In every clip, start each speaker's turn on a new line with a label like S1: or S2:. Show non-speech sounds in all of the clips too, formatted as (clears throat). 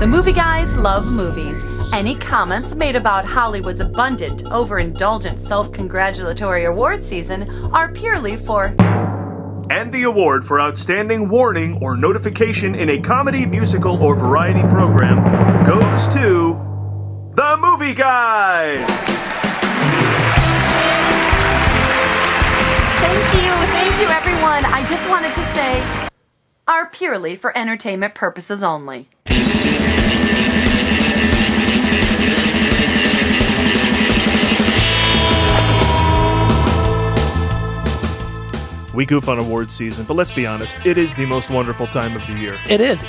S1: The movie guys love movies. Any comments made about Hollywood's abundant, overindulgent, self congratulatory award season are purely for.
S2: and the award for outstanding warning or notification in a comedy, musical, or variety program goes to the movie guys.
S1: Thank you, thank you, everyone. I just wanted to say are purely for entertainment purposes only.
S2: We goof on awards season, but let's be honest, it is the most wonderful time of the year.
S3: It is.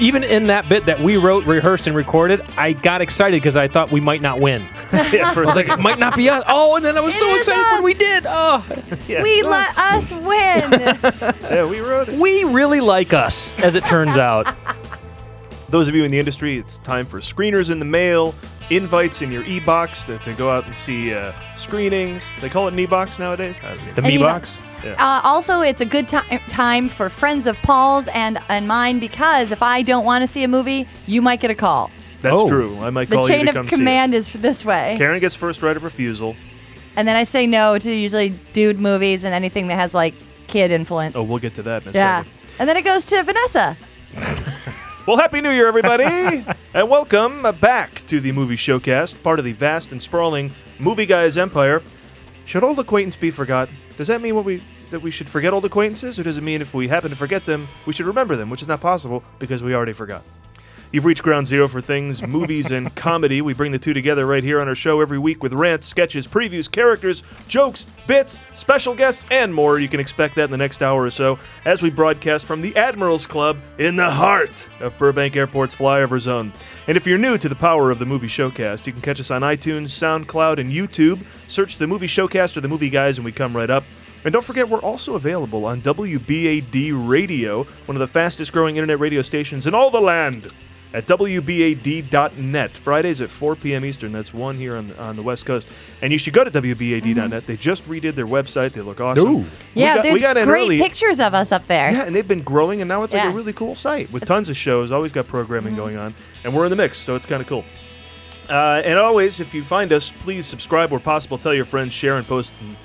S3: Even in that bit that we wrote, rehearsed, and recorded, I got excited because I thought we might not win.
S2: yeah, for a second.
S3: It might not be us. Oh, and then I was
S1: It
S3: so
S1: is
S3: excited
S1: us.
S3: when we did. Oh,
S2: Yeah.
S4: We let us
S2: (laughs)
S4: win.
S2: yeah, we wrote it.
S3: we really like us, as it turns out.
S2: Those of you in the industry, it's time for screeners in the mail, invites in your e-box to, to go out and see uh, screenings. They call it an e-box nowadays. I don't even-
S3: The
S4: Any-
S3: me box.
S4: uh, also, it's a good ti- time for friends of Paul's and, and mine because if I don't want to see a movie, you might get a call.
S2: That's
S3: Oh.
S2: true. I might
S4: The
S2: call you
S4: chain
S2: to
S4: of
S2: come
S4: command is this way.
S2: see it. Karen gets first right of refusal.
S4: And then I say no to usually dude movies and anything that has like kid influence.
S2: Oh, we'll get to that in a
S4: yeah.
S2: second.
S4: And then it goes to Vanessa.
S2: Well, Happy New Year, everybody! and welcome uh, back to the Movie Showcast, part of the vast and sprawling Movie Guys empire. Should old acquaintance be forgot? Does that mean what we that we should forget old acquaintances, or does it mean if we happen to forget them, we should remember them, which is not possible because we already forgot? You've reached ground zero for things, movies, and comedy. We bring the two together right here on our show every week with rants, sketches, previews, characters, jokes, bits, special guests, and more. You can expect that in the next hour or so as we broadcast from the Admirals Club in the heart of Burbank Airport's flyover zone. And if you're new to the power of the Movie Showcast, you can catch us on iTunes, SoundCloud, and YouTube. Search the Movie Showcast or the Movie Guys, and we come right up. And don't forget, we're also available on WBAD Radio, one of the fastest growing internet radio stations in all the land at WBAD.net. Fridays at 4 p.m. Eastern. That's one here on, on the West Coast. And you should go to WBAD.net. They just redid their website. They look awesome.
S3: Ooh.
S2: We
S4: Yeah,
S2: got-
S4: there's
S2: we got in
S4: great
S2: early.
S4: pictures of us up there.
S2: Yeah, and they've been growing, and now it's like
S4: Yeah. Mm-hmm.
S2: a really cool site with tons of shows. Always got programming going on, and we're in the mix, so it's kind of cool. Uh, and always, if you find us, please subscribe where possible. Tell your friends, share, and post and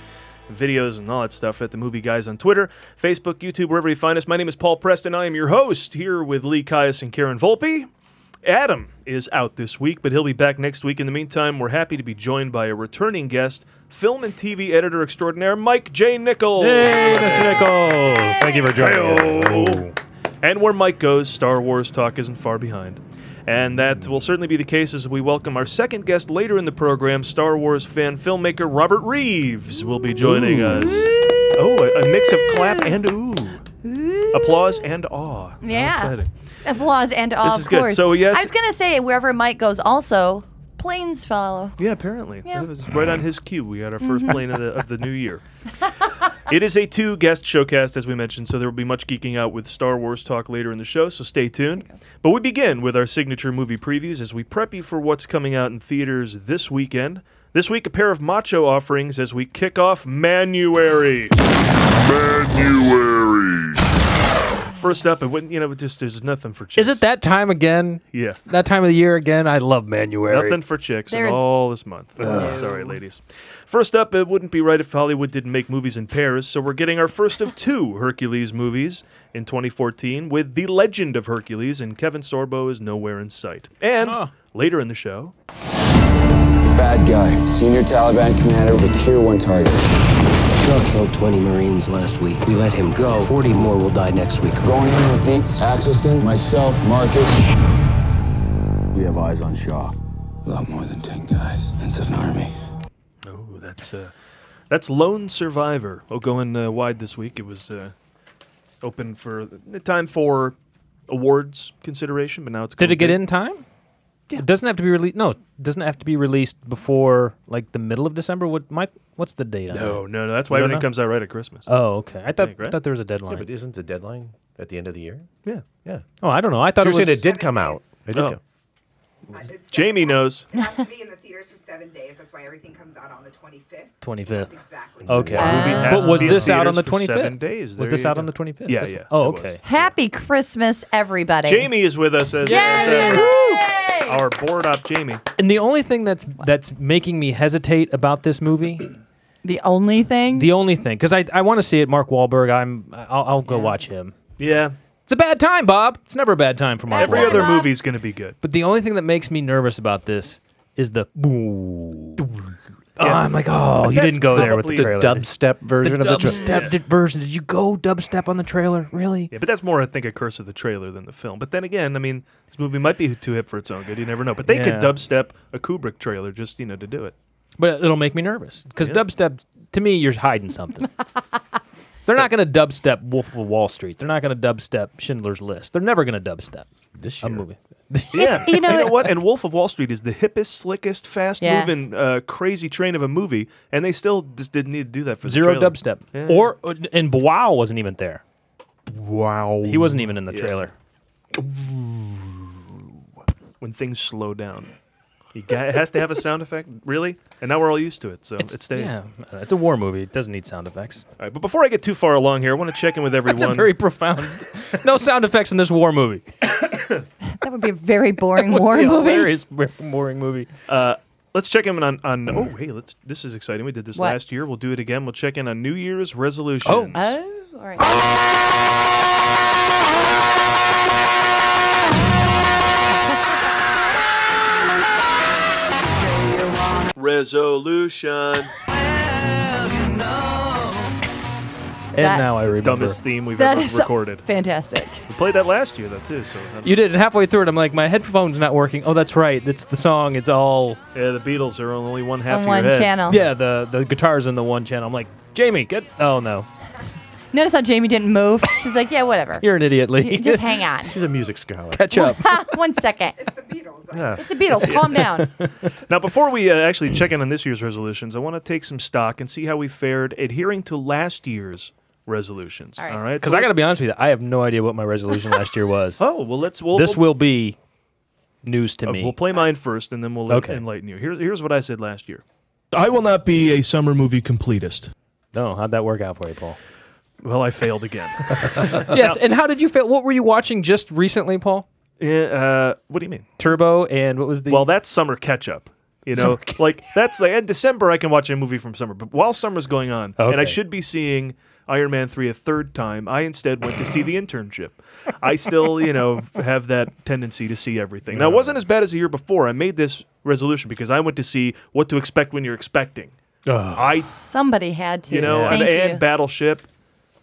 S2: videos and all that stuff at the Movie Guys on Twitter, Facebook, YouTube, wherever you find us. My name is Paul Preston. I am your host here with Lee Caius and Karen Volpe. Adam is out this week, but he'll be back next week. In the meantime, we're happy to be joined by a returning guest, film and TV editor extraordinaire Mike J. Nichols.
S3: Hey, Mr. Nichols. Thank you for joining us.
S2: And where Mike goes, Star Wars talk isn't far behind. And that will certainly be the case as we welcome our second guest later in the program. Star Wars fan filmmaker Robert Reeves will be joining us. Oh, a, a mix of clap and ooh, applause and awe. How
S4: Mm, Yeah.
S2: exciting.
S4: Applause and all,
S2: This
S4: of
S2: is good.
S4: course.
S2: So, yes-
S4: I was going to say, wherever Mike goes, also, planes follow.
S2: Yeah, apparently.
S4: Yeah.
S2: That was right on his cue. We got our first plane of the, of the new year. it is a two guest showcast, as we mentioned, so there will be much geeking out with Star Wars talk later in the show, so stay tuned. But we begin with our signature movie previews as we prep you for what's coming out in theaters this weekend. This week, a pair of macho offerings as we kick off Manuary.
S5: January.
S2: First up, it wouldn't, you know, it just there's nothing for chicks.
S3: Is it that time again?
S2: Yeah.
S3: That time of the year again? I love Manuary.
S2: Nothing for chicks and
S4: There's-
S2: all this month. Oh, Sorry, ladies. First up, it wouldn't be right if Hollywood didn't make movies in Paris, so we're getting our first of two Hercules movies in 2014 with The Legend of Hercules, and Kevin Sorbo is nowhere in sight. And later in the show,
S6: Bad guy, senior Taliban commander, was a tier one target.
S7: Shaw killed 20 Marines last week. We let him go. 40 more will die next week.
S6: Going in with Dietz, Axelson, myself, Marcus. We have eyes on Shaw. A lot more than 10 guys. It's an army.
S2: oh, that's uh, that's Lone Survivor. Oh, going uh, wide this week. It was uh, open for the time for awards consideration, but now it's
S3: Did it
S2: going
S3: get
S2: big.
S3: in time? It doesn't have to be released. No, it doesn't have to be released before like the middle of December. What Mike? What's the date on it?
S2: No, no, no. That's why
S3: You don't
S2: everything
S3: know?
S2: comes out right at Christmas.
S3: Oh, okay. I thought
S2: think, right?
S3: thought there was a
S8: Yeah,
S3: deadline.
S8: but isn't the deadline at the end of the year?
S2: yeah.
S8: Yeah.
S3: oh, I don't know. I thought
S8: You're
S3: it was.
S8: saying it did come out. It did
S2: Oh.
S8: come.
S2: Jamie knows.
S9: It has to be in the theaters for seven days. That's why everything comes out on the 25th.
S3: 25th.
S9: Exactly.
S3: Okay.
S2: has
S3: but
S2: to
S3: was
S2: be in
S3: this out on
S2: theaters
S3: the
S2: for
S3: 25th?
S2: seven days.
S3: Was
S2: There
S3: this
S2: you
S3: out
S2: go.
S3: on the 25th?
S2: Yeah,
S3: That's-
S2: yeah,
S3: Oh,
S2: it was.
S3: okay.
S4: Happy Christmas, everybody.
S2: Jamie is with us as, as
S4: Yay!
S2: ever. our board up Jamie.
S3: And the only thing that's that's making me hesitate about this movie,
S2: (clears throat)
S4: The only thing.
S3: the only thing, because I, I want to see it. Mark Wahlberg. I'm I'll, I'll go watch him.
S2: Yeah.
S3: It's a bad time, Bob. It's never a bad time for Mark
S4: Every Sorry,
S2: Every
S3: Wahlberg.
S2: other
S4: Bob.
S2: movie's going to be good.
S3: But the only thing that makes me nervous about this is the. Oh, I'm like, oh, you
S2: That's
S3: didn't go there with
S2: probably-
S3: the
S2: The
S3: trailer.
S8: dubstep
S3: The
S8: version of the
S3: dubstep did- version. Did you go dubstep on the trailer? Really?
S2: Yeah, but that's more, I think, a curse of the trailer than the film. But then again, I mean, this movie might be too hip for its own good. You never know. But they
S3: Yeah.
S2: could dubstep a Kubrick trailer just, you know, to do it.
S3: But it'll make me nervous because dubstep, to me, you're
S2: (laughs)
S3: hiding something. They're not going to dubstep Wolf of Wall Street. They're not going to dubstep Schindler's List. They're never going to dubstep
S8: this
S3: a
S8: year.
S2: (laughs)
S3: movie.
S2: Yeah,
S4: you know-
S2: what? And Wolf of Wall Street is the hippest, slickest, fast-moving, uh, crazy train of a movie, and they still just didn't need to do that for
S3: Zero
S2: the trailer.
S3: dubstep.
S2: Yeah.
S3: Or uh, and Boao wasn't even there. Wow. He wasn't even in the
S2: Yeah.
S3: trailer.
S2: when things slow down. You got, it has to have a sound effect, really, and now we're all used to it, so it stays.
S3: Yeah, uh, it's a war movie. It doesn't need sound effects.
S2: All right, but before I get too far along here, I want to check in with everyone.
S3: That's a very profound. (laughs) no sound effects in this war movie.
S4: that would be a very
S2: (laughs)
S4: boring war
S3: Yeah,
S4: movie.
S3: hilarious, boring movie.
S2: Let's check in on, on. Oh, hey, let's. This is exciting. We did this
S4: What?
S2: last year. We'll do it again. We'll check in on New Year's resolutions.
S3: Oh.
S4: Oh, all right.
S2: resolution!
S3: And
S4: That-
S3: now I
S2: (laughs)
S3: remember.
S2: Dumbest theme we've
S4: That
S2: ever
S4: is
S2: recorded. (laughs)
S4: fantastic.
S2: we played that last year, though, too. So um,
S3: You did it halfway through it. I'm like, my headphone's not working. Oh, that's right. That's the song. It's all
S2: yeah, the Beatles are only one half
S4: on
S2: of
S4: one
S2: your head.
S4: channel.
S3: yeah. The the guitars in the one channel. I'm like, Jamie, get. Oh no,
S4: Notice how Jamie didn't move. She's like, yeah, whatever.
S3: you're an idiot, Lee.
S4: You Just hang
S3: (laughs)
S4: on.
S8: He's a music scholar.
S4: (laughs)
S3: Catch up.
S4: Ha, one second.
S9: It's the Beatles. Like,
S4: It's the Beatles. Calm down.
S2: Now, before we uh, actually check in on this year's resolutions, I want to take some stock and see how we fared adhering to last year's resolutions.
S4: All right.
S2: All right,
S3: Because I got to be honest with you, I have no idea what my resolution last
S4: (laughs)
S3: year was.
S2: Oh well, let's. We'll,
S3: this
S2: we'll,
S3: will be news to
S2: uh,
S3: me.
S2: We'll play mine first, and then we'll
S3: Okay.
S2: enlighten you. Here's here's what I said last year.
S5: I will not be a summer movie completist.
S3: no, how'd that work out for you, Paul?
S2: Well, I failed again.
S3: (laughs)
S2: (laughs)
S3: yes. And how did you feel? What were you watching just recently, Paul?
S2: yeah, uh, what do you mean?
S3: Turbo and what was the?
S2: Well, that's summer catch up. You know, like that's like in December I can watch a movie from summer, but while summer's going on, and I
S3: Okay.
S2: should be seeing Iron Man three a third time, I instead went to see the internship. I still, you know, have that tendency to see everything. Now it wasn't as bad as the year before. I made this resolution because I went to see what to expect when you're expecting. I,
S4: (laughs) Somebody had to.
S2: you know,
S4: Thank
S2: and, and
S4: you.
S2: Battleship,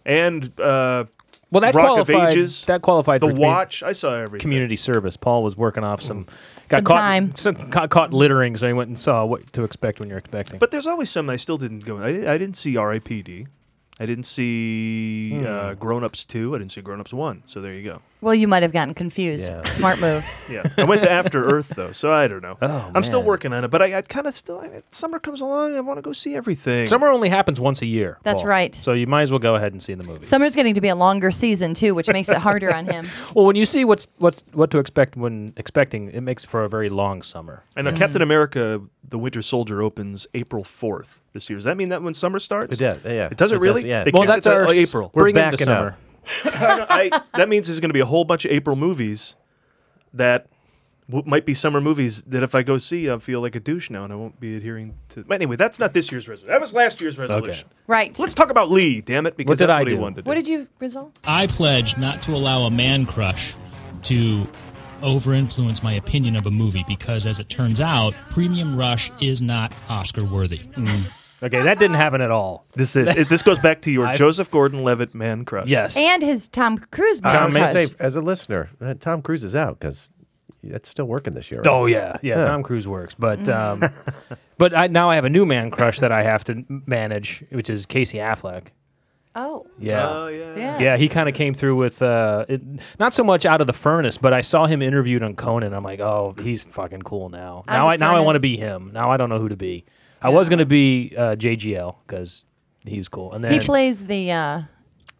S2: and uh,
S3: well, that
S2: Rock of
S3: qualified.
S2: Ages,
S3: that qualified
S2: the
S3: for commu-
S2: Watch. I saw everything.
S3: community service. Paul was working off some. Got
S4: Some
S3: caught,
S4: time.
S3: Some, got caught littering, so he went and saw what to expect when you're expecting.
S2: But there's always some I still didn't go. I, I didn't see R.I.P.D. I didn't see uh, Grown Ups Two. I didn't see Grown Ups One. So there you go.
S4: well, you might have gotten confused.
S8: Yeah.
S4: Smart (laughs) move.
S2: Yeah, I went to After Earth though, so I don't know. I'm still
S3: man.
S2: working on it, but I, I kind of still. I, summer comes along. I want to go see everything.
S3: summer only happens once a year.
S4: That's
S3: Paul.
S4: right.
S3: So you might as well go ahead and see the movie.
S4: Summer's getting to be a longer season too, which makes it harder on him.
S3: well, when you see what's what's what to expect when expecting, it makes for a very long summer.
S2: I know Captain America: The Winter Soldier opens April 4th this year. Does that mean that when summer starts?
S8: It does, yeah.
S2: It doesn't
S8: It
S2: really.
S8: does, yeah.
S2: They
S8: Well,
S2: can't- it's,
S3: that's our
S2: uh,
S3: s-
S2: April.
S8: We're
S3: Bring him to
S8: backing
S3: summer.
S8: up.
S2: I, that means there's going to be a whole bunch of April movies that w- might be summer movies that if I go see, I feel like a douche now and I won't be adhering to. But anyway, that's not this year's resolution. That was last year's resolution.
S4: (laughs) Right.
S2: Let's talk about Lee, damn it, because
S3: did
S2: that's
S3: I
S2: what he
S3: do?
S2: wanted to do.
S4: what did you resolve?
S10: I pledge not to allow a man crush to over influence my opinion of a movie because, as it turns out, Premium Rush is not Oscar worthy.
S3: Mm. Okay, that didn't happen at all.
S2: this is, it- this goes back to your
S3: (laughs) I-
S2: Joseph Gordon-Levitt man crush.
S3: Yes.
S4: And his Tom Cruise
S8: Tom,
S4: man
S8: may
S4: crush.
S8: say, as a listener, uh, Tom Cruise is out because that's still working this year. Right?
S3: Oh yeah, yeah. Tom Cruise works, but
S2: Mm.
S3: um, (laughs) but I, now I have a new man crush that I have to m- manage, which is Casey Affleck.
S4: Oh,
S3: Yeah.
S2: Oh yeah.
S4: yeah.
S3: Yeah, he kind of came through with uh, it, not so much out of the furnace, but I saw him interviewed on Conan. I'm like, oh, he's fucking cool now.
S4: Out of
S3: Now
S4: the
S3: I now I want to
S4: furnace.
S3: be him. Now I don't know who to be. I was gonna be uh, JGL because he was cool, and then
S4: He plays the uh,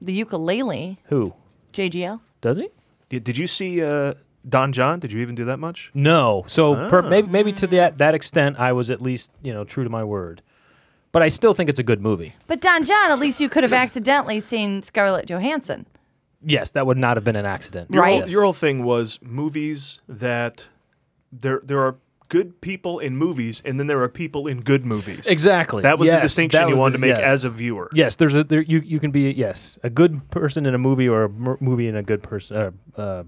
S4: the ukulele.
S3: who
S4: JGL.
S3: does he?
S2: Did, did you see uh, Don John? Did you even do that much?
S3: No. So
S4: Ah.
S3: per, maybe maybe to that that extent, I was at least you know true to my word, but I still think it's a good movie.
S4: But Don John, at least you could (laughs) have accidentally seen Scarlett Johansson.
S3: Yes, that would not have been an accident.
S2: Your
S4: Right.
S2: whole- your whole thing was movies that there there are good people in movies, and then there are people in good movies.
S3: Exactly.
S2: That was the
S3: Yes,
S2: distinction
S3: that
S2: you
S3: was
S2: wanted
S3: the-
S2: to make
S3: yes.
S2: as a viewer.
S3: Yes, there's a there, you you can be yes a good person in a movie or a m- movie in a good person uh, uh,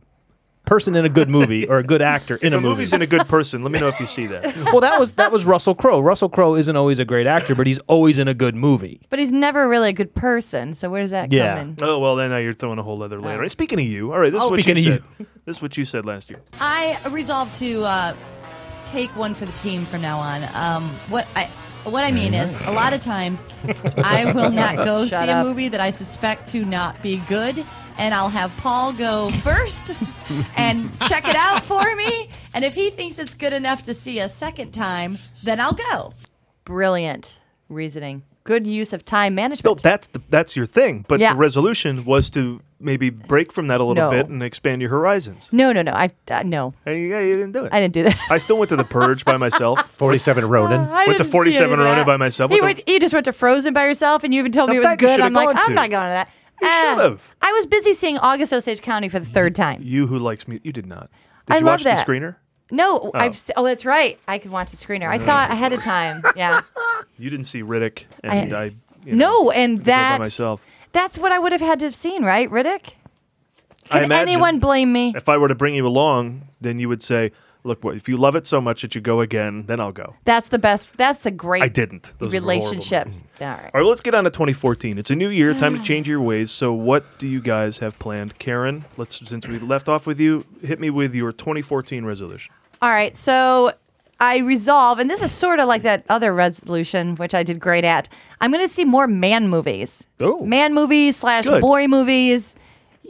S3: person in a good movie or a good actor
S2: If
S3: in a
S2: a
S3: movie.
S2: movie's in a good person, let me know if you see (laughs) that.
S3: well, that was that was Russell Crowe. Russell Crowe isn't always a great actor, but he's always in a good movie.
S4: But he's never really a good person. So where does that
S3: Yeah.
S4: come in?
S2: Oh well, then now you're throwing a whole other layer. Right, Speaking of you, all right, this
S3: Oh,
S2: is what you
S3: speaking of
S2: said. This is what you said (laughs) last year.
S11: I resolved to uh, take one for the team from now on. Um, what I what I mean is, a lot of times I will not go
S4: (laughs) Shut
S11: see
S4: up.
S11: a movie that I suspect to not be good, and I'll have Paul go first (laughs) and check it out for me. And if he thinks it's good enough to see a second time, then I'll go.
S4: Brilliant reasoning. Good use of time
S2: No,
S4: management.
S2: that's the, that's your thing. But
S4: Yeah.
S2: the resolution was to maybe break from that a
S4: No.
S2: little bit and expand your horizons.
S4: no, no, no. I uh, no.
S2: And yeah, you didn't do it.
S4: I didn't do that.
S2: I still went to the purge by (laughs) myself.
S8: 47 Ronin.
S4: I
S2: Went to
S4: didn't see
S2: 47
S4: any of
S2: Ronin
S4: that.
S2: by myself.
S4: He,
S2: What
S4: went,
S2: the-
S4: he just went to Frozen by yourself, and you even told
S2: Now
S4: me it was
S2: that you
S4: good.
S2: should've
S4: I'm like,
S2: gone
S4: I'm
S2: to.
S4: not going to that.
S2: You
S4: Ah,
S2: should've.
S4: I was busy seeing August Osage County for the third time.
S2: You who likes me, you did not. Did
S4: I
S2: you
S4: love
S2: watch
S4: that.
S2: the screener?
S4: No, I've. se- Oh, that's right. I could watch the screener. I saw it ahead of time.
S2: (laughs)
S4: Yeah.
S2: You didn't see Riddick, and I. you know,
S4: no, and
S2: I did it
S4: that.
S2: by myself.
S4: That's what I would have had to have seen, right, Riddick?
S2: I
S4: Can
S2: imagine
S4: anyone blame me?
S2: If I were to bring you along, then you would say, "Look, what- if you love it so much that you go again, then I'll go."
S4: That's the best. That's a great
S2: I didn't. Those were horrible
S4: relationship.
S2: movies.
S4: All right.
S2: All right, well, let's get on to 2014. It's a new year, time to change your ways. So, what do you guys have planned, Karen? Let's since we left off with you, hit me with your 2014 resolution.
S4: All right. So I resolve, and this is sort of like that other resolution, which I did great at. I'm going to see more man movies.
S3: Oh.
S4: Man movies slash
S2: Good.
S4: boy movies.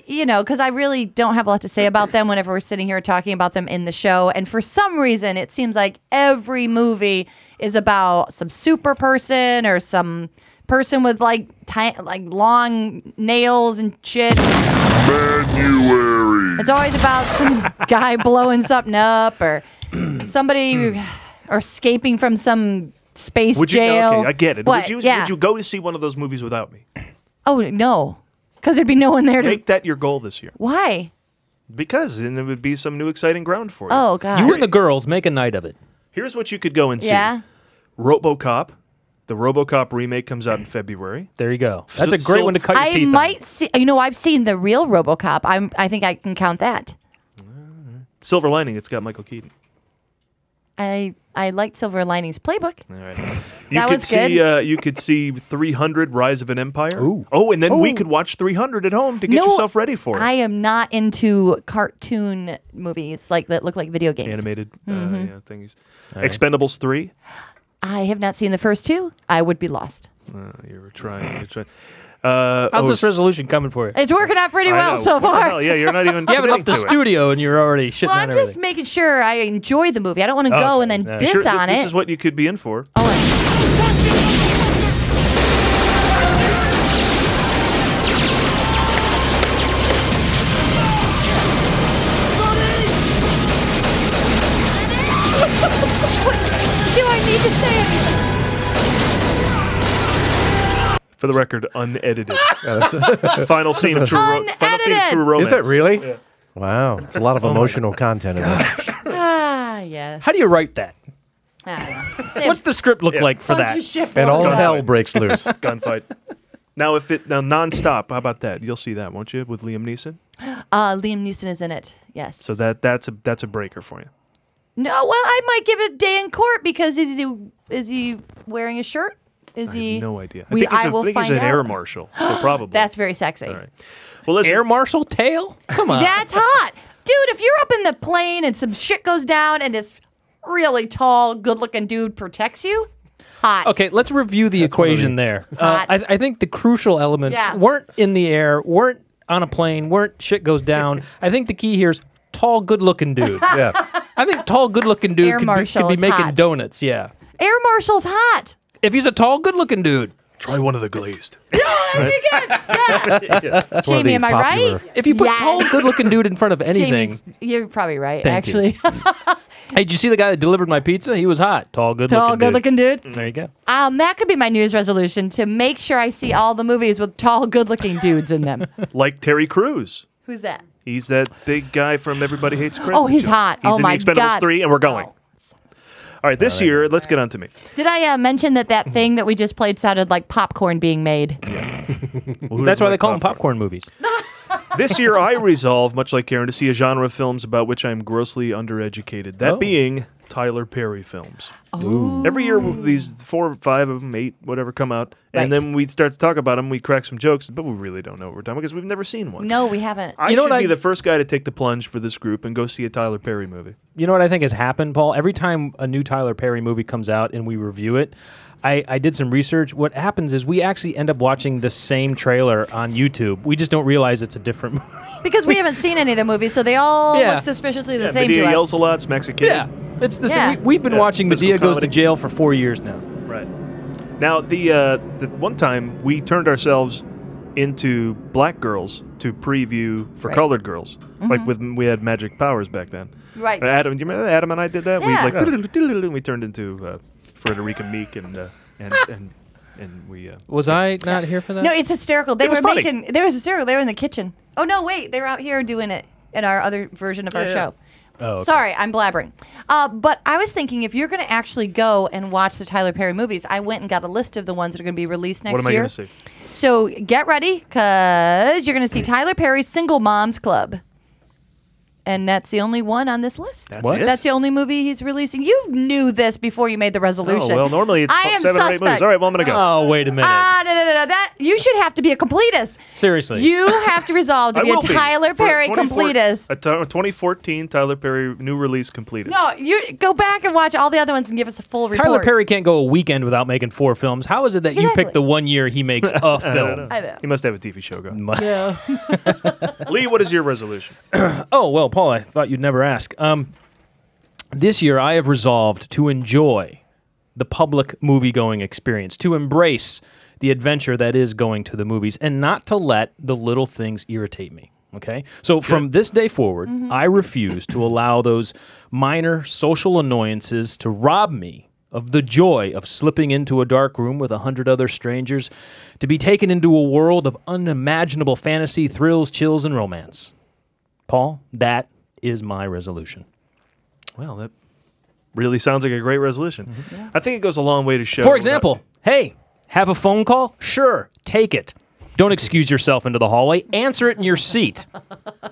S4: You know, because I really don't have a lot to say about them whenever we're sitting here talking about them in the show. And for some reason, it seems like every movie is about some super person or some person with like ti- like long nails and shit. It's always about some guy blowing something up or
S2: (clears throat)
S4: somebody or escaping from some space
S2: Would you?
S4: jail.
S2: Okay, I get it.
S4: What?
S2: Would you?
S4: Yeah.
S2: Would you go to see one of those movies without me?
S4: Oh no, because there'd be no one there to.
S2: Make that your goal this year,
S4: Why?
S2: because then there would be some new exciting ground for you.
S4: Oh god.
S3: You and the girls make a night of it.
S2: Here's what you could go and see:
S4: yeah.
S2: RoboCop. The RoboCop remake comes out in February.
S3: There you go. That's
S2: So-
S3: a great
S2: so-
S3: one to cut your
S4: I
S3: teeth
S4: might
S3: on.
S4: see. You know, I've seen the real RoboCop. I'm. I think I can count that.
S2: Silver Lining. It's got Michael Keaton.
S4: I I liked Silver Linings Playbook. (laughs)
S2: All right. You
S4: That
S2: could
S4: one's
S2: see
S4: good.
S2: Uh, you could see 300 Rise of an Empire.
S3: Ooh.
S2: Oh, and then we
S4: Ooh.
S2: could watch 300 at home to get
S4: No,
S2: yourself ready for it.
S4: I am not into cartoon movies like that look like video games.
S2: Animated
S4: Mm-hmm.
S2: uh, yeah, thingies. Expendables 3.
S4: I have not seen the first two. I would be lost.
S2: Uh, you were trying. You're trying. Uh,
S3: How's
S2: oh,
S3: this resolution coming for you?
S4: It's working out pretty
S2: I
S4: well
S2: know.
S4: so
S2: What the
S4: far.
S2: hell? Yeah, you're not
S4: (laughs)
S2: even.
S3: You haven't
S2: committing
S3: left the
S2: to it.
S3: studio and you're already shitting
S4: Well, I'm
S3: on
S4: just
S3: everything.
S4: making sure I enjoy the movie. I don't want to go
S3: Okay,
S4: and then
S3: yeah.
S4: diss
S2: Sure, th-
S4: on
S2: this
S4: it. Oh.
S2: is what you could be in for.
S4: Do I need to say anything?
S2: For the record,
S4: (laughs)
S2: unedited.
S3: (laughs)
S2: final scene of True Ro- Final scene of
S4: Unedited!
S2: True Romance.
S8: Is that really? Wow. It's a lot
S3: Oh
S8: of emotional content in there.
S4: Ah, yeah.
S3: How do you write that? (laughs) What's the script look like for that?
S8: And
S3: Oh
S8: all
S2: Gunfight.
S8: hell breaks loose.
S2: Gunfight. Now, if it now nonstop, how about that? You'll see that, won't you, with Liam Neeson?
S4: Uh, Liam Neeson is in it. Yes.
S2: So that that's a that's a breaker for you.
S4: No, well, I might give it a day in court because is he is he wearing a shirt? Is
S2: I
S4: he?
S2: have no idea.
S4: We,
S2: I think he's,
S4: I
S2: a-
S4: will
S2: think
S4: find
S2: he's
S4: out.
S2: an air marshal.
S4: (gasps)
S2: So probably.
S4: That's very sexy.
S2: All right. Well, listen.
S3: (laughs) Air Marshal tail? Come on.
S4: That's hot, dude. If you're up in the plane and some shit goes down and this really tall, good-looking dude protects you, hot.
S3: Okay, let's review the equation there. Uh,
S4: Hot.
S3: I, I think the crucial elements
S4: Yeah.
S3: weren't in the air, weren't on a plane, weren't shit goes down. I think the key here is tall, good looking dude.
S2: (laughs)
S8: Yeah.
S3: I think tall, good looking dude
S4: Air
S3: could be, could
S4: Marshal
S3: be
S4: is
S3: making
S4: hot.
S3: donuts, yeah.
S4: Air marshal's hot.
S3: If he's a tall, good looking dude.
S2: try one of the glazed.
S8: It's one
S4: Jamie,
S8: of the
S4: am I
S8: popular-
S4: right?
S3: If you put
S4: Yes.
S3: tall, good looking dude in front of anything.
S4: (laughs) Jamie's, you're probably right.
S3: Thank you.
S4: actually, (laughs)
S3: Hey, did you see the guy that delivered my pizza? He was hot. Tall, good
S4: tall,
S3: looking dude.
S4: good-looking dude.
S3: There you go.
S4: Um, that could be my New Year's resolution to
S3: (laughs)
S4: make sure I see all the movies with tall, good-looking dudes in them.
S2: Like Terry Crews.
S4: Who's that?
S2: He's that big guy from Everybody Hates Chris.
S4: (gasps) Oh, he's hot.
S2: He's
S4: Oh,
S2: in
S4: my
S2: the Expendables
S4: God. Oh.
S2: three, and we're going. All right, this year, let's get on to me.
S4: Did I uh, mention that that thing that we just played sounded like popcorn being made?
S3: That's why they call them popcorn movies.
S2: this year, I resolve, much like Karen, to see a genre of films about which I am grossly undereducated. That
S3: Oh.
S2: being Tyler Perry films. Every year, these four, five of them, eight, whatever, come out, and
S4: Right.
S2: then we start to talk about them. We crack some jokes, but we really don't know what we're talking about because we've never seen one.
S4: No, we haven't.
S2: I should be the first guy to take the plunge for this group and go see a Tyler Perry movie.
S3: You know what I think has happened, Paul? Every time a new Tyler Perry movie comes out and we review it, I, I did some research. What happens is we actually end up watching the same trailer on YouTube. We just don't realize it's a different (laughs) movie.
S4: because we haven't seen any of the movies, so they all
S3: Yeah.
S4: look suspiciously the
S2: Yeah,
S4: same
S2: Medea
S4: to
S2: yells
S4: us.
S2: a lot, smacks a kid.
S3: Yeah, it's the
S4: Yeah.
S3: same. We, we've been
S2: Yeah,
S3: watching
S2: physical
S3: Medea Goes to
S2: comedy.
S3: Jail for four years now.
S2: Right. Now, the, uh, the one time we turned ourselves into black girls to preview for
S4: Right. Mm-hmm.
S2: colored girls, like with we had magic powers back then.
S4: Right.
S2: Adam, do you remember that? Adam and I did that.
S4: Yeah.
S2: We like and we turned into uh, Frederica Meek and uh, and and and we. Uh,
S3: Was I not here for that?
S4: No, it's hysterical. They
S2: It
S4: were
S2: was funny.
S4: making. They was hysterical. They were in the kitchen. Oh no, wait, they were out here doing it in our other version of our
S2: yeah.
S4: show.
S3: Oh, okay.
S4: Sorry, I'm blabbering. Uh, but I was thinking if you're going to actually go and watch the Tyler Perry movies, I went and got a list of the ones that are going to be released next
S2: what am I
S4: year.
S2: going to see?
S4: So get ready because you're going to see
S2: Hmm.
S4: Tyler Perry's Single Moms Club. And that's the only one on this list.
S2: That's What? it?
S4: That's the only movie he's releasing. You knew this before you made the resolution.
S2: Oh well, normally it's
S4: I
S2: f-
S4: am
S2: seven or eight
S4: suspect.
S2: movies. All right, well I'm going to go.
S3: Oh, wait a minute.
S4: Ah, no, no, no, no. That you should have to be a completist.
S3: Seriously.
S4: You have to resolve to
S2: I
S4: be a
S2: will be.
S4: Tyler
S2: For
S4: Perry
S2: 24
S4: completist.
S2: A t- 2014 Tyler Perry new release completist.
S4: No, you go back and watch all the other ones and give us a full report.
S3: Tyler Perry can't go a weekend without making four films. How is it that you
S4: Exactly.
S3: pick the one year he makes (laughs) a film?
S4: I know.
S2: He must have a TV show going.
S3: (laughs)
S4: Yeah.
S2: Lee, what is your resolution?
S3: Oh well, Paul, I thought you'd never ask. Um, this year, I have resolved to enjoy the public movie-going experience, to embrace the adventure that is going to the movies, and not to let the little things irritate me. Okay, so from this day forward, I refuse to allow those minor social annoyances to rob me of the joy of slipping into a dark room with a hundred other strangers, to be taken into a world of unimaginable fantasy, thrills, chills, and romance. Paul, that is my resolution.
S2: Well, that Mm-hmm. really sounds like a great resolution. I think it goes a long way to show.
S3: For example, hey, have a phone call? Sure, take it. Don't excuse yourself into the hallway. Answer it in your seat.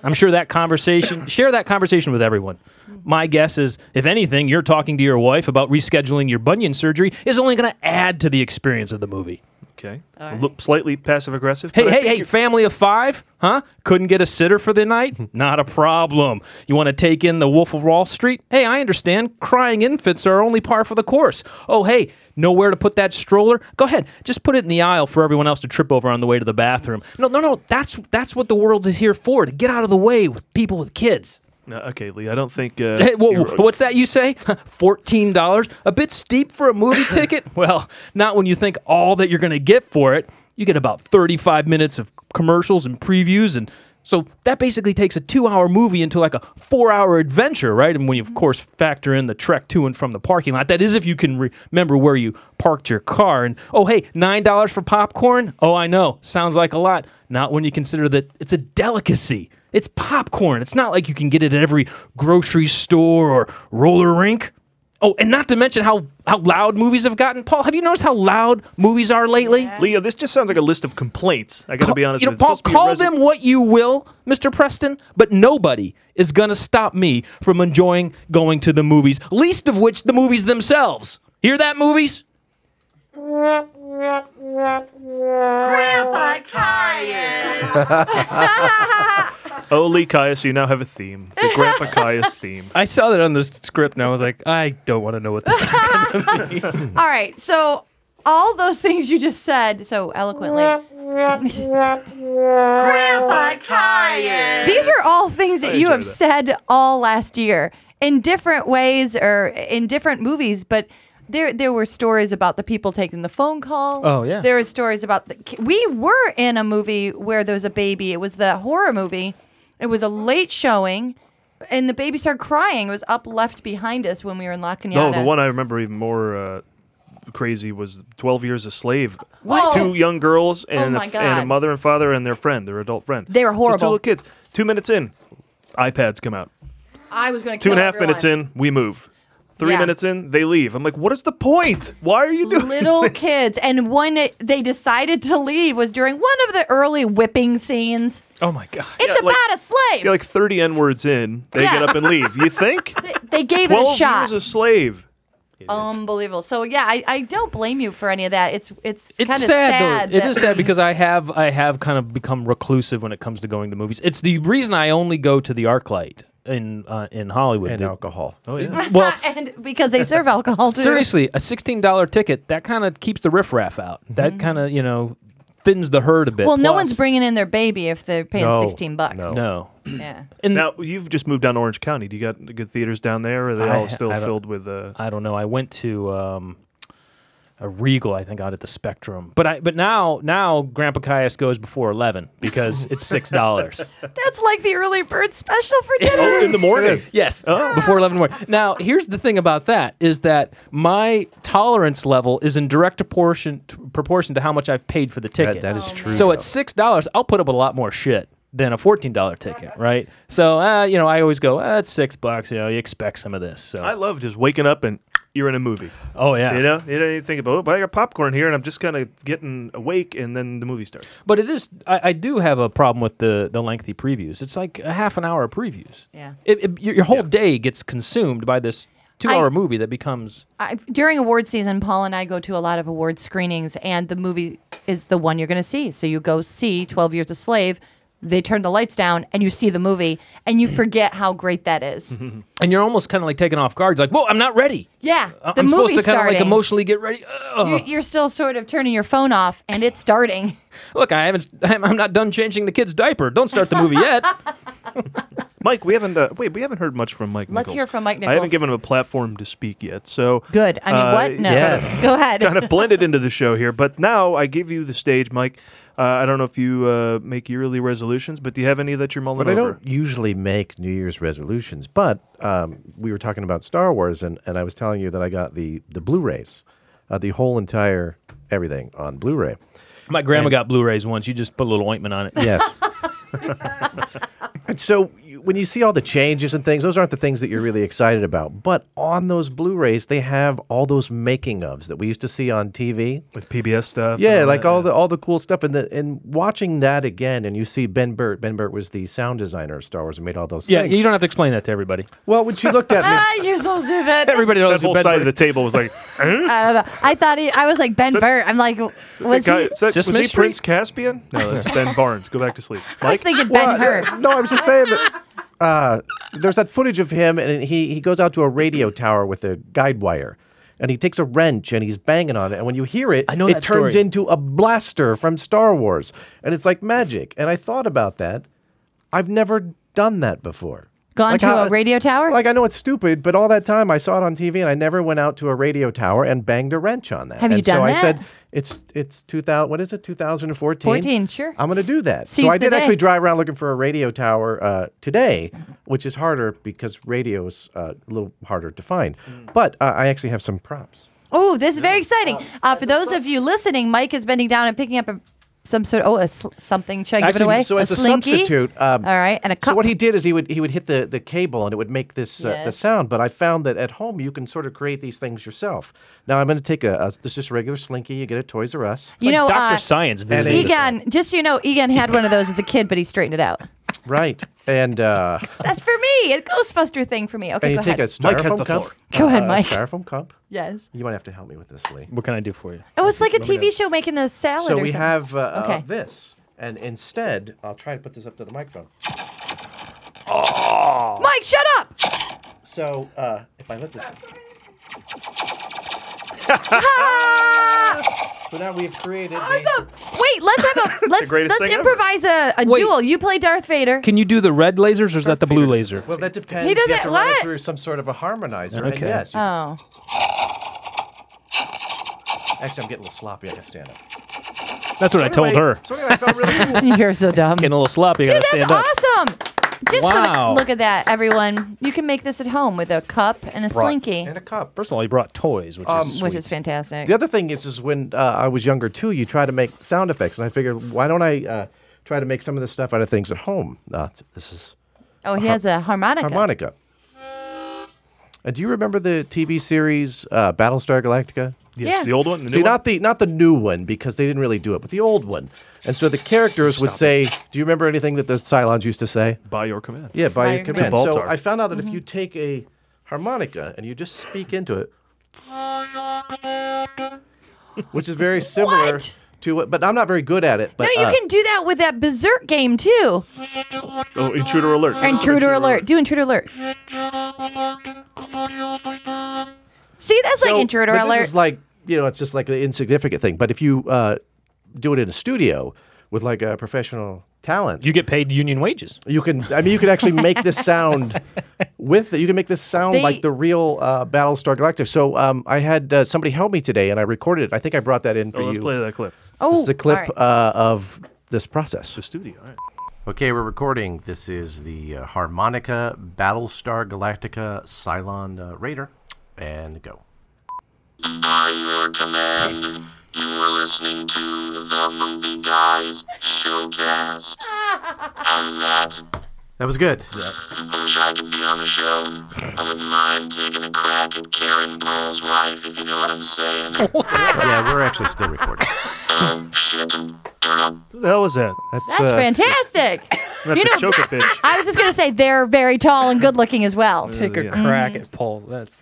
S3: I'm sure that conversation, (coughs) share that conversation with everyone. My guess is, if anything, you're talking to your wife about rescheduling your bunion surgery is only going to add to the experience of the movie.
S2: okay, Look slightly passive aggressive.
S3: (laughs) Hey, hey, hey, family of five, huh? Couldn't get a sitter for the night? (laughs) Not a problem. You want to take in the Wolf of Wall Street? Hey, I understand. Crying infants are only par for the course. Oh, hey, nowhere to put that stroller? Go ahead, just put it in the aisle for everyone else to trip over on the way to the bathroom. No, no, no. That's that's what the world is here for. To get out of the way with people with kids.
S2: No, okay, Lee, I don't think. Uh,
S3: (laughs) Hey, wha-
S2: you're-
S3: what's that you say? (laughs) Fourteen dollars? A bit steep for a movie ticket? Well, not when you think all that you're going to get for it. You get about thirty-five minutes of commercials and previews, and so that basically takes a two-hour movie into like a four-hour adventure, right? And when you of course factor in the trek to and from the parking lot, that is if you can re- remember where you parked your car. And oh, hey, nine dollars for popcorn? Oh, I know, sounds like a lot. Not when you consider that it's a delicacy. It's popcorn. It's not like you can get it at every grocery store or roller rink. Oh, and not to mention how, how loud movies have gotten. Paul, have you noticed how loud movies are lately?
S2: Leo, this just sounds like a list of complaints. I got to be honest
S3: you know,
S2: with you.
S3: Paul,
S2: It's supposed to be a resol-
S3: call them what you will, Mr. Preston, but nobody is going to stop me from enjoying going to the movies, least of which the movies themselves. Hear that, movies?
S11: Grandpa
S2: Oh, Lee Caius, you now have a theme. The
S4: (laughs)
S2: Grandpa Caius theme.
S3: I saw that on the script and I was like, I don't want to know what this (laughs) is.
S4: All right. So all those things you just said so eloquently.
S11: Grandpa
S4: These are all things that you
S2: enjoy
S4: have
S2: that.
S4: said all last year in different ways or in different movies, but there there were stories about the people taking the phone call.
S3: Oh, yeah.
S4: There were stories about the ki- we were in a movie where there was a baby. It was the horror movie. It was a late showing. And the baby started crying. It was up left behind us when we were in La Cunada.
S2: No, the one I remember even more uh, crazy was 12 Years a Slave.
S4: What? Oh.
S2: Two young girls and,
S4: my
S2: a, f- and a
S4: God.
S2: mother and father and their friend, their adult friend.
S4: They were
S2: Just two
S4: horrible.
S2: little kids. Two minutes in, iPads come out.
S4: I was going to
S2: Two and a half minutes in, we move. Three
S4: Yeah.
S2: minutes in, they leave. I'm like, what is the point? Why are you (laughs) doing
S4: Little
S2: this?
S4: kids, and when it, they decided to leave was during one of the early whipping scenes.
S2: Oh my god!
S4: It's about a slave.
S2: You're like 30 N words in, they
S4: Yeah.
S2: get up and leave. You think?
S4: (laughs) they gave it
S2: 12
S4: a shot.
S2: years a slave.
S4: Unbelievable. So yeah, I, I don't blame you for any of that. It's it's,
S3: It's
S4: kind of
S3: sad, though. It
S4: that-
S3: is sad because I have I have kind of become reclusive when it comes to going to movies. It's the reason I only go to the ArcLight in uh, in Hollywood
S8: And alcohol.
S3: Oh yeah. well,
S4: (laughs) and because they serve alcohol too.
S3: seriously, a sixteen dollar ticket that kind of keeps the riffraff out. That kind of you know thins the herd a bit.
S4: Mm-hmm. Well, no
S3: Plus-
S4: one's bringing in their baby if they're paying sixteen bucks.
S3: No.
S4: Yeah.
S2: now you've just moved down to Orange County. Do you got good theaters down there? Or are they
S3: I-
S2: all still
S3: I don't-
S2: filled with? Uh,
S3: I don't know. I went to um, a Regal, I think, out at the Spectrum. But I but now now Grandpa Caius goes before eleven because it's six (laughs) dollars.
S4: That's like the early bird special for dinner.
S8: Oh,
S3: Yes, before eleven in the morning. Now, here's the thing about that is that my tolerance level is in direct proportion t- proportion to how much I've paid for the ticket.
S8: that is Oh, true,
S3: So
S8: though.
S3: at six dollars, I'll put up with a lot more shit than a fourteen dollar ticket, right? So uh, you know, I always go, uh, it's six bucks. You know, you expect some of this. So
S2: I love just waking up and you're in a movie.
S3: Oh, yeah.
S2: you know, you don't even think about. Oh, but I got popcorn here, and I'm just kind of getting awake, and then the movie starts.
S3: But it is. I, I do have a problem with the the lengthy previews. It's like a half an hour of previews.
S4: Yeah.
S3: It, it- your, your whole day gets consumed by this two hour movie that becomes.
S4: I, during award season, Paul and I go to a lot of award screenings, and the movie is the one you're going to see. So you go see 12 Years a Slave, they turn the lights down, and you see the movie, and you forget how great that is.
S3: And you're almost kind of like taken off guard. You're like, whoa, I'm not ready.
S4: Yeah,
S3: I-
S4: the
S3: I'm supposed
S4: movie
S3: to kind of like
S4: starting.
S3: emotionally get ready. Ugh.
S4: You're, you're still sort of turning your phone off, and it's starting.
S3: Look, I haven't. (laughs) I'm I'm not done changing the kid's diaper. Don't start the movie yet.
S2: Mike, we haven't uh, wait, we haven't heard much from Mike.
S4: Let's
S2: Nichols.
S4: hear from Mike
S2: I haven't
S4: Nichols.
S2: given him a platform to speak yet, so
S4: (laughs) Good. I mean,
S2: uh,
S4: what? No. (laughs)
S2: yes.
S4: Go ahead.
S2: kind of blended into the show here, but now I give you the stage, Mike. Uh, I don't know if you uh, make yearly resolutions, but do you have any that you're mulling
S8: But I
S2: over?
S8: don't usually make New Year's resolutions. But um, we were talking about Star Wars, and, and I was telling you that I got the the Blu-rays, uh, the whole entire everything on Blu-ray.
S3: (laughs) My grandma got Blu-rays once. You just put a little ointment on it.
S8: Yes. (laughs) and so you- when you see all the changes and things, those aren't the things that you're really excited about. But on those Blu-rays, they have all those making ofs that we used to see on TV.
S2: With PBS stuff. and
S8: Yeah, like
S2: that,
S8: all the all the cool stuff, and the and watching that again, and you see Ben Burt. Ben Burt was the sound designer of Star Wars and made all
S3: (laughs)
S8: those.
S3: Yeah,
S8: things.
S3: you don't have to explain that to everybody.
S8: Well, when she looked
S4: (laughs)
S8: at me,
S4: ah, you're so stupid.
S3: Everybody knows
S2: That
S3: who
S2: whole
S3: Ben
S2: side
S3: Burtt
S2: of the table
S8: (laughs)
S2: was like, "Huh?
S4: I don't know. I thought he, I was like Ben Burt. I'm like, was
S2: Guy-
S4: he?
S2: is that- was
S3: Sesame
S2: he
S3: Street?
S2: Prince Caspian? No, that's Ben Barnes. Go back
S4: (laughs)
S2: to sleep.
S4: I was
S2: Mike,
S4: thinking Ben Hur.
S8: Well, no, I was just saying that uh, there's that footage of him, and he he goes out to a radio tower with a guide wire, and he takes a wrench and he's banging on it, and when you hear it,
S3: I know
S8: it
S3: that
S8: turns
S3: story.
S8: into a blaster from Star Wars, and it's like magic. And I thought about that. I've never done that before.
S4: Gone
S8: Like
S4: to
S8: how-
S4: a radio tower?
S8: Like I know it's stupid, but all that time I saw it on TV, and I never went out to a radio tower and banged a wrench on that.
S4: Have you
S8: And
S4: done
S8: so
S4: that?
S8: I said, "It's it's two thousand. What is it? Two thousand and fourteen.
S4: 14, sure.
S8: I'm going to do that.
S4: Seize
S8: so I
S4: the
S8: did
S4: day.
S8: actually drive around looking for a radio tower uh, today, which is harder because radio is uh, a little harder to find. But uh, I actually have some props.
S4: Oh, this is very exciting.
S8: Um,
S4: Uh, for those of you listening, Mike is bending down and picking up a, some sort oh, a sl- something. Should I give
S8: Actually,
S4: it away?
S8: so as a
S4: slinky?
S8: substitute, um,
S4: All right, and a cup.
S8: So what he did is he would he would hit the, the cable and it would make this uh, the
S4: Yes.
S8: sound. But I found that at home you can sort of create these things yourself. Now I'm going to take a, a this just regular slinky you get at Toys R Us,
S4: you know,
S3: Dr.
S4: uh,
S3: Science visited us.
S4: Egan, just so you know, Egan had one of those as a kid, but he straightened it out.
S8: right?
S4: (laughs)
S8: And uh,
S4: That's for me, a Ghostbuster thing for me. Okay,
S8: and
S4: go
S8: you take
S4: ahead.
S8: a
S2: Mike has
S8: styrofoam
S2: the
S8: cup.
S2: floor.
S4: Go ahead,
S8: uh,
S4: Mike.
S8: Styrofoam cup.
S4: yes,
S8: You might have to help me with this, Lee.
S3: What can I do for you?
S4: it was like a TV show making a salad.
S8: So
S4: or
S8: we
S4: something.
S8: have uh, uh,
S4: Okay.
S8: this, and instead, I'll try to put this up to the microphone.
S4: Mike, shut
S8: (laughs)
S4: up!
S8: So uh, if I let this, Ah! so now we've created. the-
S4: Awesome. Wait, let's
S8: (laughs)
S4: have a let's
S2: greatest
S4: let's
S2: thing ever.
S4: improvise a, a
S3: Wait.
S4: duel. You play Darth Vader.
S3: Can you do the red lasers or is that the blue laser?
S8: Well, that depends.
S4: He does
S8: you have
S4: it-
S8: to run
S4: what?
S8: through some sort of a harmonizer. and
S3: Okay.
S8: yes. you-
S4: oh, (laughs)
S8: Actually, I'm getting a little sloppy. I can stand up.
S3: That's what I told her.
S8: So anyway, I felt
S4: (laughs)
S8: really cool.
S4: you're so dumb.
S3: Getting a little sloppy. I
S4: Dude,
S3: gotta
S4: that's
S3: stand up.
S4: awesome. Just for
S3: Wow.
S4: the look at that, everyone. You can make this at home with a cup and a slinky,
S8: And a cup.
S3: First of all, he brought toys, which
S8: Um,
S3: is
S4: which
S3: sweet.
S4: is fantastic.
S8: The other thing is, is when uh, I was younger too, you try to make sound effects, and I figured, why don't I uh, try to make some of this stuff out of things at home. Uh, this is
S4: Oh, he has a harmonica.
S8: harmonica. Uh, do you remember the TV series uh, Battlestar Galactica?
S4: Yes, Yeah.
S2: the old one, the new
S8: See,
S2: one?
S8: not the not the new one because they didn't really do it, but the old one. And so the characters would say, "Do you remember anything that the Cylons used to say?"
S2: By your command.
S8: Yeah, by, your command. Mm-hmm.
S2: To
S8: So
S2: Baltar.
S8: I found out that if you take a harmonica and you just speak into it, which is very similar to what, but I'm not very good at it. But
S4: no, you
S8: uh,
S4: can do that with that Berserk game too.
S2: Oh, intruder alert.
S4: Or intruder alert. Do intruder alert. See, that's
S8: So-
S4: like intruder
S8: but
S4: alert.
S8: This is like you know, it's just like an insignificant thing. But if you uh, do it in a studio with like a professional talent,
S3: you get paid union wages.
S8: You can, I mean, you can actually make
S4: (laughs)
S8: this sound with it. You can make this sound
S4: They-
S8: like the real uh, Battlestar Galactica. So um, I had uh, somebody help me today, and I recorded it. I think I brought that in for
S2: Oh, let's
S8: you.
S2: play that clip.
S4: Oh,
S8: this is a clip
S4: all right.
S8: uh, of this process. The
S2: studio. All right.
S8: Okay, we're recording. This is the uh, harmonica Battlestar Galactica Cylon uh, Raider, and go.
S12: By your command, you were listening to the Movie Guys Showcast. How's that?
S8: That was good.
S12: I wish I could be on the show. I wouldn't mind taking a crack at Karen Paul's wife, if you know what I'm saying.
S8: yeah, we're actually still recording.
S12: oh, shit. Turn off
S2: Who the hell was that?
S4: That's
S8: uh,
S4: fantastic.
S2: That's
S4: You
S2: a
S4: know-
S2: choker bitch.
S4: (laughs) I was just gonna say they're very tall and good looking as well. Mm.
S3: Take a crack at
S4: (laughs)
S3: Paul. That's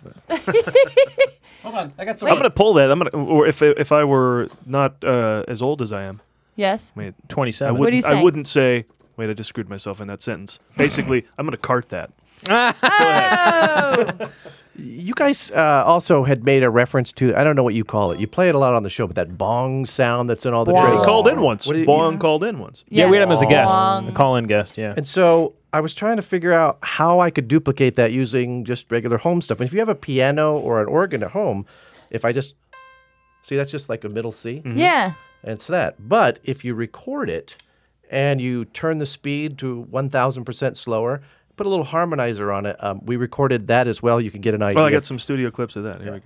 S4: Hold on, I got
S2: I'm gonna pull that. I'm gonna, or if if I were not uh, as old as I am,
S4: Yes.
S2: wait,
S3: 27.
S4: What
S2: I
S4: are you
S2: wouldn't, I
S4: saying?
S2: wouldn't say. Wait, I just screwed myself in that
S8: (laughs)
S2: sentence. Basically, I'm gonna cart that.
S8: You guys uh, also had made a reference to I don't know what you call it. You play it a lot on the show, but that bong sound that's in all the
S2: Bong.
S8: trailers.
S2: He called in once.
S8: Oh. What do you-
S2: Bong called in once.
S3: Yeah, we had him as a guest, a
S8: Bong.
S3: call in guest. Yeah.
S8: And so I was trying to figure out how I could duplicate that using just regular home stuff. And if you have a piano or an organ at home, if I just see that's just like a middle C.
S2: Mm.
S4: Yeah.
S8: And it's that. But if you record it and you turn the speed to 1000% slower, put a little harmonizer on it. Um, we recorded that as well. You can get an idea.
S2: Well, I got some studio clips of that. Here we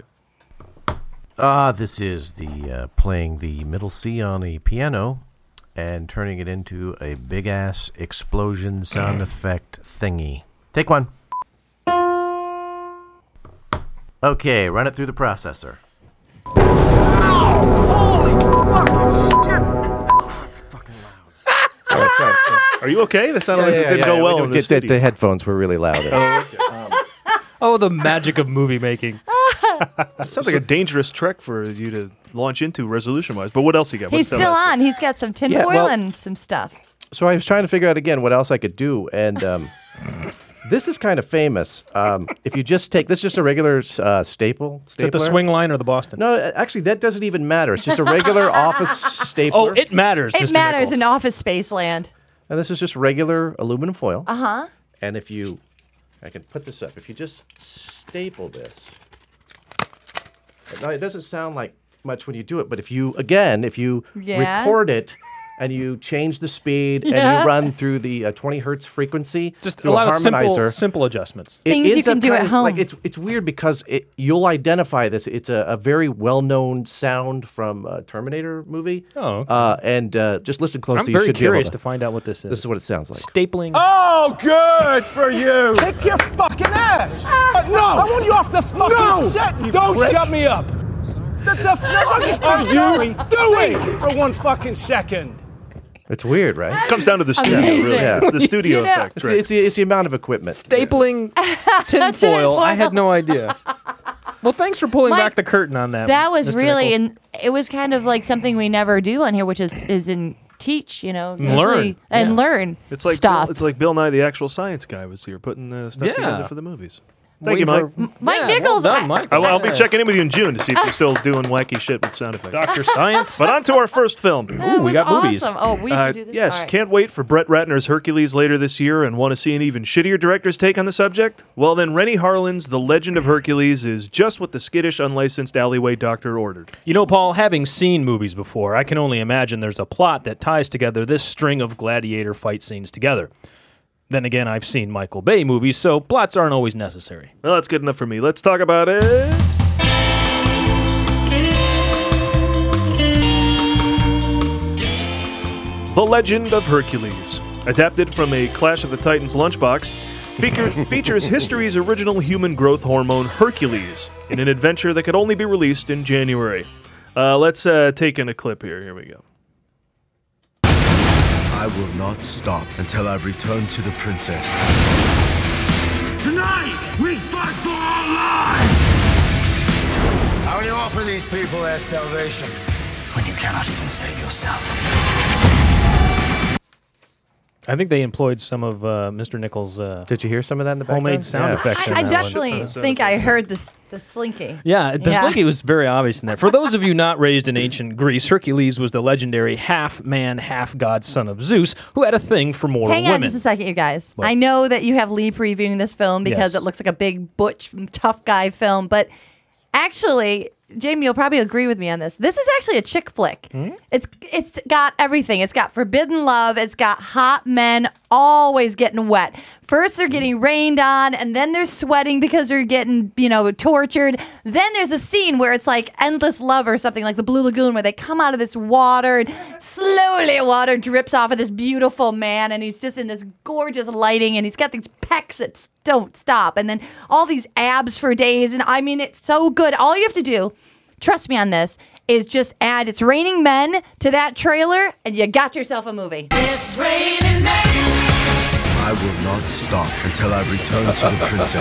S2: go.
S8: Ah, this is the uh, playing the middle C on a piano and turning it into a big ass
S2: (clears throat)
S8: explosion sound effect thingy. Take one. Okay, run it through the processor.
S2: Are you okay? That
S8: Oh,
S2: sounded like it didn't go well in the studio.
S8: headphones were really (laughs) loud.
S2: Oh, okay.
S3: Oh, the magic of movie making.
S2: That sounds like a dangerous trek for you to launch into resolution-wise. But what else you got?
S4: He's
S2: What's that
S4: still
S2: last-
S4: on. He's got some tin
S8: Yeah,
S4: foil
S8: well-
S4: and some stuff.
S8: so I was trying to figure out again what else I could do, and um, this is kind of famous. Um, if you just take this, is just a regular uh, staple,
S3: Is that the
S8: stapler.
S3: swing line or the Boston?
S8: No, a- actually, that doesn't even matter. It's just a regular office stapler.
S3: Oh, it matters.
S4: It matters in office space land.
S8: And this is just regular aluminum foil.
S4: Uh huh.
S8: And if you, I can put this up. If you just staple this, but no, it doesn't sound like much when you do it. But if you, again, if you
S4: Yeah.
S8: record it and you change the speed and
S3: Yeah.
S8: you run through the uh, 20 hertz frequency,
S3: Just a
S8: through
S3: lot of simple,
S8: harmonizer,
S3: simple adjustments.
S8: it
S4: Things you
S8: ends
S4: can
S8: up
S4: do
S8: kind
S4: at
S8: of- Like
S4: home.
S8: it's it's weird because it, you'll identify this. It's a, a very well known sound from a Terminator movie.
S3: Oh, okay.
S8: uh, and uh, just listen closely.
S3: I'm
S8: You
S3: very
S8: should be able
S3: curious
S8: to-
S3: to find out what this is.
S8: This is what it sounds like.
S3: Stapling.
S13: Oh, good for you. Kick your fucking ass. no. I want you off the fucking
S14: No.
S13: set, you
S14: Don't
S13: prick.
S14: shut me
S13: up. The, the fuck is
S14: I'm sorry.
S13: doing for one fucking second?
S8: It's weird, right?
S2: Comes down to the studio, really. Amazing. It's the studio You know- effect,
S8: (laughs) It's,
S2: right?
S8: it's the, it's the amount of equipment.
S3: Stapling (laughs) tinfoil. I had no idea. Well, thanks for pulling
S4: Mike,
S3: back the curtain on that.
S4: That was
S3: Mr.
S4: really,
S3: Nichols.
S4: and it was kind of like something we never do on here, which is is in teach, you know,
S2: And
S4: usually-
S2: learn.
S4: and
S2: Yeah.
S4: learn.
S2: It's like
S4: stuff.
S2: Bill, it's like Bill Nye, the actual science guy, was here putting uh, stuff together
S3: Yeah.
S2: for the movies. Thank
S3: Waiting
S2: you, Mike.
S3: for-
S4: Mike Nichols. I-
S2: I'll,
S3: (laughs)
S2: I'll be checking in with you in June to see if you're still doing wacky shit with sound effects. Doctor Science. But on to our first film.
S4: That Ooh, we was got movies. awesome. Oh, we have to do this?
S2: Uh, Yes,
S4: All right.
S2: can't wait for Brett Ratner's Hercules later this year, and want to see an even shittier director's take on the subject? Well, then Rennie Harlan's The Legend of Hercules is just what the skittish, unlicensed alleyway doctor ordered.
S3: You know, Paul, having seen movies before, I can only imagine there's a plot that ties together this string of gladiator fight scenes together. Then again, I've seen Michael Bay movies, so plots aren't always necessary.
S2: Well, that's good enough for me. Let's talk about it. The Legend of Hercules, adapted from a Clash of the Titans lunchbox, features, features history's original human growth hormone, Hercules, in an adventure that could only be released in January. Uh, let's uh, take in a clip here. Here we go.
S14: I will not stop until I've returned to the princess.
S13: Tonight, we fight for our
S15: How do you offer these people their salvation when you cannot even save yourself?
S16: I think they employed some of uh, Mr. Nichols' uh,
S8: Did you hear some of that in the background?
S16: homemade sound
S8: Yeah.
S16: effects. in that
S4: I
S16: one.
S4: definitely think I heard the, the slinky.
S3: Yeah, the slinky was very obvious in that. For those of you not raised in ancient Greece, Hercules was the legendary half man, half god son of Zeus who had a thing for mortal
S4: Hang on
S3: women.
S4: just a second, you guys.
S3: What?
S4: I know that you have Lee previewing this film because
S3: Yes.
S4: it looks like a big butch tough guy film, but actually, Jamie, you'll probably agree with me on this. This is actually a chick flick. It's it's got everything. It's got forbidden love. It's got hot men always getting wet. First they're getting rained on, and then they're sweating because they're getting you know tortured. Then there's a scene where it's like endless love or something like the Blue Lagoon, where they come out of this water and slowly water drips off of this beautiful man, and he's just in this gorgeous lighting, and he's got these pecs that don't stop, and then all these abs for days, and I mean it's so good. All you have to do trust me on this, is just add It's Raining Men to that trailer and you got yourself a movie. It's raining men.
S14: I will not stop until I've returned to the princess.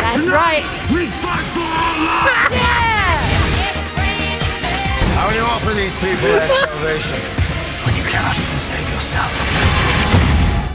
S4: That's right.
S13: We fight for our
S4: (laughs)
S15: How do you offer these people their salvation when you cannot even save yourself?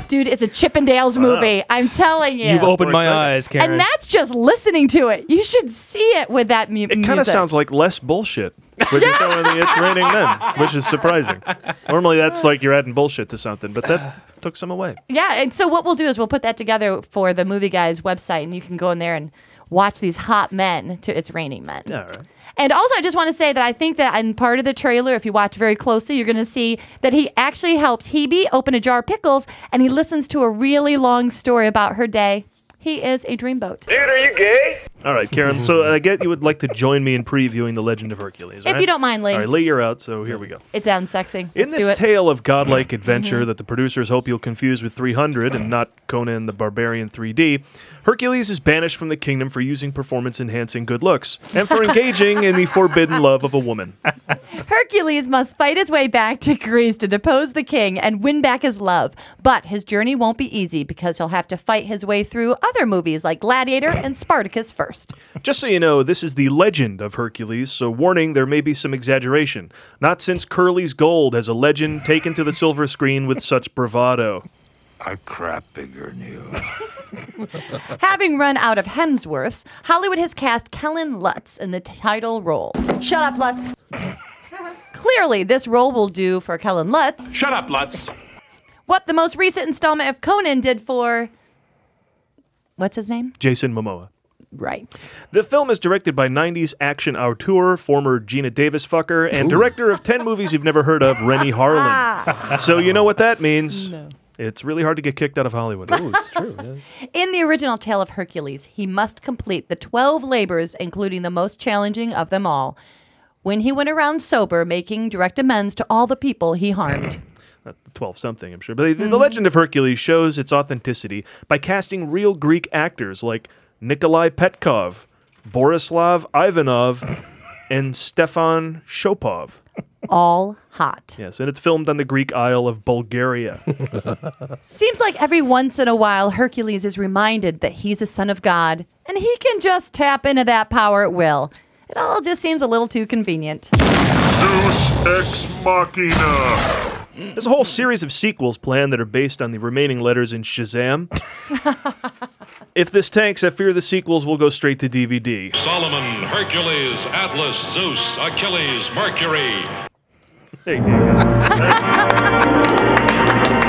S4: Dude, it's a Chippendales movie. I'm telling you.
S3: You've opened my eyes, Karen.
S4: And that's just listening to it. You should see it with that mu-
S2: It
S4: music.
S2: kind of sounds like less bullshit when you throw in the It's Raining Men, which is
S4: (laughs)
S2: surprising. Normally, that's like you're adding bullshit to something, but that took some away.
S4: Yeah, and so what we'll do is we'll put that together for the movie guys website and you can go in there and watch these hot men to It's Raining Men.
S2: Yeah, all right.
S4: And also, I just want to say that I think that in part of the trailer, if you watch very closely, you're going to see that he actually helps Hebe open a jar of pickles and he listens to a really long story about her day. He is a dreamboat.
S13: Dude, are you gay?
S2: All right, Karen. So I get you would like to join me in previewing The Legend of Hercules.
S4: If
S2: right?
S4: you don't mind, Lee.
S2: All right, Lee, you're out, so here we go.
S4: It sounds sexy.
S2: In
S4: Let's do
S2: this
S4: it. Mm-hmm.
S2: tale of godlike adventure that the producers hope you'll confuse with 300 and not Conan the Barbarian 3D, Hercules is banished from the kingdom for using performance enhancing good looks and for engaging in the forbidden love of a woman.
S4: Hercules must fight his way back to Greece to depose the king and win back his love. But his journey won't be easy because he'll have to fight his way through other movies like Gladiator and Spartacus first.
S2: Just so you know, this is the legend of Hercules, so warning there may be some exaggeration. Not since Curly's Gold has a legend taken to the silver screen with such bravado.
S13: A crap bigger than you.
S4: Having run out of Hemsworths, Hollywood has cast Kellen Lutz in the title role. Shut up, Lutz. (laughs) Clearly, this role will do for Kellen Lutz
S13: Shut up, Lutz.
S4: what the most recent installment of Conan did for. What's his name?
S2: Jason Momoa.
S4: Right.
S2: The film is directed by 90s action auteur, former Gina Davis fucker, and director of 10 movies you've never heard of, Rennie Harlan. so you know what that means. It's really hard to get kicked out of Hollywood. it's true.
S4: In the original tale of Hercules, he must complete the 12 labors, including the most challenging of them all, when he went around sober, making direct amends to all the people he harmed.
S2: 12 something, I'm sure. But the, the Legend of Hercules shows its authenticity by casting real Greek actors like Nikolai Petkov, Borislav Ivanov, and Stefan Shopov.
S4: all hot.
S2: Yes, and it's filmed on the Greek Isle of Bulgaria.
S4: Seems like every once in a while, Hercules is reminded that he's a son of God and he can just tap into that power at will. It all just seems a little too convenient.
S2: Zeus Ex Machina. There's a whole series of sequels planned that are based on the remaining letters in Shazam. if this tanks, I fear the sequels will go straight to DVD.
S17: Solomon, Hercules, Atlas, Zeus, Achilles, Mercury.
S2: Hey, David.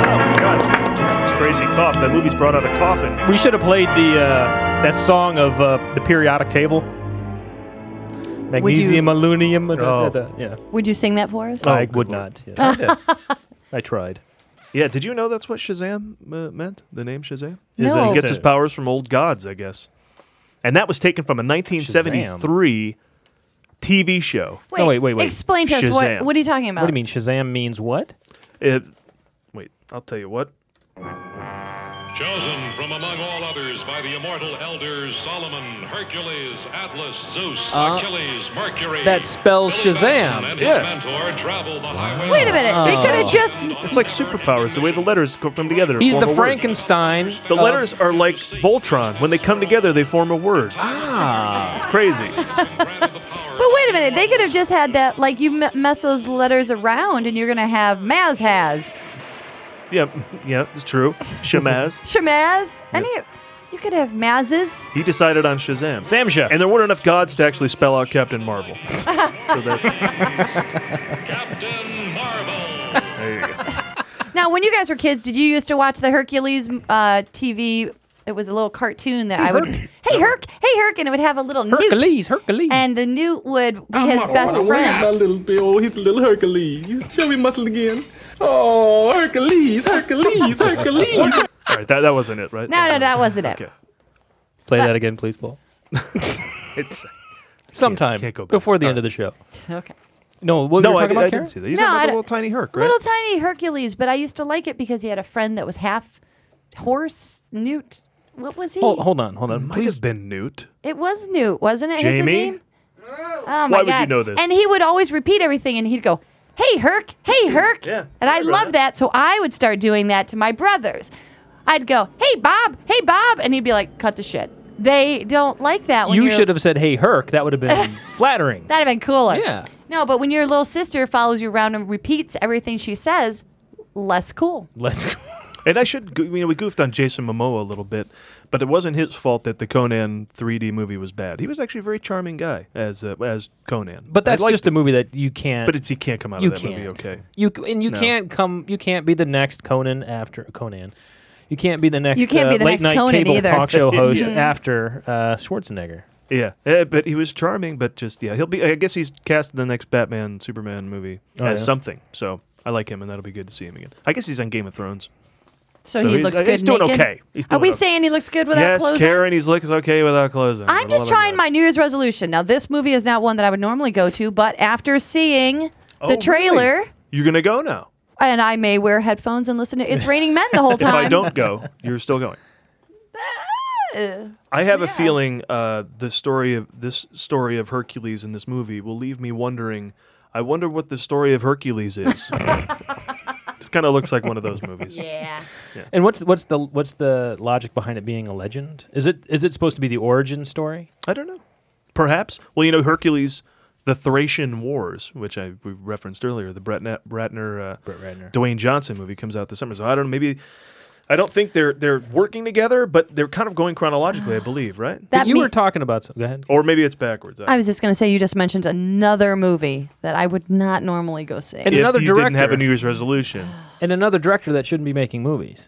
S2: It's crazy cough. That movie's brought out a coffin.
S16: We should have played the uh, that song of uh, the periodic table. Magnesium, aluminium. da- da-
S8: Oh.
S16: da- yeah.
S4: Would you sing that for us?
S16: I would not.
S4: (laughs)
S16: yeah. I tried.
S2: Yeah, did you know that's what Shazam uh, meant? The name Shazam?
S16: Is
S2: He
S16: No.
S2: gets his powers from old gods, I guess. And that was taken from a 1973 TV show.
S4: Wait, wait, wait, wait. explain to us what-
S2: Shazam.
S4: what are you talking about? What do you
S16: mean Shazam means what?
S2: It, wait, I'll tell you what.
S17: Chosen from among all others by the immortal elders Solomon, Hercules, Atlas, Zeus,
S3: Uh,
S17: Achilles, Mercury.
S3: That spells Shazam.
S17: and his mentor travel the highway.
S4: Wait a minute. They could have just.
S2: It's like superpowers, the way the letters co- come together. to
S3: He's
S2: form
S3: the
S2: a word.
S3: Frankenstein.
S2: The
S3: of-
S2: letters are like Voltron. When they come together, they form a word. Ah. It's crazy.
S4: But wait a minute. They could have just had that. Like you m- mess those letters around, and you're gonna have Maz has
S2: yeah, yeah, it's true.
S4: (laughs)
S2: Shamaz.
S4: Shamaz. Any. You could have Maz's.
S2: He decided on Shazam.
S16: Samsha.
S2: And there weren't enough gods to actually spell out Captain
S4: (laughs)
S2: Marvel. so Captain Marvel.
S4: Now, when you guys were kids, did you used to watch the Hercules uh, TV? It was a little cartoon that I would. (coughs) Hey Herc, hey Herc, and it would have a little
S3: Hercules, Hercules,
S4: and the newt would be his best friend.
S13: My little Bill, he's a little Hercules. Show me muscle again. Oh, Hercules, Hercules, Hercules.
S2: All right, that, that wasn't it, right?
S4: No, no, that wasn't it.
S3: (laughs) Play that again, please, Paul.
S2: it's
S3: sometime before the end of the show.
S4: Okay.
S3: No, what
S2: No,
S3: were you
S2: I
S3: talking
S2: did-
S3: about?
S2: I
S3: Karen?
S2: didn't see that. You're No, talking about I the d- little tiny Herc, right?
S4: Little tiny Hercules, but I used to like it because he had a friend that was half horse, newt. What was he?
S3: Hold, hold on, hold on.
S2: Might have been Newt.
S4: It was newt, wasn't it? His
S3: Jamie?
S4: name? Oh my
S2: Why would you
S4: God.
S2: know this?
S4: And he would always repeat everything, and he'd go, "Hey Herc, hey Herc,"
S2: Yeah,
S4: and I love that. So I would start doing that to my brothers. I'd go, "Hey Bob, hey Bob," and he'd be like, "Cut the shit." They don't like that. When
S3: You
S4: you're-
S3: should have said, "Hey, Herc." That would have been
S4: (laughs)
S3: flattering.
S4: That'd have been cooler.
S3: Yeah.
S4: No, but when your little sister follows you around and repeats everything she says, less cool.
S3: Let's go.
S2: And I should, go- you know, we goofed on Jason Momoa a little bit, but it wasn't his fault that the Conan 3D movie was bad. He was actually a very charming guy as uh, as Conan.
S3: But that's
S2: I liked
S3: just a movie that you can't.
S2: But it's you can't come out of that movie okay.
S3: You c- and you
S2: No.
S3: can't come. You can't be the next Conan after Conan. You can't be the next.
S4: You can't
S3: uh,
S4: be the
S3: late
S4: next
S3: night
S4: Conan
S3: cable
S4: either.
S3: talk show host
S4: Mhm.
S3: after uh, Schwarzenegger.
S2: Yeah, eh, but he was charming. But just yeah, he'll be. I guess he's cast in the next Batman Superman movie
S3: Oh,
S2: as
S3: yeah.
S2: something. So I like him, and that'll be good to see him again. I guess he's on Game of Thrones.
S4: So,
S2: So
S4: he
S2: he's-
S4: looks
S2: uh,
S4: good.
S2: he's doing
S4: naked?
S2: okay. He's
S4: Are
S2: doing
S4: we
S2: okay.
S4: saying he looks good without
S2: yes,
S4: clothes? on?
S2: Karen, he's looks okay without clothes. on.
S4: I'm
S2: For the
S4: just
S2: love of
S4: trying my New Year's resolution. Now, this movie is not one that I would normally go to, but after seeing
S2: Oh,
S4: the
S2: really?
S4: trailer,
S2: God. You're gonna go now.
S4: and I may wear headphones and listen to "It's Raining Men" the whole
S2: (laughs) if I
S4: time.
S2: don't go, you're
S4: (laughs)
S2: still going.
S4: Uh,
S2: I have a feeling uh, the story of this story of Hercules in this movie will leave me wondering. I wonder what the story of
S4: (laughs)
S2: Hercules is. this kind of looks like one of those movies.
S4: Yeah.
S3: And what's what's the what's the logic behind it being a legend? Is it is it supposed to be the origin story?
S2: I don't know. Perhaps. Well, you know, Hercules, the Thracian Wars, which I we referenced earlier, the Brett Na- Ratner, uh,
S3: Ratner.
S2: Dwayne Johnson movie comes out this summer. So I don't know. Maybe I don't think they're they're working together, but they're kind of going chronologically, I believe, right?
S4: That
S3: you
S4: me-
S3: were talking about. Some, go ahead.
S2: Or maybe it's backwards.
S4: I was just going to say you just mentioned another movie that I would not normally go see.
S3: And
S2: if
S3: another
S2: you didn't have a
S3: director.
S2: New Year's resolution,
S3: And another director that shouldn't be making movies,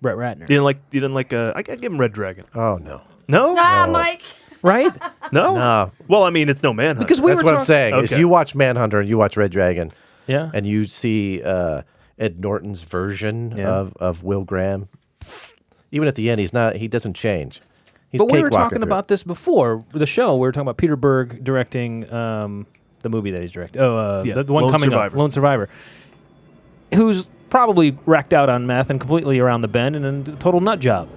S3: Brett Ratner.
S2: you didn't like you didn't like. Uh, I gotta give him Red Dragon.
S8: Oh no,
S4: (laughs)
S2: no,
S4: Ah, Mike.
S3: right?
S2: No, Well, I mean, it's no manhunt
S8: Because That's what I'm saying. Is
S2: Okay.
S8: you watch Manhunter and you watch Red Dragon,
S3: Yeah.
S8: and you see uh, Ed Norton's version
S3: Yeah.
S8: of, of Will Graham. Even at the end, he's not. He doesn't change. He's
S3: but we were
S8: cakewalking
S3: talking
S8: through
S3: about this before the show. We were talking about Peter Berg directing um, the movie that he's directing. Oh, uh,
S16: Yeah,
S3: the, the one
S16: Lone
S3: coming up,
S16: Survivor.
S3: Lone Survivor, who's probably racked out on meth and completely around the bend and a total nut job.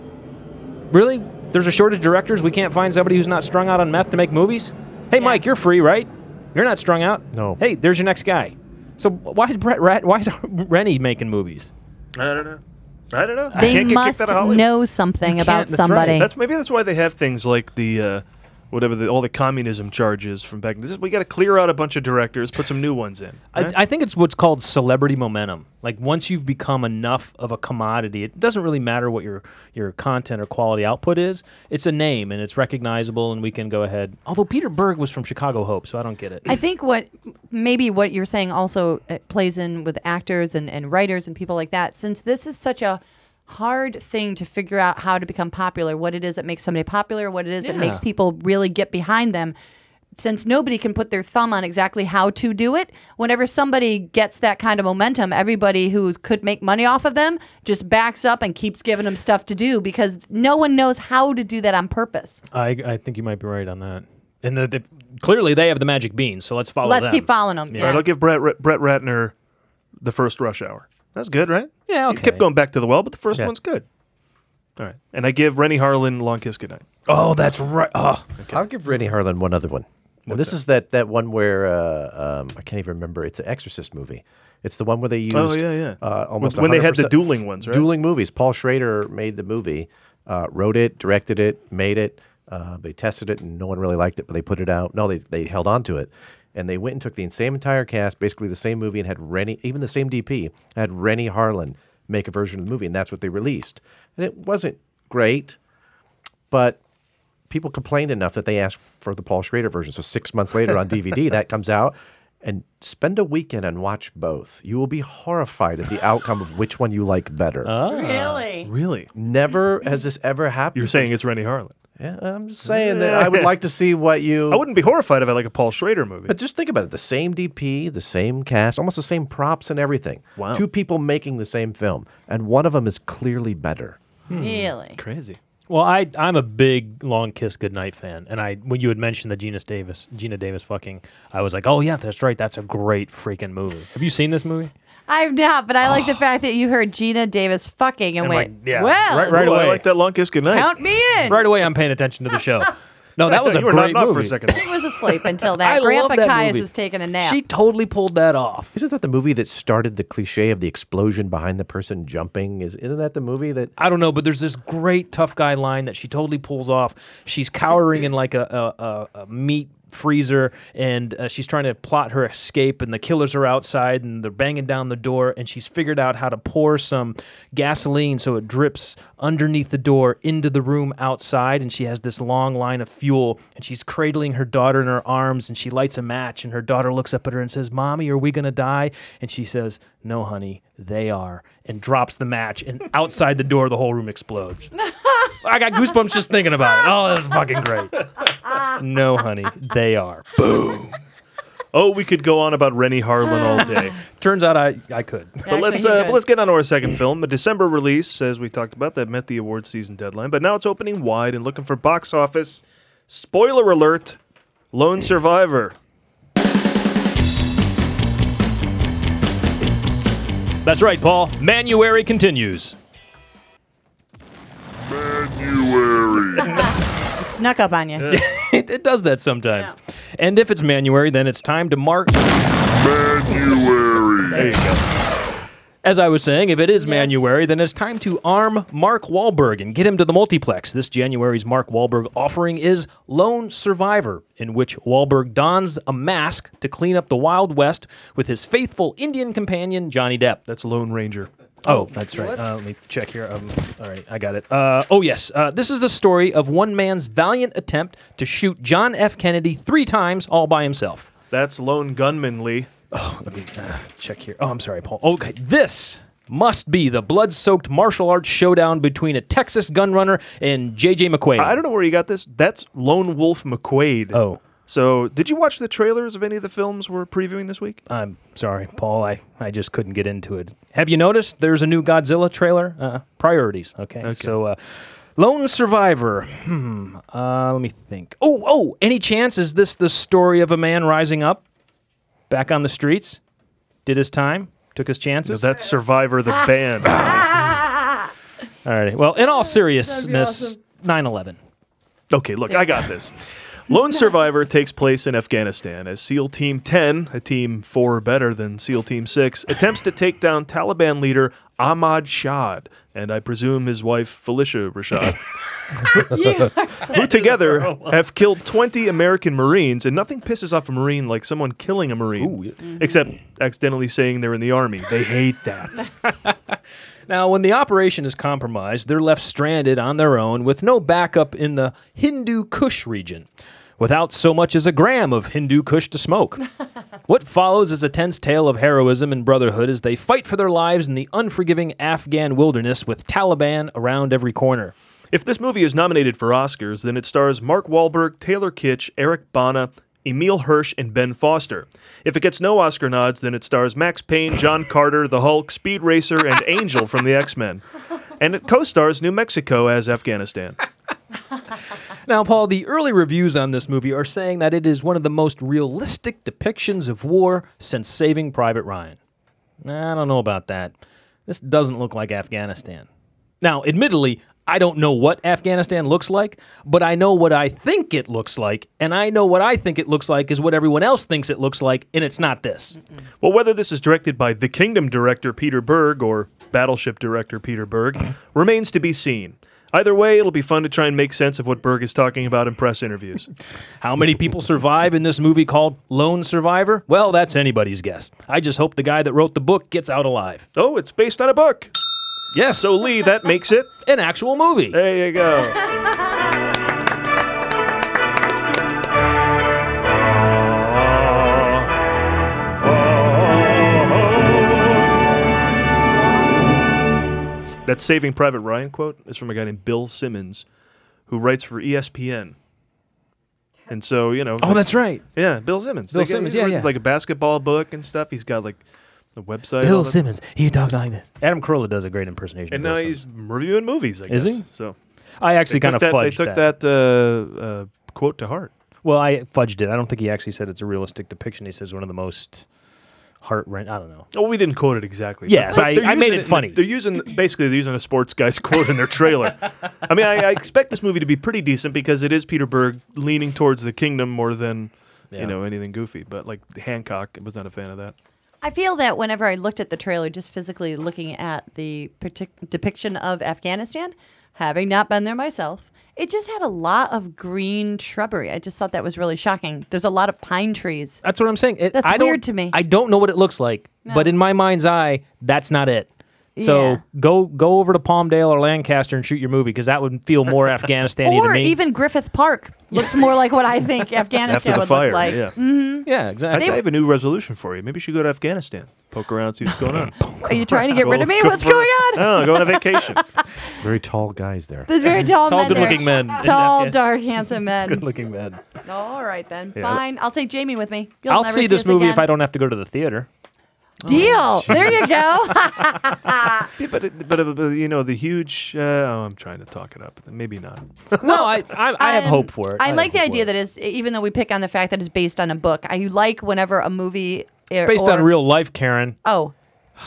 S3: Really? There's a shortage of directors. We can't find somebody who's not strung out on meth to make movies. Hey, Mike, you're free, right? You're not strung out. No. Hey, there's your next guy. So why is Brett Rat? Why is (laughs) Rennie making movies?
S2: I don't know. I don't know. You
S4: They
S2: can't get kicked
S4: must
S2: out of Hollywood.
S4: know something about somebody.
S2: That's maybe that's why they have things like the uh, whatever the, all the communism charges from back. This is we got to clear out a bunch of directors, put some new ones in.
S3: I,
S2: right?
S3: I think it's what's called celebrity momentum. Like once you've become enough of a commodity, it doesn't really matter what your your content or quality output is. It's a name and it's recognizable, and we can go ahead. Although Peter Berg was from Chicago Hope, so I don't get it.
S4: I think what maybe what you're saying also uh, plays in with actors and, and writers and people like that. Since this is such a hard thing to figure out how to become popular, what it is that makes somebody popular, what it is that makes
S11: Yeah.
S4: people really get behind them. Since nobody can put their thumb on exactly how to do it, whenever somebody gets that kind of momentum, everybody who could make money off of them just backs up and keeps giving them stuff to do because no one knows how to do that on purpose.
S3: I, I think you might be right on that.
S18: And the, the, clearly they have the magic beans, so let's
S3: Oh,
S18: follow
S4: Let's
S18: them.
S4: keep following 'em,
S2: All
S4: yeah.
S2: right, I'll give Brett Ra- Brett Ratner the first rush hour. That's good, right?
S18: Yeah,
S2: He kept going back to the well, but the first
S18: Yeah.
S2: one's good. All right. And I give Rennie Harlan Long Kiss Goodnight.
S8: Oh, that's right. Oh. I'll give Rennie Harlan one other one. And
S2: What's
S8: this is that, that one where uh, um, I can't even remember. It's an Exorcist movie. It's the one where they used
S2: Oh, yeah, yeah.
S8: Uh, almost
S2: With- when they had the
S8: 100%
S2: dueling ones, right?
S8: Dueling movies. Paul Schrader made the movie, uh, wrote it, directed it, made it. Uh, they tested it, and no one really liked it, but they put it out. No, they they held on to it, and they went and took the same entire cast, basically the same movie, and had Rennie, even the same DP, had Rennie Harlan make a version of the movie, and that's what they released. And it wasn't great, but people complained enough that they asked for the Paul Schrader version. So six months later on DVD, that comes out. And spend a weekend and watch both. You will be horrified at the outcome of which one you like better.
S4: Really?
S2: Really?
S8: Never has this ever happened.
S2: You're saying it's Rennie Harlan.
S8: Yeah, I'm just saying that I would like to see what you.
S2: I wouldn't be horrified if I like a Paul Schrader movie.
S8: But (laughs) just think about it: the same DP, the same cast, almost the same props and everything.
S2: Wow.
S8: Two people making the same film, and one of them is clearly better.
S4: Really?
S2: Crazy.
S3: Well, I I'm a big Long Kiss Goodnight fan, and I when you had mentioned the Gina Davis Gina Davis fucking, I was like, oh yeah, that's right, that's a great freaking movie. Have you seen this movie?
S4: I've not, but I like the fact that you heard Gina Davis fucking and,
S3: And,
S4: went,
S3: like, yeah,
S4: well,
S3: right, right
S2: Ooh, I
S3: away.
S2: like that Long Kiss Goodnight. (laughs)
S4: count me in.
S3: Right away, I'm paying attention to
S4: (laughs)
S3: the show. No, that was a
S2: You were
S3: great
S2: nodding off
S3: movie.
S2: for a second.
S4: He was asleep until that.
S18: I love
S4: Grandpa
S18: that
S4: Caius
S8: movie.
S4: was taking a nap.
S18: She totally pulled that off.
S8: Isn't that the movie that started the cliche of the explosion behind the person jumping? Is isn't that the movie that
S18: I don't know, but there's this great tough guy line that she totally pulls off. She's cowering in like a, a, a, a meat freezer and uh, she's trying to plot her escape and the killers are outside and they're banging down the door and she's figured out how to pour some gasoline so it drips underneath the door into the room outside and she has this long line of fuel and she's cradling her daughter in her arms and she lights a match and her daughter looks up at her and says mommy are we going to die and she says no honey they are and drops the match and outside the door the whole room explodes i got goosebumps just thinking about it oh that's fucking great no honey they are
S2: Boom. Oh, we could go on about Rennie Harlan
S4: (laughs)
S2: all day.
S18: Turns out I, I could.
S2: But let's uh, but let's get on to our second film. A December release, as we talked about, that met the award season deadline, but now it's opening wide and looking for box office. Spoiler alert: Lone Survivor.
S3: That's right, Paul. Manuary continues.
S4: snuck up on you.
S3: it,
S18: it does that sometimes. And if it's Manuary, then it's time to mark.
S3: Manuary. There you go. As I was saying, if it is Manuary, then it's time to arm Mark Wahlberg and get him to the multiplex. This January's Mark Wahlberg offering is Lone Survivor, in which Wahlberg dons a mask to clean up the Wild West with his faithful Indian companion, Johnny Depp.
S2: That's Lone Ranger.
S3: Oh, that's right. Uh, let me check here. Um, all right, I got it. Uh, oh, yes. Uh, this is the story of one man's valiant attempt to shoot John F. Kennedy three times all by himself.
S2: That's Lone Gunman Lee.
S3: Oh, let me uh, check here. Oh, I'm sorry, Paul. Okay, this must be the blood-soaked martial arts showdown between a Texas gunrunner and J.J. McQuaid.
S2: I don't know where you got this. That's Lone Wolf McQuade.
S3: Oh.
S2: So, did you watch the trailers of any of the films we're previewing this week?
S3: I'm sorry, Paul. I, I just couldn't get into it. Have you noticed there's a new Godzilla trailer? Uh, priorities. Okay. So, uh, Lone Survivor. Hmm. Uh, let me think. Oh, oh. Any chance is this the story of a man rising up, back on the streets, did his time, took his chances?
S2: that's Survivor the (laughs) band.
S3: All right. Well, in all seriousness,
S2: awesome.
S3: 9 11.
S2: Okay, look, I got this. Lone Survivor takes place in Afghanistan as SEAL Team 10, a team four better than SEAL Team 6, attempts to take down Taliban leader Ahmad Shad, and I presume his wife Felicia Rashad, who together have killed 20 American Marines, and nothing pisses off a Marine like someone killing a Marine, except accidentally saying they're in the Army. They hate that.
S3: Now, when the operation is compromised, they're left stranded on their own with no backup in the Hindu Kush region, without so much as a gram of Hindu Kush to smoke. what follows is a tense tale of heroism and brotherhood as they fight for their lives in the unforgiving Afghan wilderness with Taliban around every corner.
S2: If this movie is nominated for Oscars, then it stars Mark Wahlberg, Taylor Kitsch, Eric Bana, Emil Hirsch, and Ben Foster. If it gets no Oscar nods, then it stars Max Payne, John Carter, The Hulk, Speed Racer, and Angel from the X Men. And it co stars New Mexico as Afghanistan.
S3: Now, Paul, the early reviews on this movie are saying that it is one of the most realistic depictions of war since Saving Private Ryan. I don't know about that. This doesn't look like Afghanistan. Now, admittedly, I don't know what Afghanistan looks like, but I know what I think it looks like, and I know what I think it looks like is what everyone else thinks it looks like, and it's not this.
S2: Well, whether this is directed by The Kingdom director Peter Berg or Battleship director Peter Berg remains to be seen. Either way, it'll be fun to try and make sense of what Berg is talking about in press interviews.
S3: How many people survive in this movie called Lone Survivor? Well, that's anybody's guess. I just hope the guy that wrote the book gets out alive.
S2: Oh, it's based on a book.
S3: Yes.
S2: So, Lee, that makes it
S3: an actual movie.
S2: There you go. That Saving Private Ryan quote is from a guy named Bill Simmons, who writes for E ESPN. And so you know.
S3: Oh, that's right.
S2: Yeah, Bill Simmons.
S3: Bill
S2: Like,
S3: Simmons,
S2: he's
S3: yeah,
S2: written,
S3: yeah.
S2: Like a basketball book and stuff. He's got like the website. all
S3: Bill
S2: that.
S3: Simmons. He talks like this. Adam Carolla does a great impersonation.
S2: And
S3: of
S2: now
S3: Bill
S2: he's
S3: Simmons.
S2: reviewing movies. I guess.
S3: Is he?
S2: So
S3: I actually
S2: They
S3: kind
S2: took
S3: of
S2: that-
S3: fudged
S2: They took that, uh, uh, quote to heart.
S3: Well, I fudged it. I don't think he actually said it's a realistic depiction. He says one of the most heart wrench. I don't know.
S2: Oh, we didn't quote it exactly.
S3: Yeah,
S2: but
S3: so I-
S2: they're
S3: I
S2: using
S3: made it funny.
S2: They're using basically they're using a sports guy's quote in their trailer. I mean, I, I expect this movie to be pretty decent because it is Peter Berg leaning towards the kingdom more than
S3: Yeah.
S2: you know anything goofy. But like Hancock, I was not a fan of that.
S4: I feel that whenever I looked at the trailer, just physically looking at the partic- depiction of Afghanistan, having not been there myself, it just had a lot of green shrubbery. I just thought that was really shocking. There's a lot of pine trees.
S3: That's what I'm saying. It,
S4: That's
S3: I
S4: weird
S3: don't,
S4: to me.
S3: I don't know what it looks like, but in my mind's eye, that's not it. So
S4: Yeah.
S3: go go over to Palmdale or Lancaster and shoot your movie because that would
S4: (laughs)
S3: feel more Afghanistan to
S4: Or
S3: me.
S4: even Griffith Park looks more like what I think Afghanistan would look like. Mm-hmm.
S2: yeah.
S3: yeah,
S2: I,
S3: exactly.
S2: I have a new resolution for you. Maybe you should go to Afghanistan, poke around, see what's going on.
S4: Are you trying to (laughs) get rid of me?
S2: Go-
S4: What's
S2: go-
S4: going on?
S2: (laughs) Oh, go on
S4: (laughs)
S2: a vacation.
S8: Very tall guys there.
S4: The
S3: (laughs)
S4: very tall,
S3: Tall,
S4: men. there.
S3: good-looking men.
S4: Tall,
S3: (laughs) Yeah.
S4: dark, handsome men.
S3: looking man.
S4: All right then,
S3: Yeah.
S4: fine. I'll take Jamie with me. You'll
S3: I'll
S4: never
S3: see,
S4: see
S3: this
S4: us
S3: movie
S4: again.
S3: if I don't have to go to the theater.
S4: Deal.
S3: (laughs)
S4: there you go.
S2: Yeah, but, it, but uh, but, you know the huge. Uh, oh, I'm trying to talk it up. Maybe not.
S3: no, (laughs) I (laughs) I, I have hope for it.
S4: I
S3: have
S4: like the
S3: hope for
S4: idea
S3: it.
S4: that is even though we pick on the fact that it's based on a book. I like whenever a movie eh,
S3: It's based
S4: or-
S3: on real life, Karen.
S4: Oh,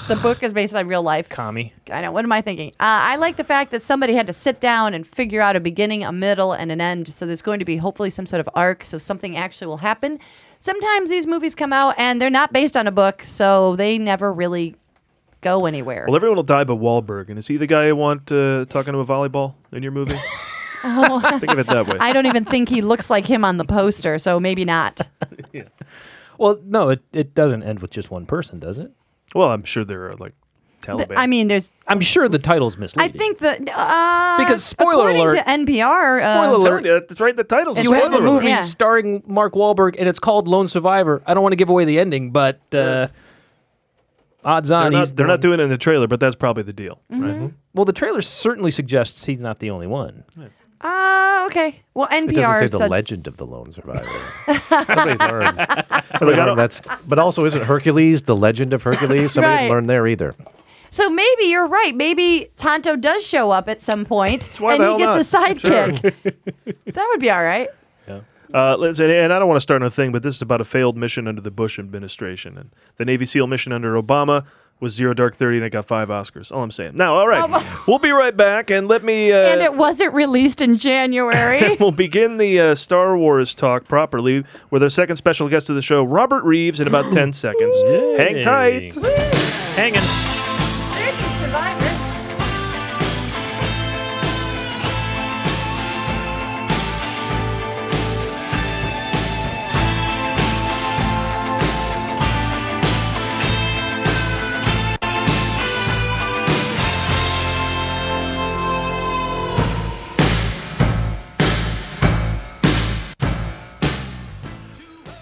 S4: the book is based on real life.
S3: Commie.
S4: I know. What am I thinking? Uh, I like the fact that somebody had to sit down and figure out a beginning, a middle, and an end. So there's going to be hopefully some sort of arc. So something actually will happen. Sometimes these movies come out and they're not based on a book, so they never really go anywhere.
S2: Well, everyone will die but Wahlberg, and is he the guy you want uh, talking to a volleyball in your movie? (laughs) Think of it that way.
S4: I don't even think he looks like him on the poster, so maybe not.
S3: Well, no, it, it doesn't end with just one person, does it?
S2: Well, I'm sure there are like Taliban.
S4: I mean, there's.
S3: I'm sure the title's misleading.
S4: I think that uh,
S3: Because spoiler
S4: according
S3: alert-
S4: to NPR, uh,
S3: Spoiler alert.
S2: Telling you, that's right. The title's a
S3: you have a
S2: spoiler alert.
S3: movie
S4: Yeah.
S3: starring Mark Wahlberg, and it's called Lone Survivor. I don't want to give away the ending, but uh, odds
S2: They're
S3: on he's
S2: not,
S3: the
S2: they're
S3: one-
S2: not doing it in the trailer, but that's probably the deal. Right?
S3: Well, the trailer certainly suggests he's not the only one.
S4: Uh, okay. Well,
S8: It doesn't
S4: NPR
S8: say the
S4: said-
S8: legend of the
S3: (laughs)
S8: lone survivor. Somebody learned. Somebody
S2: I don't-
S8: learned that's. But also, isn't Hercules the legend of Hercules? Somebody
S4: Right.
S8: didn't learn there either.
S4: So maybe you're right. Maybe Tonto does show up at some point,
S2: why
S4: and
S2: the
S4: he
S2: hell
S4: gets a sidekick.
S2: (laughs)
S4: that would be all right.
S2: Uh, let's- and- and I don't want to start another thing, but this is about a failed mission under the Bush administration. And the Navy SEAL mission under Obama was Zero Dark Thirty, and it got five Oscars. All I'm saying. Now, all right, we'll be right back, and let me. Uh,
S4: and it wasn't released in (laughs) January.
S2: we'll begin the uh, Star Wars talk properly with our second special guest of the show, Robert Reeves, in about 10 seconds. Hang tight.
S3: Hanging.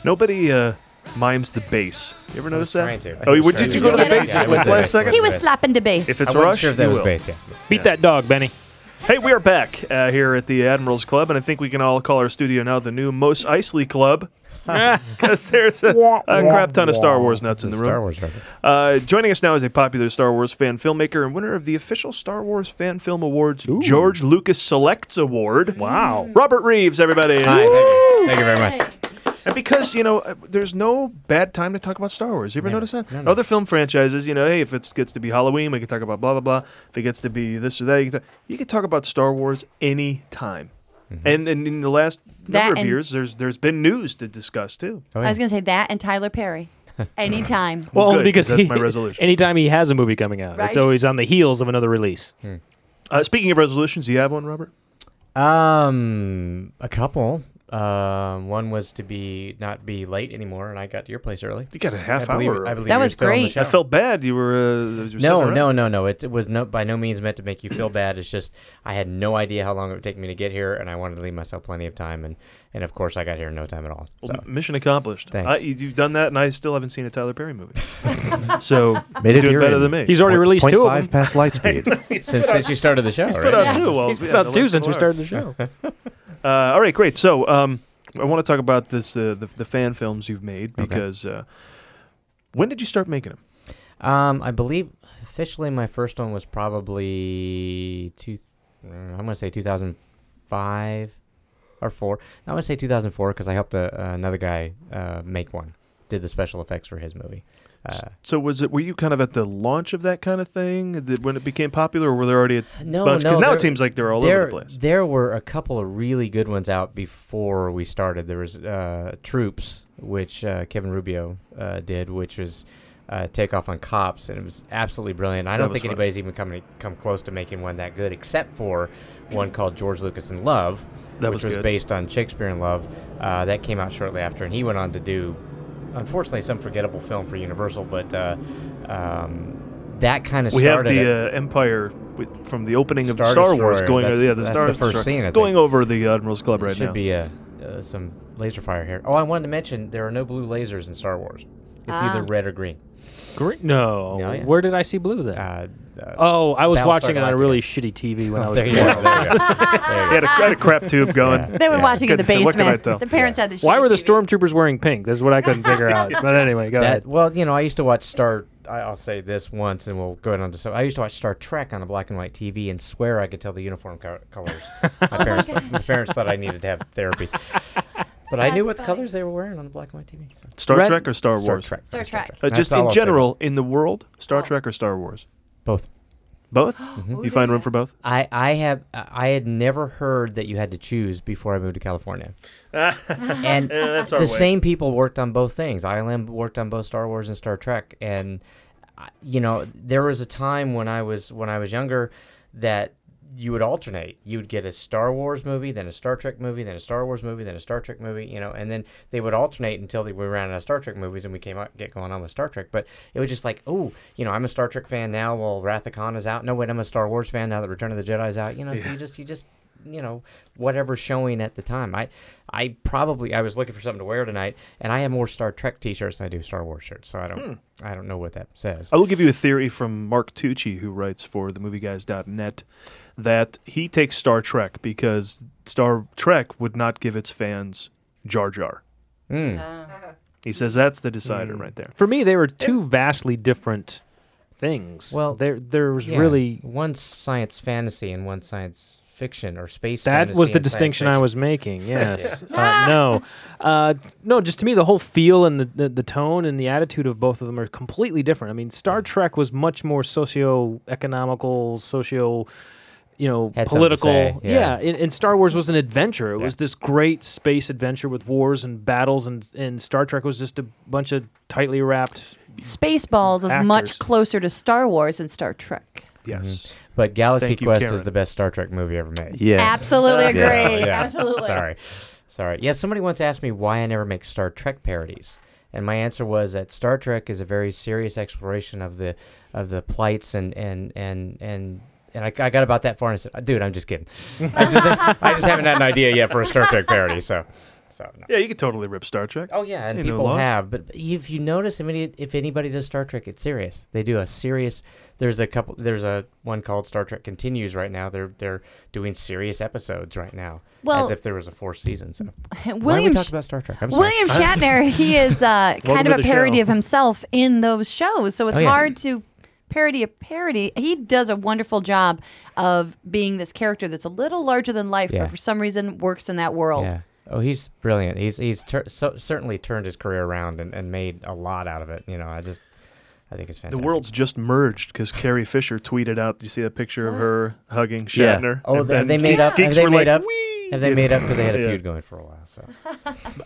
S2: Nobody uh, mimes the bass. You ever notice that?
S8: trying to. I
S2: Oh,
S8: was
S2: would,
S8: trying
S2: did
S8: to
S2: you go to
S8: do
S2: the
S8: that.
S2: bass
S8: Yeah, I
S2: at
S8: went
S2: the
S8: to
S2: last
S8: that.
S2: second?
S4: he was slapping the bass.
S2: If it's
S8: I wasn't
S2: Rush,
S8: sure if that
S2: you
S8: was
S2: will.
S8: bass, yeah.
S3: Beat that dog, Benny.
S2: Hey, we are
S10: (laughs)
S2: back uh, here at the Admirals Club, and I think we can all call our studio now the new Mos Eisley Club. (laughs) because there's a, a crap ton of Star Wars nuts in the room.
S19: Star Wars reference.
S2: Uh, joining us now is a popular Star Wars fan filmmaker and winner of the official Star Wars Fan Film Awards George Lucas Selects Award. Wow. Robert Reeves, everybody.
S10: Hi, thank you. Thank you very much.
S2: And because, you know, uh, there's no bad time to talk about Star Wars. You ever notice that? Other film franchises, you know, hey, if it gets to be Halloween, we can talk about blah, blah, blah. If it gets to be this or that, you can talk, you can talk about Star Wars any time.
S10: Mm-hmm.
S2: And, and in the last
S4: That
S2: number of
S4: and-
S2: years, there's there's been news to discuss, too.
S10: Oh.
S4: I was going to say that and Tyler
S2: (laughs)
S4: Perry. Anytime.
S2: Well,
S3: Well, only
S2: good, 'cause
S3: because
S2: that's
S3: he,
S2: my resolution.
S3: Anytime he has a movie coming out,
S4: Right.
S3: it's always on the heels of another release.
S2: Uh, speaking of resolutions, do you have one, Robert?
S10: Um, a couple. Um, one was to be not be late anymore, and I got to your place early.
S2: You got a half
S10: I believe,
S2: hour.
S10: I
S2: early.
S10: believe you were still on the show.
S2: I felt bad. You were. Uh, you were sitting
S10: No,
S2: around.
S10: no, no, no. It, it was no by no means meant to make you feel bad. It's just I had no idea how long it would take me to get here, and I wanted to leave myself plenty of time. And and of course, I got here in no time at all. So
S2: Well, m- mission accomplished.
S10: Thanks.
S2: I, you- you've done that, and I still haven't seen a Tyler Perry movie.
S10: (laughs)
S2: so
S10: Made
S2: you're
S10: it
S2: doing
S10: here
S2: better
S10: in
S2: than me.
S3: He's already released two of them. (laughs)
S10: since since you started (laughs) the show,
S2: He's
S10: right?
S2: put out two. Well,
S3: He's put
S2: yeah,
S3: out
S2: the
S3: two
S2: last
S3: since we
S2: couple
S3: started the
S2: hours.
S3: show.
S2: (laughs) Uh, all right, great. So um, I want to talk about this uh, the, the fan films you've made
S10: Okay.
S2: because uh, when did you start making them?
S10: Um, I believe officially my first one was probably two. uh, I'm gonna say 2005 or four. I'm gonna say 2004 because I helped a, another guy uh, make one. Did the special effects for his movie. Uh,
S2: So was it? Were you kind of at the launch of that kind of thing Did- when it became popular, or were there already a
S10: no,
S2: bunch?
S10: no.
S2: Because now
S10: there-
S2: it seems like they're all
S10: there-
S2: over the place.
S10: There were a couple of really good ones out before we started. There was uh, Troops, which uh, Kevin Rubio uh, did, which was uh, takeoff on cops, and it was absolutely brilliant. I
S2: That
S10: don't
S2: was fun.
S10: think anybody's even come come close to making one that good, except for one called George Lucas in Love,
S2: That
S10: which
S2: was
S10: was,
S2: good.
S10: based on Shakespeare in Love. Uh, that came out shortly after, and he went on to do, unfortunately, some forgettable film for Universal, but. Uh, um, that kind of
S2: We have
S10: started it.
S2: the uh, Empire wi- from the opening of
S10: Star
S2: Star Wars
S10: Destroyer,
S2: going uh,
S10: that's-
S2: yeah, the
S10: that's
S2: Star
S10: the first
S2: Destroyer,
S10: scene, I think.
S2: going over the Admiral's Club right
S10: should
S2: now.
S10: be uh uh, some laser fire here. Oh, I wanted to mention there are no blue lasers in Star Wars. It's either
S4: Ah.
S10: red or green.
S3: Green? No.
S10: No, yeah.
S3: Where did I see blue then?
S10: Uh, uh, (laughs)
S3: oh, I was
S10: Battlestar
S3: watching it on a
S10: Galactica.
S3: really shitty TV when I
S10: Oh,
S3: was
S10: there
S3: a
S10: you go,
S3: kid.
S10: there you go. (laughs) There
S2: He
S10: you
S2: had a, had a crap
S10: (laughs)
S2: tube going.
S4: They were watching in the
S2: Couldn't- what can I
S4: basement.
S2: tell?
S4: The parents had the
S3: Why
S4: shitty
S3: were the
S4: TV.
S3: stormtroopers wearing pink? That's what I couldn't figure
S10: (laughs)
S3: out. But anyway, go
S10: go.
S3: ahead.
S10: That, Uh, well, you know, I used to watch Star. I- I'll say this once, and we'll go on to some. I used to watch Star Trek on a black and white TV, and swear I could tell the uniform co- colors. My parents, my parents thought I needed to have therapy, but I knew what colors (laughs) they were wearing on the black and white TV. so.
S2: Star
S3: Red-
S2: Trek or Star,
S10: Star
S2: Wars?
S10: Trek.
S4: Star Trek.
S2: Uh,
S10: That's
S2: just
S10: all
S2: in
S10: I'll say.
S2: general, in the world, Star Trek or Star Wars?
S10: both.
S20: (gasps)
S2: Both? Mm-hmm. You find room for both?
S10: I, I have uh, I had never heard that you had to choose before I moved to California.
S2: (laughs)
S10: and
S2: Yeah, that's
S10: the
S2: our way.
S10: same people worked on both things. ILM worked on both Star Wars and Star Trek, and I- you know there was a time when I was when I was younger that you would alternate. You would get a Star Wars movie, then a Star Trek movie, then a Star Wars movie, then a Star Trek movie. You know, and then they would alternate until they, we ran out of Star Trek movies and we came out get going on with Star Trek. But it was just like, oh, you know, I'm a Star Trek fan now. Well, Wrath of Khan is out. No, wait, I'm a Star Wars fan now that Return of the Jedi is out. You know, so you just you just you know whatever's showing at the time i i probably i was looking for something to wear tonight and i have more star trek t-shirts than i do star wars shirts so i don't
S2: Hmm.
S10: i don't know what that says
S2: I will give you a theory from Mark Tucci, who writes for themovieguys.net, that he takes Star Trek because Star Trek would not give its fans Jar Jar.
S20: Hmm.
S2: He says that's the decider right there.
S3: For me, they were two vastly different things.
S10: Well,
S3: there there was
S10: Yeah.
S3: really
S2: Oh.
S10: one science fantasy and one science fiction or space
S3: that
S10: fantasy
S3: was the
S10: and science
S3: distinction I
S10: fiction.
S3: was
S10: (laughs)
S3: making. Yes. uh, no. Uh, no. Just to me, the whole feel and the, the the tone and the attitude of both of them are completely different. I mean, Star Trek was much more socio-economical, socio. You know,
S10: Had something to
S3: political.
S10: say, yeah.
S3: yeah, and, and Star Wars was an adventure. It was this great space adventure with wars and battles, and and Star Trek was just a bunch of tightly wrapped.
S4: Spaceballs is
S3: Actors.
S4: much closer to Star Wars than Star Trek.
S20: Mm-hmm.
S2: Yes.
S10: but galaxy
S2: Thank you,
S10: quest is
S2: Karen.
S10: the best star trek movie ever made
S4: Yeah. Absolutely agree. Absolutely.
S10: Sorry. Sorry. Yeah, somebody once asked me why I never make Star Trek parodies. And my answer was that Star Trek is a very serious exploration of the of the plights and and and and and I, I got about that far and I said, dude, I'm just kidding. I just, I just haven't had an idea yet for a Star Trek parody, so
S20: So no.
S2: Yeah, you could totally rip Star Trek.
S20: Oh yeah, and
S2: Ain't no
S20: people
S2: loss.
S20: have. But if you notice, I mean, if anybody does Star Trek, it's serious. They do a serious. There's a couple. There's a one called Star Trek Continues right now. They're they're doing serious episodes right now,
S4: Well-
S20: as if there was a fourth season. So
S4: William
S20: why are we
S4: Sh-
S20: talking about Star Trek? I'm sorry. (laughs)
S4: William Shatner, he is uh, kind
S20: Welcome
S4: of
S20: to
S4: a
S20: the
S4: parody
S20: show.
S4: of himself in those shows, so it's
S20: Oh, yeah.
S4: hard to parody a parody. He does a wonderful job of being this character that's a little larger than life,
S20: Yeah.
S4: but for some reason works in that world.
S20: Yeah. Oh, he's brilliant. He's he's tur so, certainly turned his career around and, and made a lot out of it. You know, I just I think it's
S2: The
S20: fantastic.
S2: world's just merged because Carrie Fisher tweeted out. You see a
S20: (gasps)
S2: picture of her hugging
S20: Yeah.
S2: Shatner.
S20: Oh,
S2: and
S20: they-
S2: then
S20: they made
S2: geeks-
S20: up-
S2: geeks
S20: they
S2: were
S20: made
S2: like,
S20: up-
S2: "Wee!"
S20: have they made up 'cause they had a
S2: (laughs) Yeah.
S20: feud going for a while?
S2: (laughs)
S20: So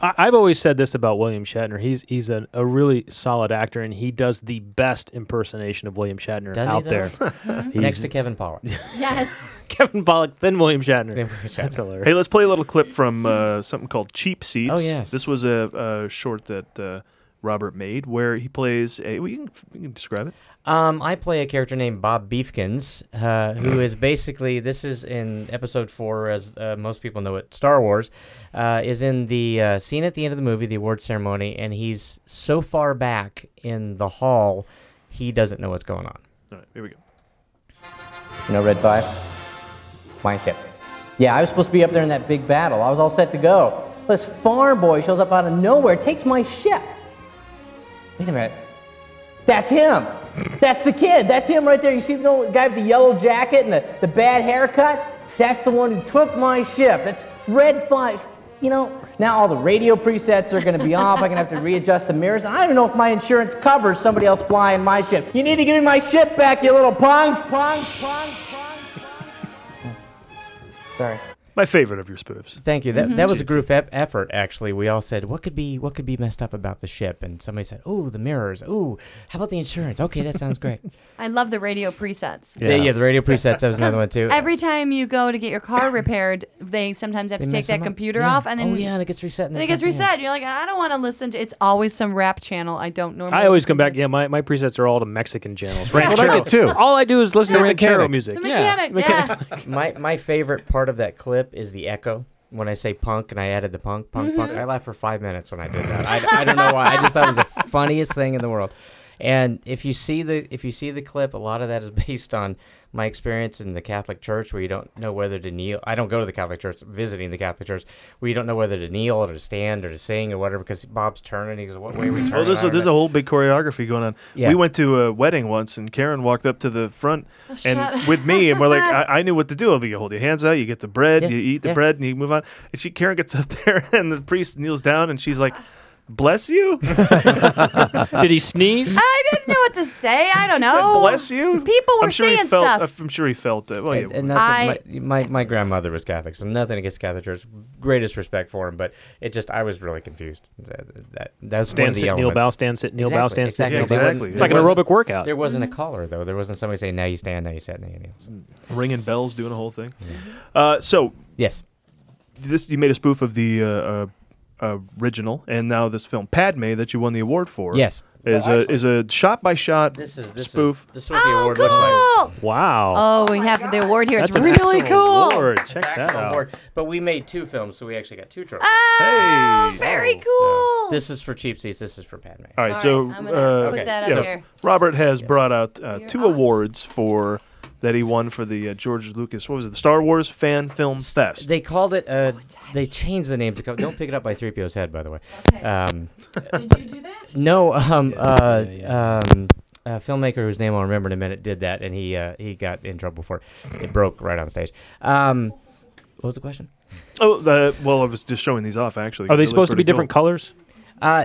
S16: I, I've always said this about William Shatner. He's he's a, a really solid actor, and he does the best impersonation of William Shatner
S20: Doesn't he,
S16: out
S20: though?
S10: (laughs)
S16: there.
S20: Mhm.
S16: He's-
S20: Next to Kevin Pollak.
S4: Yes.
S16: Kevin Pollak, then William Shatner. That's hilarious.
S2: Hey, let's play a little clip from uh, something called Cheap Seats.
S16: Oh, yes.
S2: This was a, a short that uh, Robert made where he plays a. Well, you, can, you can describe it.
S20: Um, I play a character named Bob Beefkins, uh, who is basically this is in episode four, as uh, most people know it. Star Wars uh, is in the uh, scene at the end of the movie, the award ceremony, and he's so far back in the hall, he doesn't know what's going on.
S2: All right, here we go.
S21: No red five? Mine hit. Yeah, I was supposed to be up there in that big battle. I was all set to go. This farm boy shows up out of nowhere, takes my ship. Wait a minute. That's him. That's the kid. That's him right there. You see the one- the guy with the yellow jacket and the, the bad haircut? That's the one who took my ship. That's Red Five. You know, now all the radio presets are going to be off. I'm going to have to readjust the mirrors. I don't know if my insurance covers somebody else flying my ship. You need to give me my ship back, you little punk. Punk, punk. Sorry.
S2: My favorite of your spoofs.
S20: Thank you. That, that was a group ep- effort. Actually, we all said, "What could be what could be messed up about the ship?" And somebody said, "Oh, the mirrors. Oh, how about the insurance? Okay, that sounds great."
S4: I love the radio presets.
S20: yeah. yeah, the radio presets. That was another one too.
S4: Every time you go to get your car repaired, they sometimes have
S20: They
S4: to take
S20: mess them
S4: that
S20: up.
S4: computer
S20: Yeah.
S4: off, and then
S20: Oh, yeah, and it gets reset. in
S4: Then
S20: the
S4: it gets
S20: front, yeah.
S4: reset. You're like, I don't want to listen to. It's always some rap channel I don't normally.
S16: I always come back. Yeah, my, my presets are all the Mexican channels.
S20: Ranchero.
S16: That's what I do,
S20: too.
S16: All I do is listen
S20: The
S16: to ranchero
S20: mechanic.
S16: music.
S20: The
S16: yeah.
S4: yeah.
S20: (laughs) my my favorite part of that clip is the echo. When I say punk and I added the punk, punk, punk, I laughed for five minutes when I did that. I, I don't know why. I just thought it was the funniest thing in the world. And if you see the if you see the clip, a lot of that is (laughs) based on my experience in the Catholic Church, where you don't know whether to kneel. I don't go to the Catholic Church, visiting the Catholic Church, where you don't know whether to kneel or to stand or to sing or whatever, because Bob's turning. He goes, "What way are we turning?"
S2: Oh, there's a, there's a whole big choreography going on.
S20: Yeah.
S2: We went to a wedding once, and Karen walked up to the front
S20: Oh,
S2: and
S20: shut
S2: with me, and
S4: (laughs)
S2: we're like, I, I knew what to do. I'll be, you hold your hands out, you get the bread, you eat the bread, and you move on. And she, Karen gets up (laughs) there, and the priest kneels down, and she's like, "Bless
S4: (laughs)
S2: you." Did
S16: he sneeze?
S4: I didn't know what to say. I don't
S11: He said,
S4: know.
S2: "Bless you."
S4: Oh, People were
S2: I'm sure
S4: saying
S2: he felt.
S4: stuff.
S2: I'm sure he felt it. Well,
S20: and,
S2: yeah.
S20: and that's
S4: I-
S20: what my, my my grandmother was Catholic, so nothing against Catholic Church. Greatest respect for him, but it just I was really confused. That that, that was
S16: Stand,
S20: one of the
S16: sit, kneel,
S20: elements.
S16: bow, stand, sit, kneel, bow, stand, sit,
S20: exactly.
S16: kneel, bow.
S20: There
S16: Yeah,
S20: wasn't-
S16: exactly. It's
S20: there
S16: like an
S20: wasn't-
S16: aerobic workout.
S20: There wasn't a caller though. There wasn't somebody saying now you stand, now you sit, now you kneel. So-
S2: ringing bells, doing a whole thing. Uh, so
S20: yes,
S2: this you made a spoof of the uh, uh, original, and now this film Padme that you won the award for.
S20: Yes.
S2: is
S20: Well,
S2: a is a shot by shot.
S20: This is this
S2: spoof.
S20: Is, this is what the award looks like.
S2: Wow.
S4: Oh, we have the award here.
S2: That's
S4: it's
S2: an
S4: really
S2: actual
S4: cool.
S2: award. Check
S20: It's
S2: that
S20: actual
S2: out.
S20: award. But we made two films, so we actually got two trophies.
S4: Oh, very cool.
S20: This is for cheap seats. This is for Padme.
S2: All right, so uh,
S4: put that
S2: yeah,
S4: up here.
S2: Robert has brought out uh, two awards for that he won for the uh, George Lucas. What was it? The Star Wars Fan Film Fest.
S20: They called it.
S4: Oh,
S20: Uh, they changed the name to come. Don't pick it up by three PO's head, by the way. Um, Did you do that? No. Um, uh, um, a filmmaker whose name I'll remember in a minute did that, and he uh, he got in trouble for it. It broke right on stage. Um, what was the question?
S2: Oh, the, well, I was just showing these off actually. 'cause
S16: Are they
S2: look
S16: supposed to be
S2: pretty
S16: different
S2: cool.
S16: colors?
S20: Uh,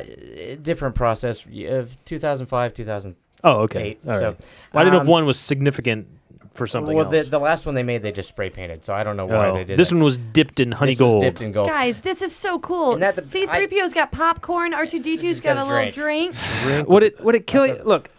S20: different process y- of 2005, 2000.
S16: Oh, okay. All right.
S20: So,
S16: Well, I didn't know if
S20: um,
S16: one was significant for something
S20: Well, the,
S16: else.
S20: the last one they made, they just spray painted, so I don't know why
S16: Oh.
S20: they did.
S16: This
S20: that.
S16: one was dipped in honey
S20: This was
S16: gold.
S20: dipped in gold.
S4: Guys, this is so cool.
S20: Isn't that the-
S4: C3PO's got popcorn. R2D2's got,
S20: got
S4: a
S20: a
S4: little drink.
S16: would it would it kill you? Look,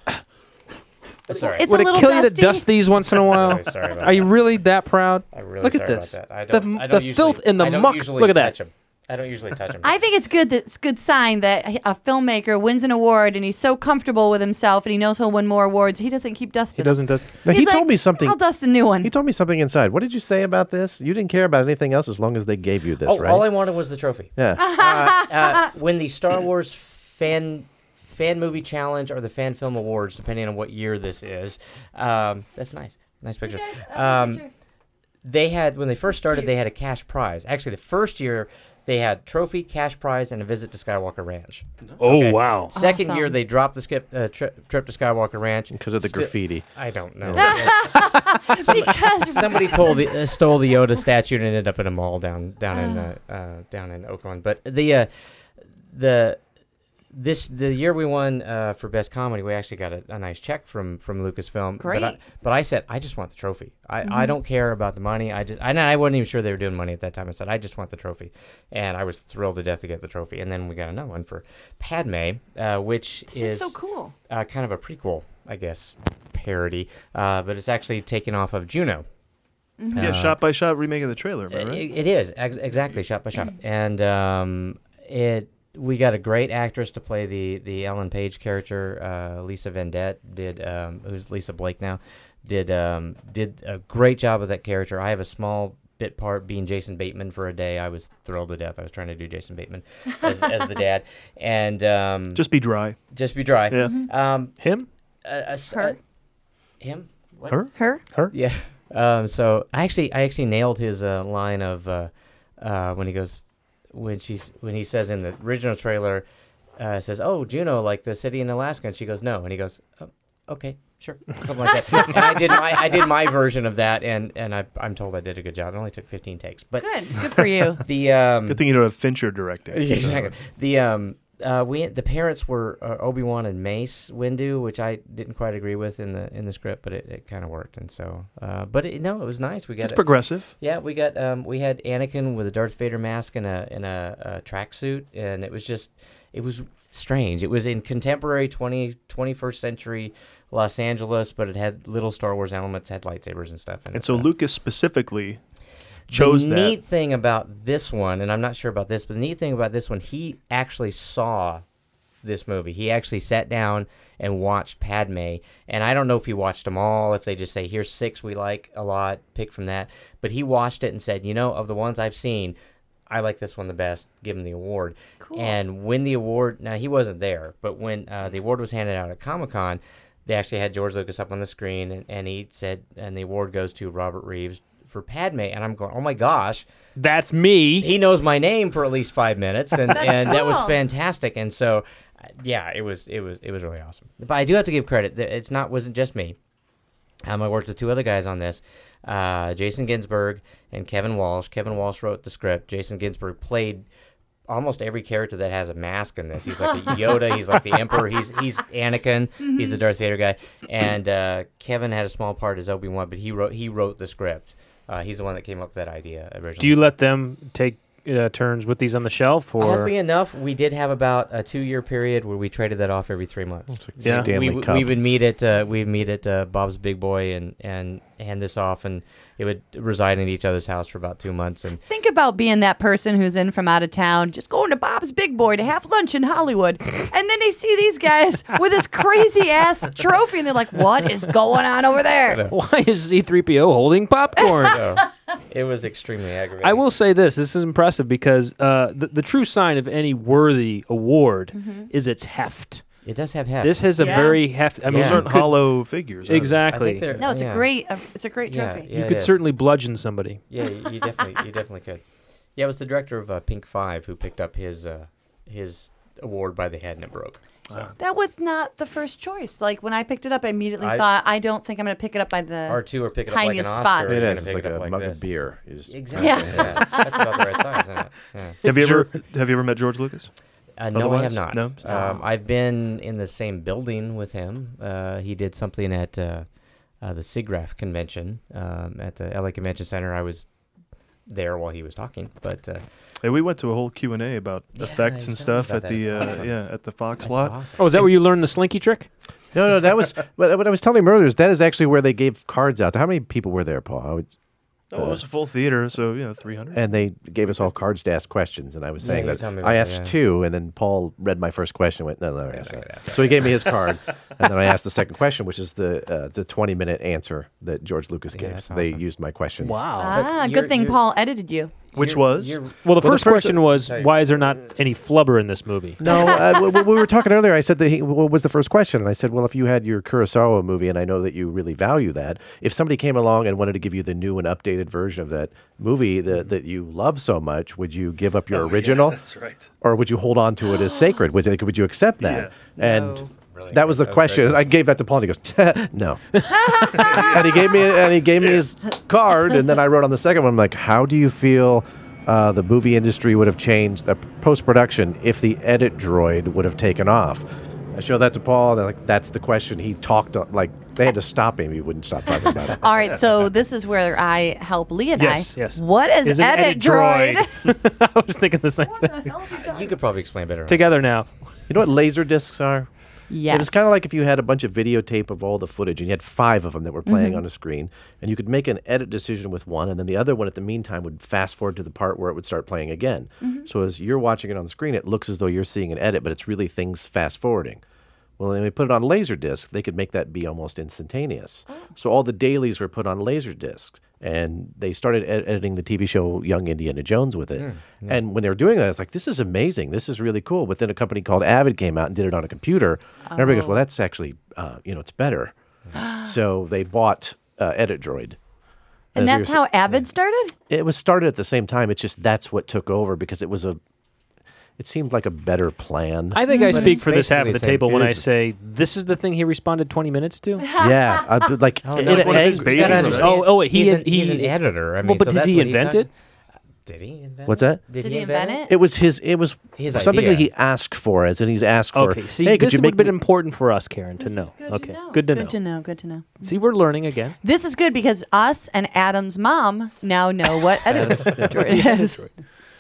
S20: It's all right.
S4: It's
S16: would
S4: a
S16: it
S4: little
S16: kill you to
S4: dusty.
S16: dust these once
S20: (laughs)
S16: in a while?
S20: really sorry about
S16: Are you really that proud?
S20: I'm really
S16: Look at
S20: sorry
S16: this.
S20: about that. I
S16: The-
S20: don't- I
S16: the
S20: don't usually-
S16: filth and the
S20: I don't
S16: muck.
S20: usually
S16: Look at that.
S20: touch 'em. I don't usually touch them.
S4: I think it's good that it's a good sign that a filmmaker wins an award and he's so comfortable with himself and he knows he'll win more awards. He doesn't keep dusting.
S8: He
S4: them.
S8: doesn't dust. No, he
S4: He's
S8: told
S4: like,
S8: me something.
S4: I'll dust a new one.
S8: He told me something inside. What did you say about this? You didn't care about anything else as long as they gave you this,
S20: oh,
S8: right?
S20: all I wanted was the trophy.
S3: (laughs)
S8: Yeah.
S20: uh, uh, when the Star Wars fan fan movie challenge or the fan film awards, depending on what year this is, um, that's nice. Nice picture. Um, they had when they first started, they had a cash prize. Actually, the first year. They had trophy, cash prize, and a visit to Skywalker Ranch.
S8: Oh, wow.
S20: Second
S8: Awesome.
S20: year, they dropped the skip, uh, tri- trip to Skywalker Ranch
S8: Because of the
S20: Still-
S8: graffiti.
S20: I
S4: (laughs)
S20: don't know.
S4: because
S20: Somebody told the, uh, stole the Yoda statue and it ended up in a mall down down in
S4: Oh.
S20: uh, uh, down in Oakland. But the uh, the this the year we won uh, for best comedy, we actually got a, a nice check from from Lucasfilm. But I,
S4: Great.
S20: but I said I just want the trophy. I, I
S4: Mhm.
S20: don't care about the money. I just and I wasn't even sure they were doing money at that time. I said I just want the trophy, and I was thrilled to death to get the trophy. And then we got another one for Padme, uh, which
S4: (laughs) This is so cool.
S20: uh, kind of a prequel, I guess, parody, uh, but it's actually taken off of Juno.
S2: Mhm. Yeah,
S20: Uh,
S2: shot by shot remake of the trailer, am I
S20: i-
S2: right?
S20: it is ex- exactly shot
S2: (clears throat)
S20: by shot, and um, it we got a great actress to play the the Ellen Page character. Uh, Lisa Vendette did um, who's Lisa Blake now did um, did a great job of that character. I have a small bit part being Jason Bateman for a day. I was thrilled to death. I was trying to do Jason Bateman as, as the dad, and um,
S2: Just be dry.
S20: just be dry.
S2: Yeah.
S20: Um,
S2: Him?
S4: Uh,
S20: her. him. What?
S2: Her?
S4: Her.
S2: Her?
S20: Yeah. Um, so I actually I actually nailed his uh, line of uh, uh, when he goes when she's when he says in the original trailer uh, says oh Juno like the city in Alaska and she goes no and he goes oh, okay sure something like that and I did my I did my version of that and and I I'm told I did a good job it only took 15 takes but
S4: Good. (laughs) Good for you.
S20: the um,
S2: Good thing you don't have Fincher directing.
S20: (laughs) yeah, exactly. The um uh we the parents were uh, Obi Wan and Mace Windu, which I didn't quite agree with in the in the script, but it, it kind of worked, and so uh but it, no, it was nice. We got
S2: It's
S20: it-
S2: progressive.
S20: Yeah, we got um we had Anakin with a Darth Vader mask and a and a, a tracksuit, and it was just it was strange. It was in contemporary 20, 21st century Los Angeles, but it had little Star Wars elements, had lightsabers and stuff. in
S2: And
S20: it,
S2: so Lucas specifically chose
S20: the
S2: that.
S20: neat thing about this one, and I'm not sure about this, but the neat thing about this one, he actually saw this movie. He actually sat down and watched Padme, and I don't know if he watched them all, if they just say here's six we like a lot, pick from that. But he watched it and said, you know, of the ones I've seen, I like this one the best. Give him the award.
S4: Cool.
S20: And when the award, now he wasn't there, but when uh, the award was handed out at Comic Con, they actually had George Lucas up on the screen, and, and he said, and the award goes to Robert Reeves for Padme. And I'm going, oh my gosh,
S3: that's me.
S20: He knows my name for at least five minutes, and,
S3: That's
S20: and that was
S3: cool.
S20: fantastic. And so, uh, yeah, it was it was it was really awesome. But I do have to give credit; that it's not wasn't just me. Um, I worked with two other guys on this, uh, Jason Ginsburg and Kevin Walsh. Kevin Walsh wrote the script. Jason Ginsburg played almost every character that has a mask in this. He's like
S3: (laughs)
S20: the Yoda. he's like the Emperor. He's he's Anakin. He's
S3: Mhm.
S20: the Darth Vader guy. And uh, Kevin had a small part as Obi Wan, but he wrote he wrote the script. Uh, he's the one that came up with that idea originally.
S16: Do you let them take uh, turns with these on the shelf, or
S20: Oddly enough, we did have about a two-year period where we traded that off every three months.
S16: the Yeah. Stanley
S20: we, we-
S16: Cup.
S20: we would meet at uh, we would meet at uh, Bob's Big Boy and and hand this off, and it would reside in each other's house for about two months. And
S4: Think about being that person who's in from out of town, just going to Bob's Big Boy to have lunch in Hollywood. And then they see these guys with this crazy ass trophy and they're like, what is going on over there?
S3: (laughs) why is C3PO holding
S20: (laughs)
S3: popcorn?
S20: it was extremely aggravating.
S3: I will say this: this is impressive because uh, the, the true sign of any worthy award is its heft.
S20: It does have heft.
S3: This has a
S4: Mm-hmm. Yeah.
S3: very heft. I mean,
S2: Those
S3: you
S2: aren't
S3: could-
S2: hollow figures, are they?
S3: Exactly.
S4: No, it's a great, uh, it's a great
S20: Yeah,
S4: trophy.
S20: yeah,
S3: you
S20: it
S3: could
S20: is.
S3: certainly bludgeon somebody.
S20: Yeah, you you definitely you definitely could. Yeah, it was the director of uh, Pink Five who picked up his uh, his award by the head and it broke. So.
S4: That was not the first choice. Like when I picked it up, I immediately
S20: I-
S4: thought, I don't think I'm going to pick it up by the
S20: R two or pick it up like an
S4: tiniest
S20: Oscar.
S4: spot.
S20: you're
S8: It
S20: gonna
S8: is. It's
S20: pick
S8: like
S20: it up
S8: a mug of
S20: this.
S8: beer is-
S20: exactly.
S4: Yeah.
S20: That's about the right size,
S16: (laughs)
S20: isn't it? Yeah.
S2: Have you ever have you ever met George Lucas?
S20: Uh, no, I have
S2: Otherwise?
S20: not.
S2: No.
S16: Oh.
S20: Um, I've been in the same building with him. Uh, he did something at uh, uh, the SIGGRAPH convention um, at the LA Convention Center. I was there while he was talking, but uh,
S2: Hey, we went to a whole Q and A about effects
S20: you
S2: and
S20: told me
S2: stuff
S20: about
S2: at
S20: that.
S2: the
S20: It's
S2: uh,
S20: awesome.
S2: yeah at the Fox
S20: That's
S2: lot.
S20: awesome.
S3: Oh, is that where you learned the slinky trick?
S8: No, no, that was what, what I was telling him earlier. Is that is actually where they gave cards out. How many people were there, Paul? I would,
S2: Oh, it was a full theater, so you know, three hundred.
S8: and they gave us all cards to ask questions, and I was
S2: Yeah,
S8: saying
S2: you
S8: that
S2: told me
S8: I
S2: about
S8: asked
S2: that, yeah.
S8: two, and then Paul read my first question. and Went no, no, no, no, no." so he gave me his
S2: (laughs)
S8: card, and then I asked the second question, which is the uh, the twenty minute answer that George Lucas gave.
S20: that's
S8: So they used my question.
S4: Ah,
S20: But
S4: good
S20: you're-
S4: thing
S20: you're-
S4: Paul edited you.
S2: Which was?
S16: Well, the first question was why is there not any flubber in this movie?
S8: (laughs) No, uh, w- w- we were talking earlier. I said that he, what was the first question, and I said, well, if you had your Kurosawa movie, and I know that you really value that, if somebody came along and wanted to give you the new and updated version of that movie
S2: Mm-hmm.
S8: that, that you love so much, would you give up your
S14: Oh, yeah,
S8: original?
S14: that's right.
S8: Or would you hold on to it
S14: (gasps)
S8: as sacred? Would, you- would you accept that? And that was the
S14: That was a great
S8: question. I gave that to Paul, and he goes,
S14: (laughs)
S8: (laughs) no. and he gave me and he gave me his card, and then I wrote on the second one, I'm like, how do you feel uh, the movie industry would have changed the post production if the edit droid would have taken off? I showed that to Paul, and they're like, that's the question. He talked on- like they had to stop him. He wouldn't stop talking
S14: (laughs)
S8: about it.
S4: All right, so this is where I help Lee and
S8: Yes,
S4: I.
S8: yes.
S4: What is,
S8: Is an
S4: edit,
S8: edit
S4: droid?
S8: droid?
S16: (laughs) I was thinking the same thing. Oh,
S20: You could probably explain better.
S16: Together now.
S8: You know what laser discs are? It was
S20: Yes.
S8: kind of like if you had a bunch of videotape of all the footage and you had five of them that were playing
S20: Mhm.
S8: on a screen, and you could make an edit decision with one, and then the other one at the meantime would fast forward to the part where it would start playing again.
S14: Mhm.
S8: So as you're watching it on the screen, it looks as though you're seeing an edit, but it's really things fast forwarding. Well, then we put it on Laserdisc, they could make that be almost instantaneous. So all the dailies were put on Laserdisc, and they started ed- editing the TV show Young Indiana Jones with it.
S20: Mm, yeah.
S8: And when they were doing that, it's like, this is amazing. This is really cool. But then a company called Avid came out and did it on a computer. And everybody goes,
S20: Oh.
S8: well, that's actually, uh, you know, it's better. so they bought uh, Edit Droid.
S4: And
S8: As we
S4: that's
S8: were
S4: how Avid started?
S8: it was started at the same time. It's just that's what took over because it was a. It seemed like a better plan.
S20: (laughs)
S16: I think I
S8: But
S16: speak
S8: it's
S16: for this half
S8: basically
S16: of the
S8: same-
S16: table
S8: it
S16: when I
S8: is-
S16: say this is the thing he responded 20 minutes to.
S8: Yeah, I, did, like
S20: Oh,
S8: in
S20: no.
S8: an
S20: One of his
S8: ang-
S20: babies. I don't
S16: Oh, oh, wait, he
S20: He's
S16: had-
S20: an-
S16: he,
S20: he's an editor. I
S16: well,
S20: mean,
S16: but
S20: so
S16: did
S20: that's
S16: he
S20: what he
S16: invent
S20: talked-
S16: it?
S20: Did he invent
S8: What's that?
S20: Did, he invent, it?
S8: It was his. It was
S20: His
S8: something
S20: idea.
S8: that he asked for, as in he's asked
S16: (laughs)
S8: for.
S16: Okay, see,
S8: hey, could
S16: this
S8: you
S16: would have
S8: make
S16: been important for us, Karen, to know.
S4: good to
S16: okay,
S4: know.
S16: good to know.
S4: Good to know. Good to know.
S16: See, we're learning again.
S4: This is good because us and Adam's mom now know what (laughs) edit droid is.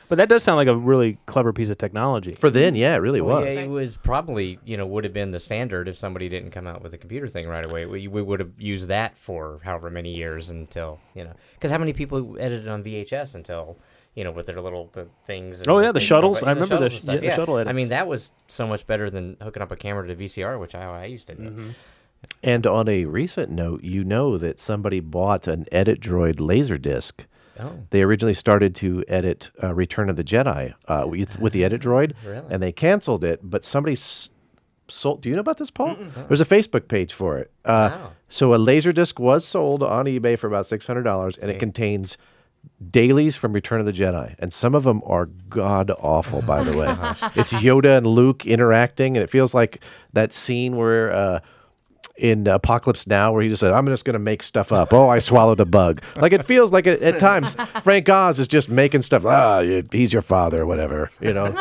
S16: But that does sound like a really clever piece of technology.
S8: For then, yeah, it really
S20: Well, Oh, yeah, it was probably you know would have been the standard if somebody didn't come out with a computer thing right away. We, we would have used that for however many years until you know because how many people edited on VHS until you know with their little the things. And
S16: Oh, yeah, the
S20: things and
S16: shuttles.
S20: stuff,
S16: I
S20: and
S16: remember the
S20: shuttles and
S16: sh- yeah, the shuttle
S20: I
S16: edits.
S20: mean that was so much better than hooking up a camera to VCR, which I, I used to do.
S8: And on a recent note, you know that somebody bought an Edit Droid Laserdisc.
S20: Oh.
S8: They originally started to edit uh, Return of the Jedi uh, with, with the Edit Droid,
S20: (laughs) Really?
S8: and they canceled it. But somebody s- sold. Do you know about this, Paul? There's a Facebook page for it. Uh,
S20: Wow.
S8: So a Laserdisc was sold on eBay for about six hundred dollars, and it contains dailies from Return of the Jedi, and some of them are god awful. By
S20: Oh
S8: the way, it's Yoda and Luke interacting, and it feels like that scene where. Uh, in Apocalypse Now, where he just said, "I'm just going to make stuff up." Oh, I swallowed a bug. Like it feels like it,
S4: (laughs)
S8: at times Frank Oz is just making stuff. Ah, you- he's your father, or whatever.
S4: (laughs)
S8: You know.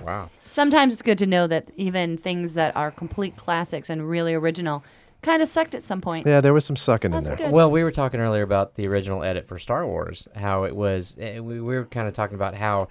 S20: wow.
S4: Sometimes it's good to know that even things that are complete classics and really original kind of sucked at some point.
S8: Yeah, there was some sucking
S4: That's
S8: in there.
S4: good.
S20: Well, we were talking earlier about the original edit for Star Wars, how it was. eh, We we were kind of talking about how,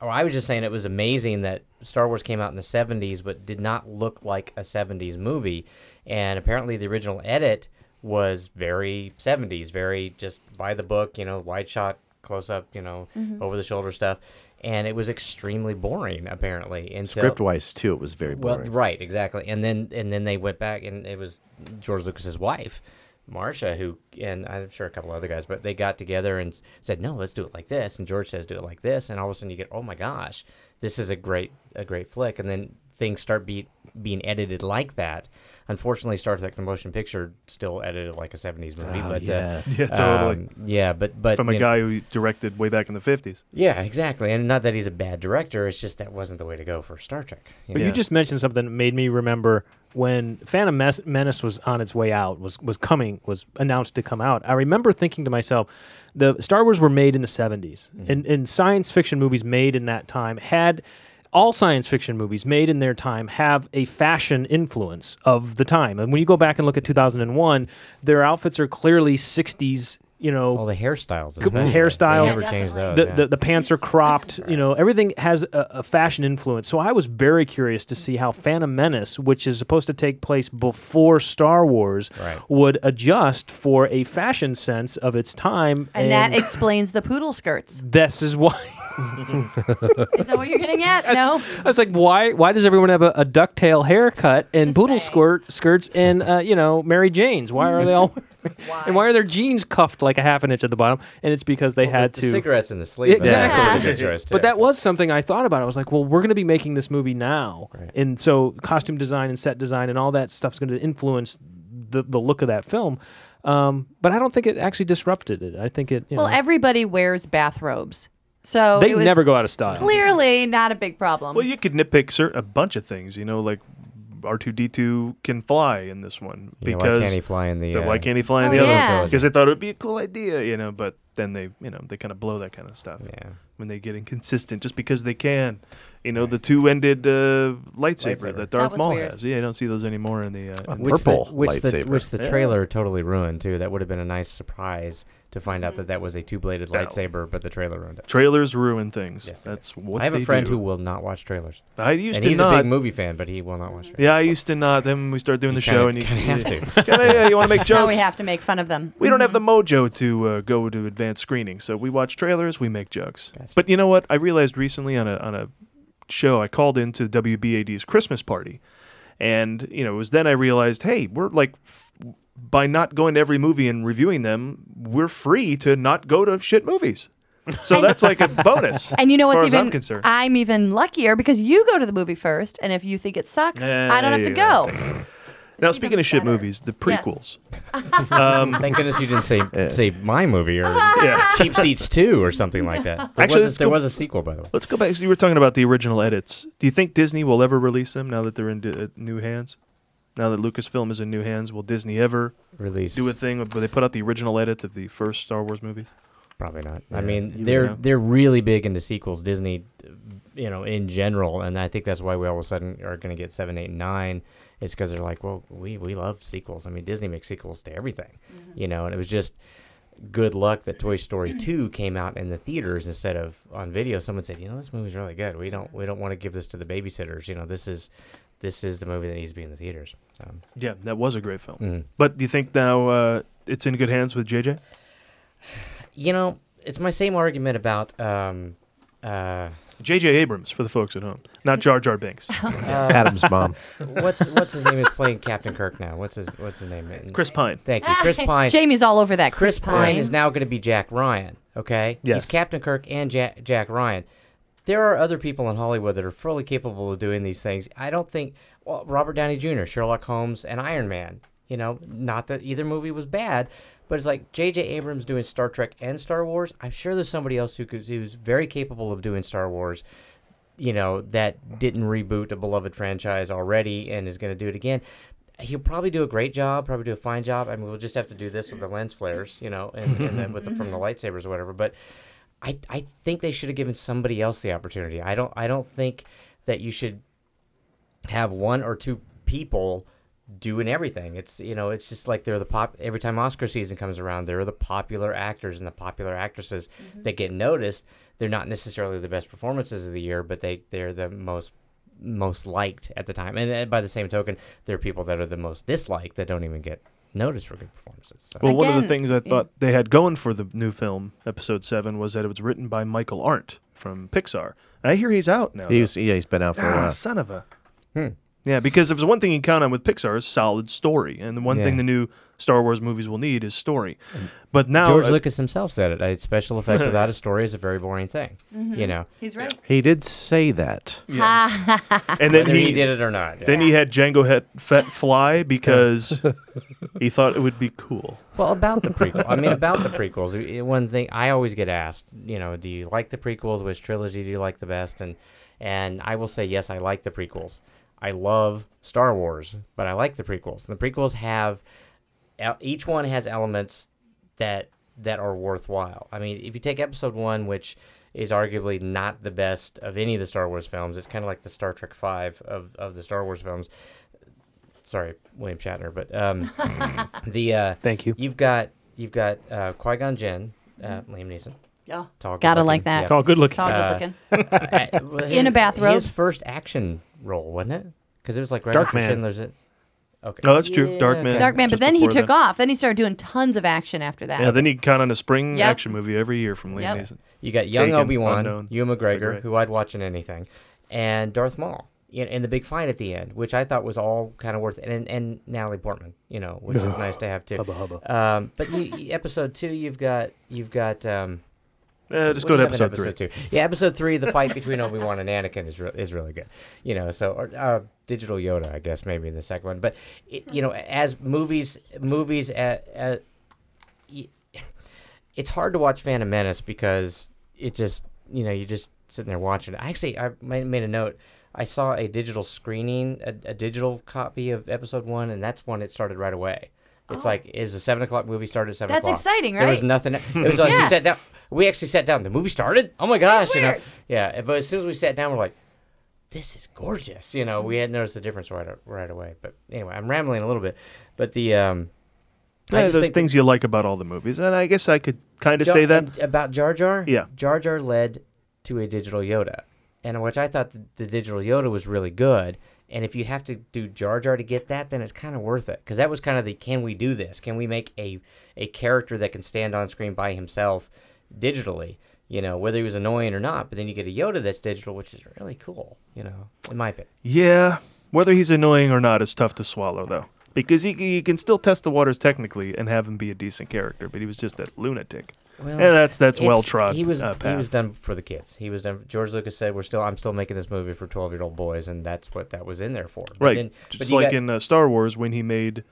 S20: or I was just saying it was amazing that Star Wars came out in the 70s, but did not look like a 70s movie. And apparently, the original edit was very 70s, very just by the book, you know, wide shot, close up, you know,
S8: Mhm.
S20: over the shoulder stuff. And it was extremely boring, apparently. Until,
S8: Script wise too, it was very
S4: (laughs)
S8: boring.
S20: well, right, exactly. And then and then they went back, and it was George Lucas's wife, Marcia, who and I'm sure a couple other guys, but they got together and s- said, "No, let's do it like this." And George says, "Do it like this," and all of a sudden you get, "Oh my gosh, this is a great a great flick." And then things start be, being edited like that. Unfortunately, Star Trek: The Motion Picture still edited like a '70s movie,
S2: Oh,
S20: but
S2: yeah.
S20: uh,
S2: (laughs) Yeah, totally.
S20: um, yeah, but but
S2: From a
S20: you know-
S2: guy who directed way back in the fifties.
S20: yeah, exactly. And not that he's a bad director; it's just that wasn't the way to go for Star Trek.
S16: But you just mentioned something that made me remember when Phantom Mes- Menace was on its way out, was was coming, was announced to come out. I remember thinking to myself, the Star Wars were made in the 70s, and and science fiction movies made in that time had all science fiction movies made in their time have a fashion influence of the time. And when you go back and look at 2001, their outfits are clearly 60s you know,
S20: all the hairstyles.
S16: g-
S20: especially.
S16: hairstyles.
S20: They never change those.
S16: The,
S20: Oh, yeah.
S16: the the pants are cropped. You know, everything has a, a fashion influence. So I was very curious to see how Phantom Menace, which is supposed to take place before Star Wars,
S20: Right.
S16: would adjust for a fashion sense of its time.
S4: And that explains the poodle skirts.
S16: this is why. (laughs)
S4: Is that what you're getting at? no.
S16: I was like, why? Why does everyone have a, a ducktail haircut and poodle squirt, skirts and uh, you know Mary Janes? Why are they
S4: (laughs)
S16: all? And why are their jeans cuffed like a half an inch at the bottom? And it's because they had
S20: the
S16: to
S20: cigarettes in the sleeve, I think, was a
S16: Exactly.
S20: good choice, too.
S16: But that was something I thought about. I was like, well, we're going to be making this movie now, and so costume design and set design and all that stuff's going to influence the the look of that film. Um, but I don't think it actually disrupted it. I think it. You
S4: Well,
S16: know,
S4: everybody wears bathrobes. So
S16: They
S4: it was
S16: never go out of style.
S4: Clearly not a big problem.
S2: Well, you could nitpick certain, a bunch of things, you know, like R2D2 can fly in this one
S20: Yeah,
S2: because
S20: why can't he fly in the,
S2: so why
S20: uh,
S2: can't he fly in
S20: Oh,
S2: the other
S20: yeah.
S2: one? Because they thought it would be a cool idea, you know, but then they, you know, they kind of blow that kind of stuff
S20: yeah.
S2: when they get inconsistent just because they can. You know, the two-ended uh, lightsaber,
S20: Lightsaber. Oh.
S2: that
S20: That
S2: Darth
S20: was
S2: Maul
S20: weird.
S2: has. Yeah, I don't see those anymore in the uh, in the-
S20: which the, which the, which the
S2: Yeah.
S20: trailer totally ruined too. That would have been a nice surprise to find out that that was a two-bladed
S2: No.
S20: lightsaber, but the trailer ruined it.
S2: Trailers ruin things. That's what
S20: I have a
S2: they
S20: friend
S2: do.
S20: who will not watch trailers.
S2: I used
S20: and
S2: to
S20: he's a
S2: not.
S20: big movie fan, but he will not watch. Trailers.
S2: Yeah, I used to not. Then we started doing the show,
S20: kinda-
S2: and you
S20: kinda have to.
S2: kinda, (laughs) yeah, you want to make jokes.
S4: Now we have to make fun of them.
S2: We don't have
S4: Mm-hmm.
S2: the mojo to uh, go to advanced screening, so we watch trailers, we make jokes. But you know what? I realized recently on a on a show I called into WBAD's Christmas party, and you know it was then I realized, hey, we're like. F- by not going to every movie and reviewing them, we're free to not go to
S4: (laughs)
S2: shit movies. So that's like a bonus.
S4: And you know
S2: as far
S4: what's
S2: as
S4: even?
S2: I'm concerned.
S4: even luckier because you go to the movie first, and if you think it sucks, I don't have to
S2: Yeah,
S4: (laughs) go.
S2: now speaking of
S4: (laughs)
S2: shit movies, the
S4: Yes.
S2: prequels. um,
S20: Thank goodness you didn't
S2: (laughs)
S20: say say my movie or
S2: Yeah.
S20: Cheap Seats Two or something like that. There
S2: Actually,
S20: was
S2: let's
S20: a, there
S2: go-
S20: was a sequel by the way.
S2: Let's go back. So you were talking about the original edits. Do you think Disney will ever release them now that they're in di- uh, new hands? Now that Lucasfilm is in new hands, will Disney ever
S20: Release.
S2: do a thing where they put out the original edits of the first Star Wars movies?
S20: Probably not.
S2: Yeah,
S20: I
S2: you would
S20: mean, they're
S2: know.
S20: they're really big into sequels, Disney, you know, in general, and I think that's why we all of a sudden are going to get seven, eight, and nine. It's because they're like, well, we we love sequels. I mean, Disney makes sequels to everything, you know, and it was just good luck that Toy Story two came out in the theaters instead of on video. Someone said, you know, this movie's really good. We don't we don't want to give this to the babysitters. You know, this is this is the movie that needs to be in the theaters. So.
S2: Yeah, that was a great film.
S20: Mhm.
S2: But do you think now uh, it's in good hands with JJ?
S20: You know, it's my same argument about. Um, uh,
S2: JJ Abrams for the folks at home, not Jar Jar (laughs) Binks.
S20: Uh, Adam's mom. what's what's his name is playing Captain Kirk now? What's his what's his name?
S2: Chris Pine.
S20: Thank you, (laughs) Chris Pine.
S4: Jamie's all over that.
S20: Chris Pine is
S4: now.
S20: now going to be Jack Ryan. Okay,
S2: Yes.
S20: he's Captain Kirk and Jack Jack Ryan. There are other people in Hollywood that are fully capable of doing these things. I don't think well, Robert Downey Jr., Sherlock Holmes, and Iron Man. You know, not that either movie was bad, but it's like J.J. Abrams doing Star Trek and Star Wars. I'm sure there's somebody else who could, who's very capable of doing Star Wars you know, that didn't reboot a beloved franchise already and is going to do it again. He'll probably do a great job, probably do a fine job. I mean, we'll just have to do this with the lens flares, you know, and, and then with the, from the lightsabers or whatever. But I, I think they should have given somebody else the opportunity. I don't, I don't think that you should have one or two people doing everything. It's you know, it's just like they're the pop. Every time Oscar season comes around, they're the popular actors and the popular actresses that get noticed. They're not necessarily the best performances of the year, but they they're the most most liked at the time. And, uh by the same token, there are people that are the most disliked that don't even get noticed for good performances. So.
S2: Well, one of the
S4: Again,
S2: things I
S4: yeah.
S2: thought they had going for the new film, Episode 7, was that it was written by Michael Arndt from Pixar. And I hear he's out now. though.
S22: He's yeah, he's been out for a
S4: (laughs)
S2: Ah,
S22: while.
S2: son of a.
S20: Hmm.
S2: Yeah, because if there's one thing you count on with Pixar is solid story, and the one thing
S20: Yeah.
S2: the new Star Wars movies will need is story. But now
S20: George
S2: uh,
S20: Lucas himself said it. A special effect without a story is a very boring thing. You know,
S4: He's right.
S22: He did say that.
S2: and then
S20: Whether
S2: he,
S20: he did it or not,
S2: Then he had Django Head
S20: (laughs)
S2: Fett fly because he thought it would be cool.
S20: Well, about the prequel. I mean, about the prequels. uh, One thing I always get asked, you know, do you like the prequels? Which trilogy do you like the best? And and I will say yes, I like the prequels. I love Star Wars, but I like the prequels. And the prequels have el- each one has elements that that are worthwhile. I mean, if you take Episode One, which is arguably not the best of any of the Star Wars films, it's kind of like the Star Trek Five of of the Star Wars films sorry, William Shatner, but um, (laughs) the uh,
S16: thank you.
S20: You've got You've got uh, Qui Gon Jinn, uh, Liam Neeson.
S4: Yeah.
S20: Tall,
S4: Gotta
S20: good-looking,
S4: like that.
S20: yep.
S4: Tall, good-looking. Tall,
S20: (laughs) uh,
S4: good-looking. (laughs)
S20: well,
S4: In a bathrobe.
S20: His first action role, wasn't it? Because it was like right
S2: Dark
S20: after
S2: Man.
S20: Schindler's. It. Okay.
S2: No, Oh, that's true. Dark Man.
S4: Dark Man, but
S2: Just
S4: then he
S2: before
S4: took
S2: then.
S4: off. Then he started doing tons of action after that.
S2: Yeah, then he caught on a spring
S4: Yep.
S2: action movie every year from Liam
S4: Yep.
S2: Neeson.
S20: You got young
S2: Taken,
S20: Obi Wan,
S2: Unknown,
S20: Ewan McGregor,
S2: Great.
S20: who I'd watch in anything, and Darth Maul. You know, and the big fight at the end, which I thought was all kind of worth it, and and Natalie Portman, you know,
S2: (laughs)
S20: which is nice to have too.
S23: Hubba hubba.
S20: Um, but you, you- episode two, you've got you've got. Um,
S2: Uh, just go to
S20: what do you have in
S2: episode three.
S20: two? Yeah, episode three, the fight between Obi Wan and Anakin is re- is really good. You know, so or, uh, digital Yoda, I guess maybe in the second one, but it, you know, as movies movies at, at y- it's hard to watch Phantom Menace because it just you know you're just sitting there watching it. I actually I ma- made a note. I saw a digital screening, a, a digital copy of episode one, and that's when it started right away. It's like it was a seven o'clock movie started at seven
S4: Oh. That's
S20: o'clock.
S4: exciting,
S20: There was
S4: right?
S20: nothing. It was like
S4: Yeah.
S20: we sat down. We actually sat down. The movie started. Oh my gosh! You know,
S4: weird.
S20: yeah. But as soon as we sat down, we're like, "This is gorgeous." You know, we had noticed the difference right a- right away. But anyway, I'm rambling a little bit. But the um, I
S2: Yeah,
S20: just
S2: those
S20: think-
S2: things you like about all the movies, and I guess I could kind of
S20: Jar-
S2: say that.
S20: and about Jar Jar.
S2: Yeah.
S20: Jar Jar led to a digital Yoda, and which I thought the, the digital Yoda was really good. And if you have to do Jar Jar to get that, then it's kind of worth it because that was kind of the can we do this? Can we make a a character that can stand on screen by himself digitally? You know, whether he was annoying or not, but then you get a Yoda that's digital, which is really cool. You know, in my opinion.
S2: Yeah, whether he's annoying or not is tough to swallow, though, because he, he can still test the waters technically and have him be a decent character, but he was just a lunatic. and that's that's
S20: it's-
S2: well trod.
S20: He was
S2: uh,
S20: he
S2: path.
S20: was done for the kids. He was done. George Lucas said, "We're still. I'm still making this movie for 12 year old boys, and that's what that was in there for." But
S2: right,
S20: then-
S2: just
S20: you
S2: like
S20: got-
S2: in uh, Star Wars when he made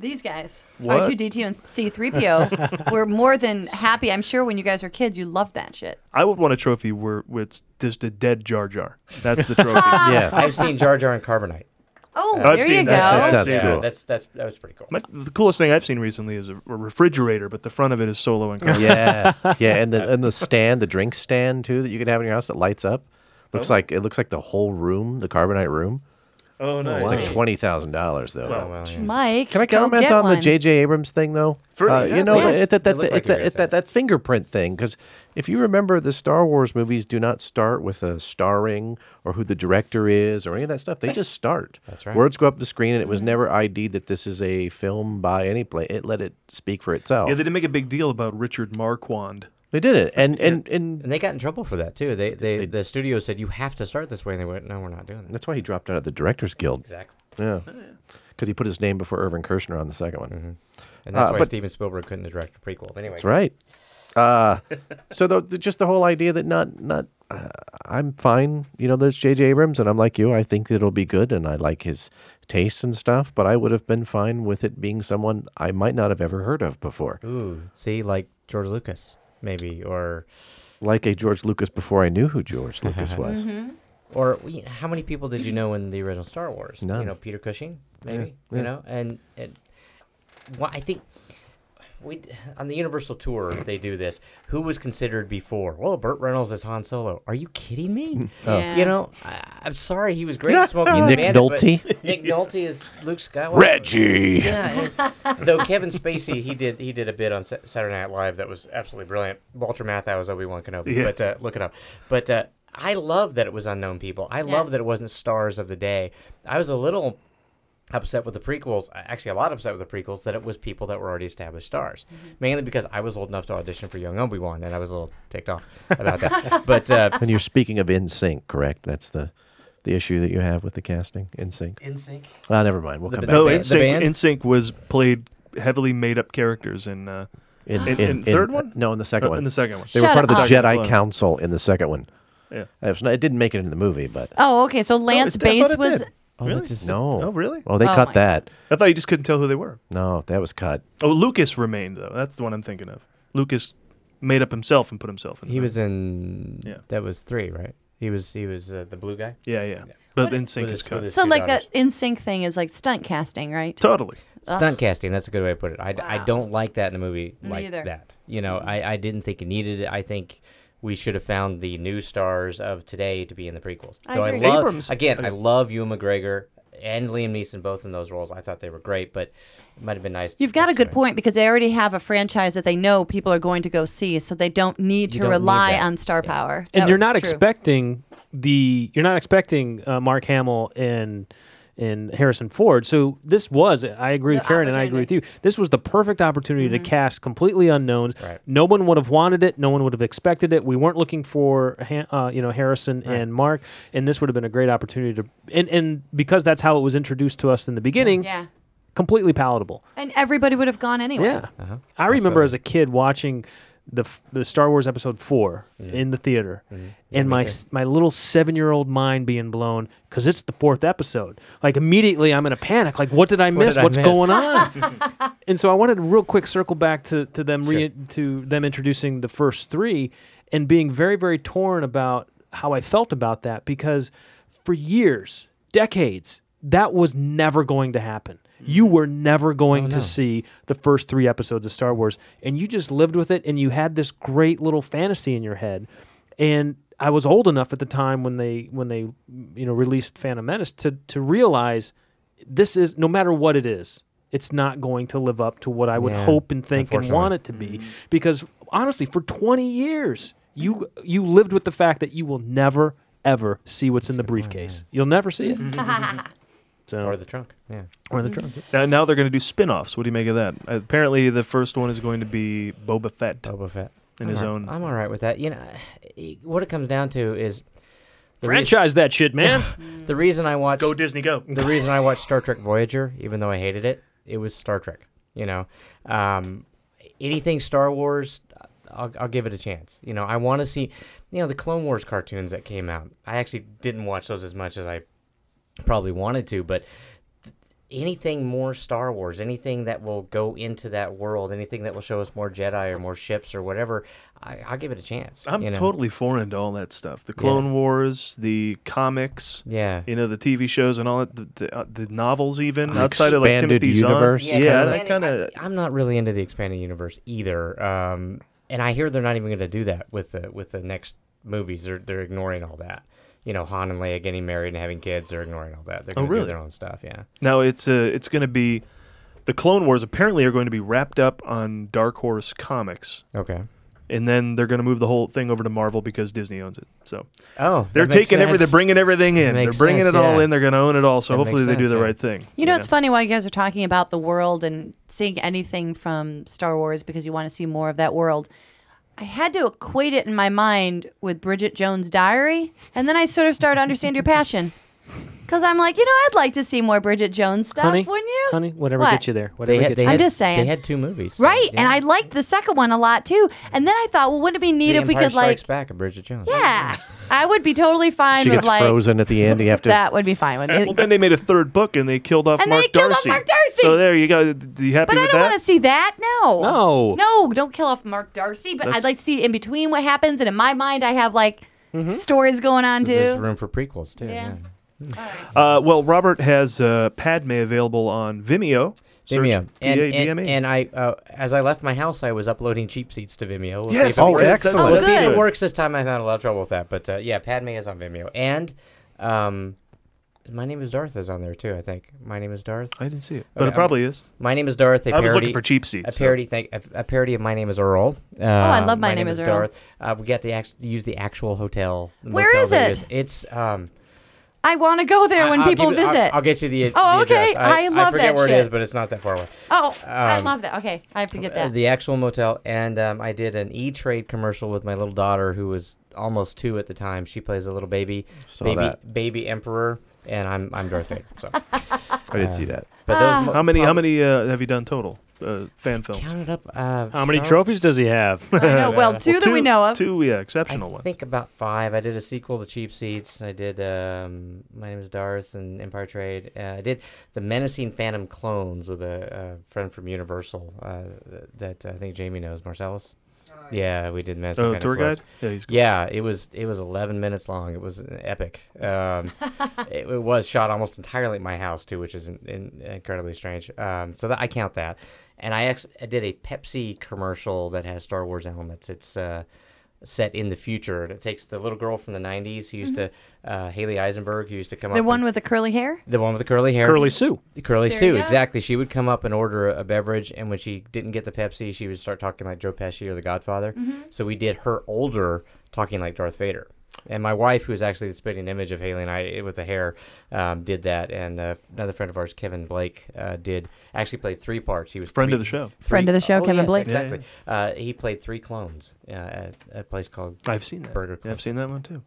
S4: These guys,
S2: What?
S4: R2D2 and
S20: (laughs)
S4: C3PO, were more than happy. I'm sure when you guys were kids, you loved that shit.
S2: I would want a trophy where, where it's just a dead Jar Jar. That's the trophy.
S20: (laughs)
S4: Ah,
S20: yeah, I've seen Jar Jar and Carbonite.
S4: Oh,
S2: I've
S4: there
S2: seen
S4: you go.
S2: that. I've
S20: That's
S2: seen that.
S20: That's that's that was pretty cool.
S2: My, the coolest thing I've seen recently is a, a refrigerator, but the front of it is Solo and
S4: (laughs)
S2: Carbonite.
S8: (laughs) yeah, yeah, and the and the stand, the drink stand too that you can have in your house that lights up. Looks
S2: Oh.
S8: like it looks like the whole room, the carbonite room.
S2: Oh,
S8: It's
S2: nice.
S8: like twenty thousand dollars though.
S20: Oh,
S2: Well, well, yeah.
S4: Mike,
S8: Can I
S4: go
S8: comment
S4: get
S8: on the
S4: one.
S8: J.J. Abrams thing though?
S4: For-
S8: Uh, you know,
S4: Yeah.
S8: it's that
S4: It
S8: that
S4: looked like
S8: it's
S4: you were
S8: that, it's that, that fingerprint thing because if you remember, the Star Wars movies do not start with a starring or who the director is or any of that stuff. They just start. That's
S20: right.
S8: Words go up the screen, and it
S4: Mm-hmm.
S8: was never ID'd that this is a film by any play. It let it speak for itself.
S2: Yeah, they didn't make a big deal about Richard Marquand.
S8: They did it, and and and,
S20: they got in trouble for that too. They, they the studio said you have to start this way, and they went, "No, we're not doing that."
S8: That's why he dropped out of the Directors Guild.
S20: Exactly.
S8: Yeah. Because he put his name before Irvin Kershner on the second one.
S20: And that's
S8: Uh,
S20: why
S8: but-
S20: Steven Spielberg couldn't direct a prequel. But anyway,
S8: That's right. Uh, so the, the- just the whole idea that not not uh, I'm fine. You know, there's J.J. Abrams, and I'm like you. I think it'll be good, and I like his tastes and stuff. But I would have been fine with it being someone I might not have ever heard of before,
S20: Ooh, see, like George Lucas, maybe, or
S8: like a George Lucas before I knew who George Lucas was.
S20: Or you know, how many people did you know in the original Star Wars? You
S8: None.
S20: know, Peter Cushing, maybe.
S8: yeah.
S20: You know, and and well, I think we on the Universal tour they do this. Who was considered before? Well, Burt Reynolds as Han Solo. Are you kidding
S8: (laughs)
S20: me?
S8: Oh. Yeah.
S20: You know, I, I'm sorry he was great. in Smoking
S8: You
S20: the
S8: Nick
S20: Bandit, but
S8: Nolte?
S20: Nick Nolte is Luke Skywalker.
S8: Reggie.
S20: Yeah. and- though Kevin Spacey, he did he did a bit on Sa- Saturday Night Live that was absolutely brilliant. Walter Matthau is Obi Wan Kenobi,
S2: Yeah.
S20: but uh, look it up. But uh, I love that it was unknown people. I love that it wasn't stars of the day. I was a little upset with the prequels. Actually, a lot upset with the prequels that it was people that were already established stars, mainly because I was old enough to audition for Young Obi Wan, and I was a little ticked off about that. (laughs) but uh,
S8: and you're speaking of in sync, correct? That's the the issue that you have with the casting in sync.
S20: NSYNC?
S8: Ah, never mind. We'll
S20: The-
S8: come
S20: the
S8: back.
S2: No,
S8: to that.
S2: NSYNC,
S20: band?
S2: NSYNC was played heavily made up characters in uh,
S8: In,
S2: in,
S8: in-
S2: in
S8: in-
S2: third one.
S8: No, in the second
S2: Uh,
S8: one.
S2: In the second one,
S8: They were part of the
S2: Second
S8: Jedi
S2: one.
S8: Council in the second one.
S2: Yeah.
S8: It, was not, it didn't make it into the movie, but
S4: Oh, okay. So Lance
S8: it- I thought
S4: Bass
S8: it
S4: was.
S8: did.
S2: Oh, really?
S8: no.
S2: Oh, really?
S8: Oh, they
S4: Oh
S8: cut
S4: my
S8: that.
S2: I thought you just couldn't tell who they were.
S8: No, that was cut.
S2: Oh, Lucas remained though. That's the one I'm thinking of. Lucas made up himself and put himself in. the
S20: he
S2: movie.
S20: was in
S2: Yeah.
S20: that was three, right? He was he was uh, the blue guy.
S2: Yeah, yeah. But NSYNC
S20: With
S2: is
S20: his- with
S2: cut.
S20: his
S4: So,
S20: two
S4: like,
S20: daughters.
S4: that in sync thing is like stunt casting, right?
S2: Totally.
S4: Ugh.
S20: Stunt casting, that's a good way to put it. I, I don't like that in a movie
S4: Me
S20: like
S4: either.
S20: that. You know, I, I didn't think it needed it. I think we should have found the new stars of today to be in the prequels.
S4: I
S20: Though
S4: agree.
S20: love,
S2: Abrams-
S20: Again, I love Ewan McGregor and Liam Neeson both in those roles. I thought they were great, but it might have been nice.
S4: You've got a good point because they already have a franchise that they know people are going to go see, so they don't need to
S20: You don't need
S4: rely
S20: that.
S4: on star power.
S3: and
S4: That
S3: you're
S4: was
S3: not
S4: true.
S3: expecting the you're not expecting uh, Mark Hamill and and Harrison Ford. So this was I agree with Karen and I agree with you. This was the perfect opportunity
S4: Mm-hmm.
S3: to cast completely unknowns.
S20: Right.
S3: No one would have wanted it. No one would have expected it. We weren't looking for Han, uh, you know Harrison and Mark, and this would have been a great opportunity to and and because that's how it was introduced to us in the beginning.
S4: Yeah.
S3: Completely palatable.
S4: And everybody would have gone anyway.
S3: Yeah.
S20: Uh-huh.
S3: I remember as a kid watching the f- the Star Wars episode 4
S20: Mm-hmm.
S3: in the theater and my s- my little 7-year-old mind being blown cuz it's the fourth episode. Like immediately I'm in a panic like what did I
S20: What
S3: miss?
S20: did I
S3: What's
S20: miss? (laughs)
S3: going on? and so I wanted to real quick circle back to to them re- to them introducing the first 3 and being very very torn about how I felt about that because for years, decades, that was never going to happen. You were never going to see the first three episodes of Star Wars, and you just lived with it, and you had this great little fantasy in your head. And I was old enough at the time when they when they you know released Phantom Menace to to realize this is no matter what it is, it's not going to live up to what I would
S20: Yeah,
S3: hope and think and
S20: unfortunately.
S3: want it to be. Because honestly, for 20 years, you you lived with the fact that you will never ever see what's in the briefcase. You'll never see it. So,
S20: Or the trunk. Yeah.
S3: or the trunk.
S2: Now, now they're going to do spin offs. What do you make of that? Apparently, the first one is going to be Boba Fett.
S20: Boba Fett.
S2: In
S20: I'm
S2: his
S20: all-
S2: own.
S20: I'm all right with that. You know, (sighs) it- what it comes down to is the reason-
S3: Franchise that shit, (laughs) man.
S20: the reason I watched
S2: Go Disney, go.
S20: the reason I watched Star Trek Voyager, even though I hated it, it was Star Trek. You know, um, anything Star Wars, I'll, I'll give it a chance. You know, I want to see, you know, the Clone Wars cartoons that came out. I actually didn't watch those as much as I probably wanted to, but th- anything more Star Wars, anything that will go into that world, anything that will show us more Jedi or more ships or whatever, I, I'll give it a chance.
S2: I'm
S20: you know?
S2: totally foreign to all that stuff. The Clone Wars, the comics,
S20: Yeah.
S2: you know, the TV shows and all that, the, the, uh, the novels even
S8: An
S2: outside of like
S8: expanded
S2: Timothy Zahn.
S8: universe.
S2: Yeah,
S20: Yeah,
S2: that kind of.
S20: I'm not really into the expanded universe either. Um, and I hear they're not even going to do that with the with the next movies. They're they're ignoring all that. You know, Han and Leia getting married and having kids. They're ignoring all that. They're
S2: Oh,
S20: going to
S2: really?
S20: do their own stuff. Yeah.
S2: Now it's uh, it's going to be the Clone Wars. Apparently, are going to be wrapped up on Dark Horse Comics,
S20: Okay.
S2: and then they're going to move the whole thing over to Marvel because Disney owns it. So
S20: Oh, that
S2: they're
S20: makes
S2: taking every,
S20: sense.
S2: they're bringing everything in.
S20: That
S2: They're
S20: makes
S2: bringing
S20: sense,
S2: it all
S20: yeah.
S2: in. They're going to own it all. So
S20: That
S2: hopefully
S20: makes
S2: they do
S20: sense,
S2: the
S20: yeah.
S2: right thing.
S4: You know, it's funny while you guys are talking about the world and seeing anything from Star Wars because you want to see more of that world. I had to equate it in my mind with Bridget Jones' Diary, and then I sort of started to understand
S3: (laughs)
S4: your passion. Because I'm like, you know, I'd like to see more Bridget Jones stuff,
S3: honey,
S4: wouldn't you?
S3: honey, whatever
S4: What?
S3: gets you there.
S20: They
S3: Whatever
S20: had,
S3: gets
S20: they
S3: you
S4: I'm
S20: had-
S4: just saying.
S20: they had two movies. so,
S4: Right,
S20: yeah.
S4: and I liked the second one a lot too. And then I thought, well, wouldn't it be neat
S20: The
S4: if we
S20: Empire
S4: could like,
S20: Strikes Back and Bridget Jones.
S4: yeah, I would be totally fine
S8: She
S4: with
S8: gets
S4: like
S8: frozen at the end. You have to.
S4: that would be fine with
S2: Well,
S4: me.
S2: then they made a third book and they killed off
S4: And
S2: Mark
S4: they killed off
S2: Darcy.
S4: Mark Darcy!
S2: So there you go. Do you happy
S4: But I
S2: with
S4: don't
S2: that?
S4: want to see that. No,
S3: No.
S4: no, don't kill off Mark Darcy. But
S2: That's-
S4: I'd like to see in between what happens. And in my mind, I have like stories going on
S20: There's
S4: too.
S20: Mm-hmm. room for prequels too.
S4: Yeah.
S20: Yeah.
S2: Uh, well, Robert has uh, Padme available on Vimeo. Search
S20: Vimeo. And, and,
S2: P-A-D-M-E.
S20: and I, uh, as I left my house, I was uploading cheap seats to Vimeo. We'll see
S2: Yes,
S20: if it
S2: oh,
S20: works.
S2: excellent.
S20: Let's see if
S4: Good.
S20: it works this time. I've had a lot of trouble with that, but uh, yeah, Padme is on Vimeo, and um, my name is Darth is on there too. I think my name is Darth.
S2: I didn't see it, but
S20: Okay,
S2: it probably is.
S20: My name is Darth. A
S2: I was
S20: parody,
S2: looking for cheap seats,
S20: A
S2: so.
S20: parody, thing, a, a parody of My Name Is Earl. oh,
S4: I love My Name Is Earl.
S20: Darth. Uh, we got to act- use the actual hotel.
S4: Where
S20: motel
S4: is
S20: that
S4: it?
S20: It's um.
S4: I want to go there
S20: I-
S4: when
S20: I'll
S4: people
S20: give you- I'll-
S4: visit.
S20: I'll, get you the.
S4: Oh,
S20: the
S4: okay.
S20: address. I,
S4: I love
S20: forget
S4: that
S20: where it
S4: shit.
S20: is, but it's not that far away.
S4: oh, I
S20: um,
S4: love that. Okay, I have to get
S20: Uh,
S4: that.
S20: The actual motel, and um, I did an E Trade commercial with my little daughter, who was almost two at the time. She plays a little baby,
S8: Saw
S20: baby,
S8: that.
S20: baby emperor, and I'm I'm Darth Vader. So,
S8: I didn't see that.
S20: but those mo-
S2: How many? How many uh, have you done total? Uh, fan films.
S20: counted up. Uh,
S3: How many
S20: Star-
S3: trophies does he have?
S4: I
S20: (laughs)
S4: know. Well, two that we know of.
S2: Two, yeah,
S20: I
S2: exceptional ones.
S20: think about five. I did a sequel to Cheap Seats. I did um, My Name Is Darth and Empire Trade. Uh, I did the Menacing Phantom Clones with a, a friend from Universal uh, that I think Jamie knows, Marcellus. yeah. we did Menacing
S2: Oh,
S20: Phantom
S2: tour
S20: Clones.
S2: guide. Yeah, he's
S20: Yeah, it was it was 11 minutes long. It was epic. Um, it, it was shot almost entirely at my house too, which is in, in, incredibly strange. Um, so that, I count that. And I, ex- I did a Pepsi commercial that has Star Wars elements. It's uh, set in the future. And it takes the little girl from the 90s who used to, uh, Haley Eisenberg, who used to come
S4: The
S20: up.
S4: one
S20: and-
S4: with the curly hair?
S20: the one with the curly hair.
S24: Curly Sue.
S20: The Curly
S4: There you
S20: Sue,
S4: go.
S20: exactly. She would come up and order a, a beverage, and when she didn't get the Pepsi, she would start talking like Joe Pesci or The Godfather.
S4: Mhm.
S20: So we did her older talking like Darth Vader. And my wife, who is actually the spitting image of Haley and I with the hair, um, did that. And uh, another friend of ours, Kevin Blake, uh, did actually played three parts. He was
S2: Friend of
S20: three-
S2: the show.
S4: Friend of the
S20: three-
S4: show,
S20: oh,
S4: Kevin
S20: yes,
S4: Blake.
S2: Yeah, yeah,
S20: Exactly. Uh, he played three clones uh, at a place called
S2: I've seen that.
S20: Burger.
S2: I've seen that one too.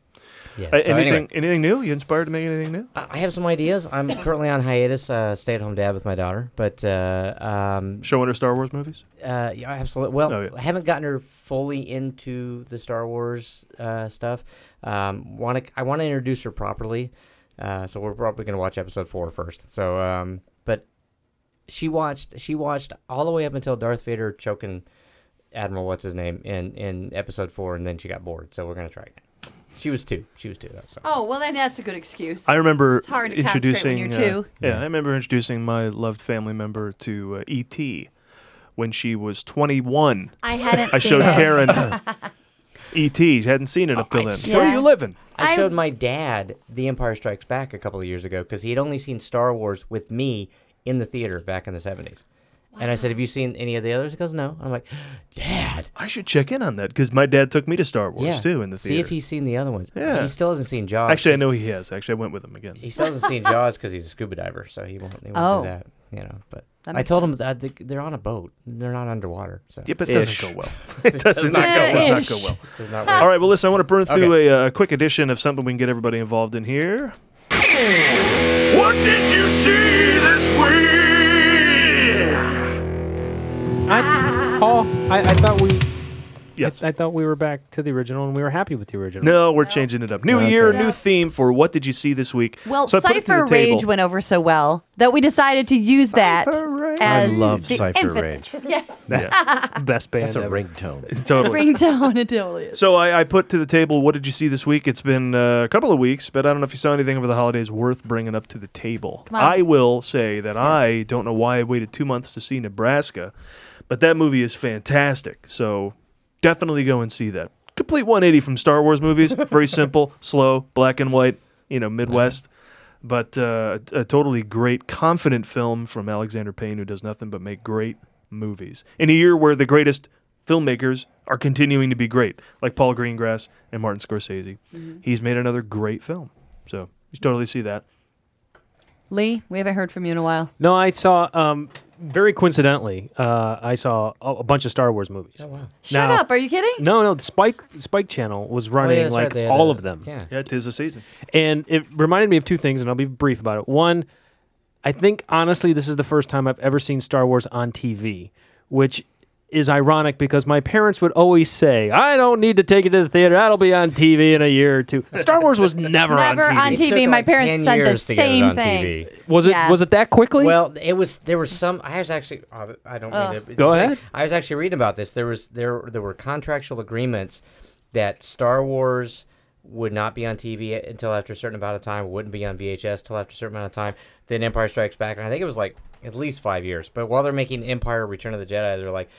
S20: Yeah.
S2: Uh,
S20: so
S2: anything
S20: anyway.
S2: anything new? You inspired to make anything new?
S20: I I have some ideas. I'm currently on hiatus, uh, stay at home dad with my daughter, but uh, um,
S2: Showing her Star Wars movies?
S20: uh, yeah, absolutely. Well,
S2: Oh, yeah.
S20: I haven't gotten her fully into the Star Wars uh, stuff. Um, want to? I want to introduce her properly. Uh, so we're probably going to watch episode four first. So, um, but she watched. She watched all the way up until Darth Vader choking Admiral what's his name in in episode four, and then she got bored. So we're going to try again. She was two. She was two though. So.
S4: Oh, well, then that's a good excuse.
S2: I remember
S4: It's hard to
S2: introducing.
S4: concentrate when you're
S2: uh,
S4: two.
S2: yeah, I remember introducing my loved family member to uh, E.T. when she was 21.
S4: I hadn't
S2: I
S4: seen
S2: showed
S4: it.
S2: Karen
S4: (laughs)
S2: E.T. She hadn't seen
S20: Oh,
S2: it up till then. Where are you living?
S20: I
S4: I've-
S20: showed my dad The Empire Strikes Back a couple of years ago because he had only seen Star Wars with me in the theater back in the 70s. And I said, Have you seen any of the others? He goes, No. I'm like, Dad.
S2: I should check in on that because my dad took me to Star Wars
S20: Yeah.
S2: too in the theater.
S20: See if he's seen the other ones.
S2: Yeah.
S20: He still hasn't seen Jaws.
S2: Actually, I know he has. Actually, I went with him again.
S20: He still hasn't seen Jaws because he's a scuba diver, so he won't, he won't
S4: Oh.
S20: do that. You know, but
S4: That
S20: I
S4: makes
S20: told him that they- they're on a boat. They're not underwater. So.
S2: Yeah, but it
S20: Ish.
S2: doesn't go well. It does not go well. Does not go well.
S20: Does not work.
S2: All right, well, listen, I want to burn through
S20: Okay.
S2: a uh, quick edition of something we can get everybody involved in here.
S25: What did you see this week?
S3: I, Paul, I, I thought we.
S2: Yes.
S3: I, I thought we were back to the original and we were happy with the original.
S2: No, we're changing it up. New
S3: Okay.
S2: year,
S3: No.
S2: new theme for what did you see this week?
S4: Well,
S2: So I put it to the
S4: Cypher Rage
S2: table.
S4: went over so well that we decided to use that as
S8: I love
S4: the
S8: Cypher
S4: infant-
S8: Rage.
S4: Yeah.
S2: Yeah. Best band
S8: That's a
S2: ever. (laughs)
S8: ringtone.
S2: Totally.
S4: Ringtone, (laughs) it totally is.
S2: So I, I put to the table, what did you see this week? It's been uh, a couple of weeks, but I don't know if you saw anything over the holidays worth bringing up to the table.
S4: Come on.
S2: I will say that I don't know why I waited two months to see Nebraska, but that movie is fantastic. So definitely go and see that. Complete 180 from Star Wars movies.
S4: (laughs)
S2: Very simple, slow, black and white, you know, Midwest. But uh, a a totally great, confident film from Alexander Payne, who does nothing but make great movies. In a year where the greatest filmmakers are continuing to be great, like Paul Greengrass and Martin Scorsese,
S4: Mm-hmm.
S2: he's made another great film. So you should totally see that.
S4: Lee, we haven't heard from you in a while.
S3: No, I saw. Um, very coincidentally, uh, I saw a, a bunch of Star Wars movies. Oh wow!
S4: Shut up. Are you kidding?
S3: No, no. The Spike Spike Channel was running
S20: Oh, that's right,
S3: like
S20: they had
S3: all
S20: a-
S3: of them.
S20: Yeah.
S2: Yeah, tis the season.
S3: And it reminded me of two things, and I'll be brief about it. One, I think honestly, this is the first time I've ever seen Star Wars on TV, which is ironic because my parents would always say, I don't need to take it to the theater. That'll be on TV in a year or two. Star Wars was never,
S4: Never
S3: on TV.
S4: on
S20: It took
S4: TV. My
S20: like
S4: parents
S20: 10
S4: said the
S20: years to get it
S4: same
S20: on
S4: thing.
S20: TV.
S3: Was it
S4: Yeah.
S3: was it that quickly?
S20: Well, it was. There was some. I was actually. oh, I don't
S4: Ugh.
S20: mean to.
S3: Go ahead.
S20: I was actually reading about this. There was there there were contractual agreements that Star Wars would not be on TV until after a certain amount of time. Wouldn't be on VHS till after a certain amount of time. Then Empire Strikes Back, and I think it was like at least five years. But while they're making Empire Return of the Jedi, they're like,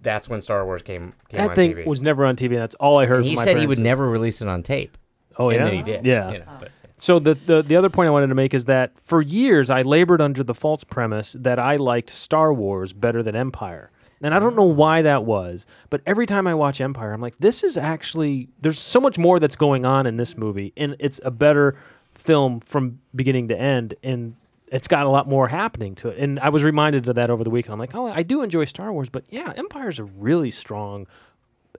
S20: that's when Star Wars came came
S3: that
S20: on
S3: thing
S20: TV.
S3: was never on TV. And that's all I heard.
S20: And he
S3: from my
S20: said he would
S3: parents.
S20: never release it on tape.
S3: Oh
S20: and
S3: yeah,
S20: then he did.
S3: Yeah.
S20: you know, but-
S3: So the, the the other point I wanted to make is that for years I labored under the false premise that I liked Star Wars better than Empire. And I don't know why that was, but every time I watch Empire, I'm like, this is actually there's so much more that's going on in this movie, and it's a better film from beginning to end, and it's got a lot more happening to it. And I was reminded of that over the weekend. I'm like, oh, I do enjoy Star Wars, but yeah, Empire's a really strong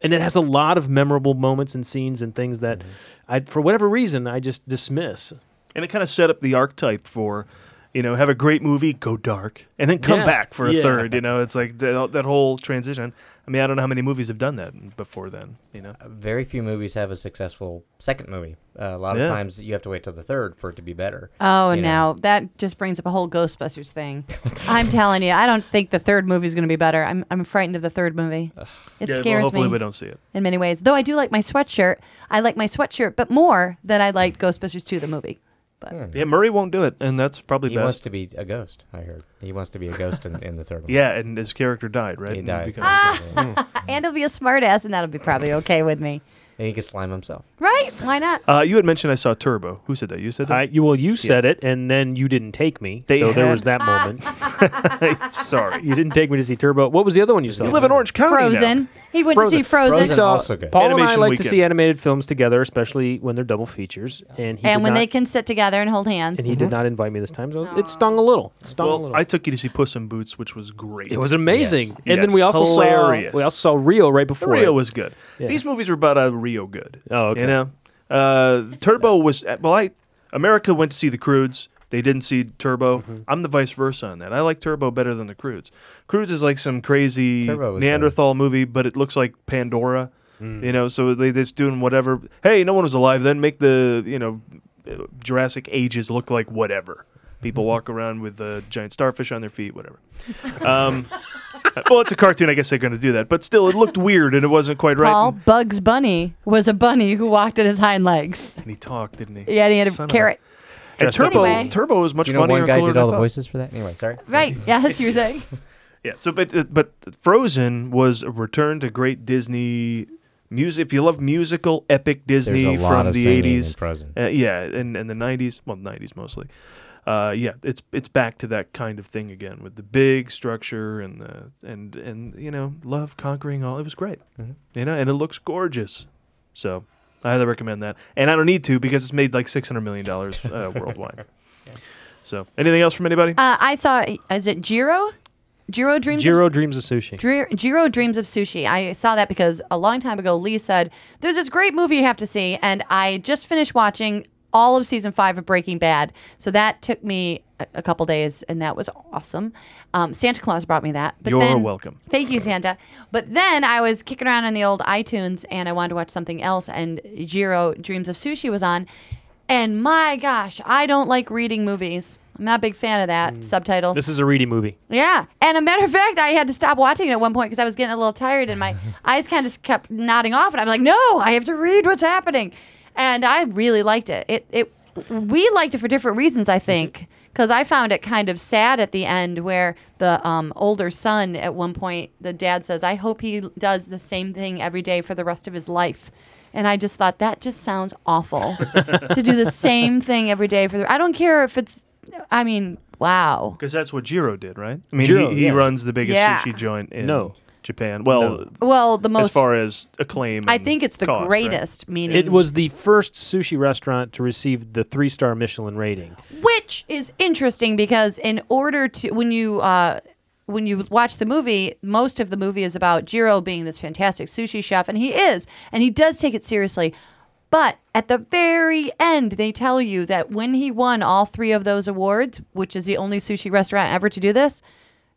S3: and it has a lot of memorable moments and scenes and things that
S2: Mm-hmm.
S3: I, for whatever reason, I just dismiss.
S2: And it kind of set up the archetype for, you know, have a great movie, go dark, and then come
S3: Yeah.
S2: back for a
S3: Yeah.
S2: third. You know, it's like that, that whole transition. I mean, I don't know how many movies have done that before then, you know.
S20: very few movies have a successful second movie. Uh, a lot
S2: Yeah.
S20: of times you have to wait till the third for it to be better.
S4: Oh,
S20: you know?
S4: now that just brings up a whole Ghostbusters thing. I'm telling you, I don't think the third movie is going to be better. I'm, I'm frightened of the third movie. It
S2: Yeah, well,
S4: scares
S2: hopefully
S4: me.
S2: we don't see it.
S4: in many ways. Though I do like my sweatshirt. I like my sweatshirt, but more than I like Ghostbusters 2, the movie. But
S2: Yeah, Murray won't do it, and that's probably
S20: He wants
S2: best.
S20: to be a ghost, I heard. He wants to be a ghost in, in the third one.
S2: Yeah, and his character died, right?
S20: He
S2: And
S3: Ah!
S20: died.
S2: becomes-
S4: and he'll be a smartass, and that'll be probably okay with me.
S20: and he can slime himself.
S4: Right? Why not?
S2: Uh, you had mentioned I saw Turbo. Who said that? You said that.
S3: I, you, well, you said it, and then you didn't take me.
S2: They
S3: so there
S2: had-
S4: (laughs)
S3: was that moment.
S2: Sorry,
S3: (laughs) you didn't take me to see Turbo. What was the other one you saw?
S2: You live in Orange
S3: Uh,
S2: County now.
S4: Frozen. He went to see Frozen.
S3: We saw- Paul and I
S2: Animation
S3: like to
S2: Weekend.
S3: see animated films together, especially when they're double features. And he
S4: and
S3: did
S4: when
S3: not,
S4: they can sit together and hold hands. Mhm.
S3: and he did not invite me this time, so it stung a little. It stung a
S2: Mm-hmm. Well,
S3: little.
S2: I took you to see Puss in Boots, which was great.
S3: It was amazing.
S2: Yes.
S3: And then
S2: Yes.
S3: we also
S2: Hilarious.
S3: saw we also saw Rio right before.
S2: Rio
S3: it.
S2: was good.
S3: Yeah.
S2: These movies were about out of Rio good.
S3: Oh, okay.
S2: You know, uh, Turbo was well. I America went to see the Crudes. They didn't see Turbo.
S3: Mm-hmm.
S2: I'm the vice versa on that. I like Turbo better than the Crudes. Crudes is like some crazy
S20: Turbo was
S2: Neanderthal movie, but it looks like Pandora.
S3: Mm.
S2: You know, so they they're just doing whatever. Hey, no one was alive then. Make the you know Jurassic ages look like whatever.
S3: (laughs)
S2: People walk around with uh, giant starfish on their feet, whatever. Um, (laughs) well, it's a cartoon. I guess they're going to do that, but still, it looked weird and it wasn't quite right.
S4: Paul
S2: And-
S4: Bugs Bunny was a bunny who walked on his hind legs.
S2: And he talked, didn't he?
S4: Yeah, and he had a
S2: Son of
S4: carrot.
S2: And
S20: Dressed up.
S2: Turbo,
S4: Anyway.
S2: Turbo was much
S20: Do you know
S2: funnier.
S20: One
S2: and
S20: guy
S2: cooler
S20: did
S2: than I
S20: all the
S2: thought.
S20: voices for that. Anyway, sorry.
S3: (laughs)
S4: Right. Yeah, that's you were saying.
S2: Yeah. So, but uh, but Frozen was a return to great Disney music. If you love musical epic Disney
S20: There's a lot
S2: from
S20: of
S2: the
S20: singing in
S2: '80s,
S20: Frozen.
S2: uh, yeah, and, and the '90s, well, '90s mostly. Uh, yeah, it's it's back to that kind of thing again with the big structure and the and and you know love conquering all. It was great,
S3: Mm-hmm.
S2: you know, and it looks gorgeous. So I highly recommend that, and I don't need to because it's made like six hundred million dollars
S3: (laughs)
S2: uh, worldwide. So anything else from anybody?
S4: Uh, I saw, is it Jiro? Jiro Dreams of
S3: Jiro Dreams of Sushi.
S4: Dre- Jiro Dreams of Sushi. I saw that because a long time ago, Lee said, There's this great movie you have to see. And I just finished watching all of season five of Breaking Bad. So that took me a, a couple days, and that was awesome. Um, Santa Claus brought me that.
S2: You're
S4: then-
S2: welcome.
S4: Thank you, Santa. But then I was kicking around on the old iTunes and I wanted to watch something else, and Jiro Dreams of Sushi was on. And my gosh, I don't like reading movies. I'm not a big fan of that.
S2: Mm.
S4: Subtitles.
S3: This is a Reedy movie.
S4: Yeah. And a matter of fact, I had to stop watching it at one point because I was getting a little tired and my eyes kind of just kept nodding off. And I'm like, no, I have to read what's happening. And I really liked it. It, it We liked it for different reasons, I think, because I found it kind of sad at the end where the um, older son, at one point, the dad says, I hope he does the same thing every day for the rest of his life. And I just thought that just sounds awful to do the same thing every day for the. I don't care if it's, I mean, wow.
S2: Because that's what Jiro did, right? I mean,
S3: Jiro,
S2: he, he
S3: yeah.
S2: runs the biggest
S4: Yeah.
S2: sushi joint in
S3: No.
S2: Japan. Well,
S4: Well, the
S2: as
S4: most-
S2: far as acclaim.
S4: I
S2: and
S4: think it's the
S2: cost, right?
S4: greatest, meaning
S3: It was the first sushi restaurant to receive the three star Michelin rating.
S4: which is interesting because in order to when you uh, when you watch the movie, most of the movie is about Jiro being this fantastic sushi chef, and he is, and he does take it seriously. But at the very end, they tell you that when he won all three of those awards, which is the only sushi restaurant ever to do this,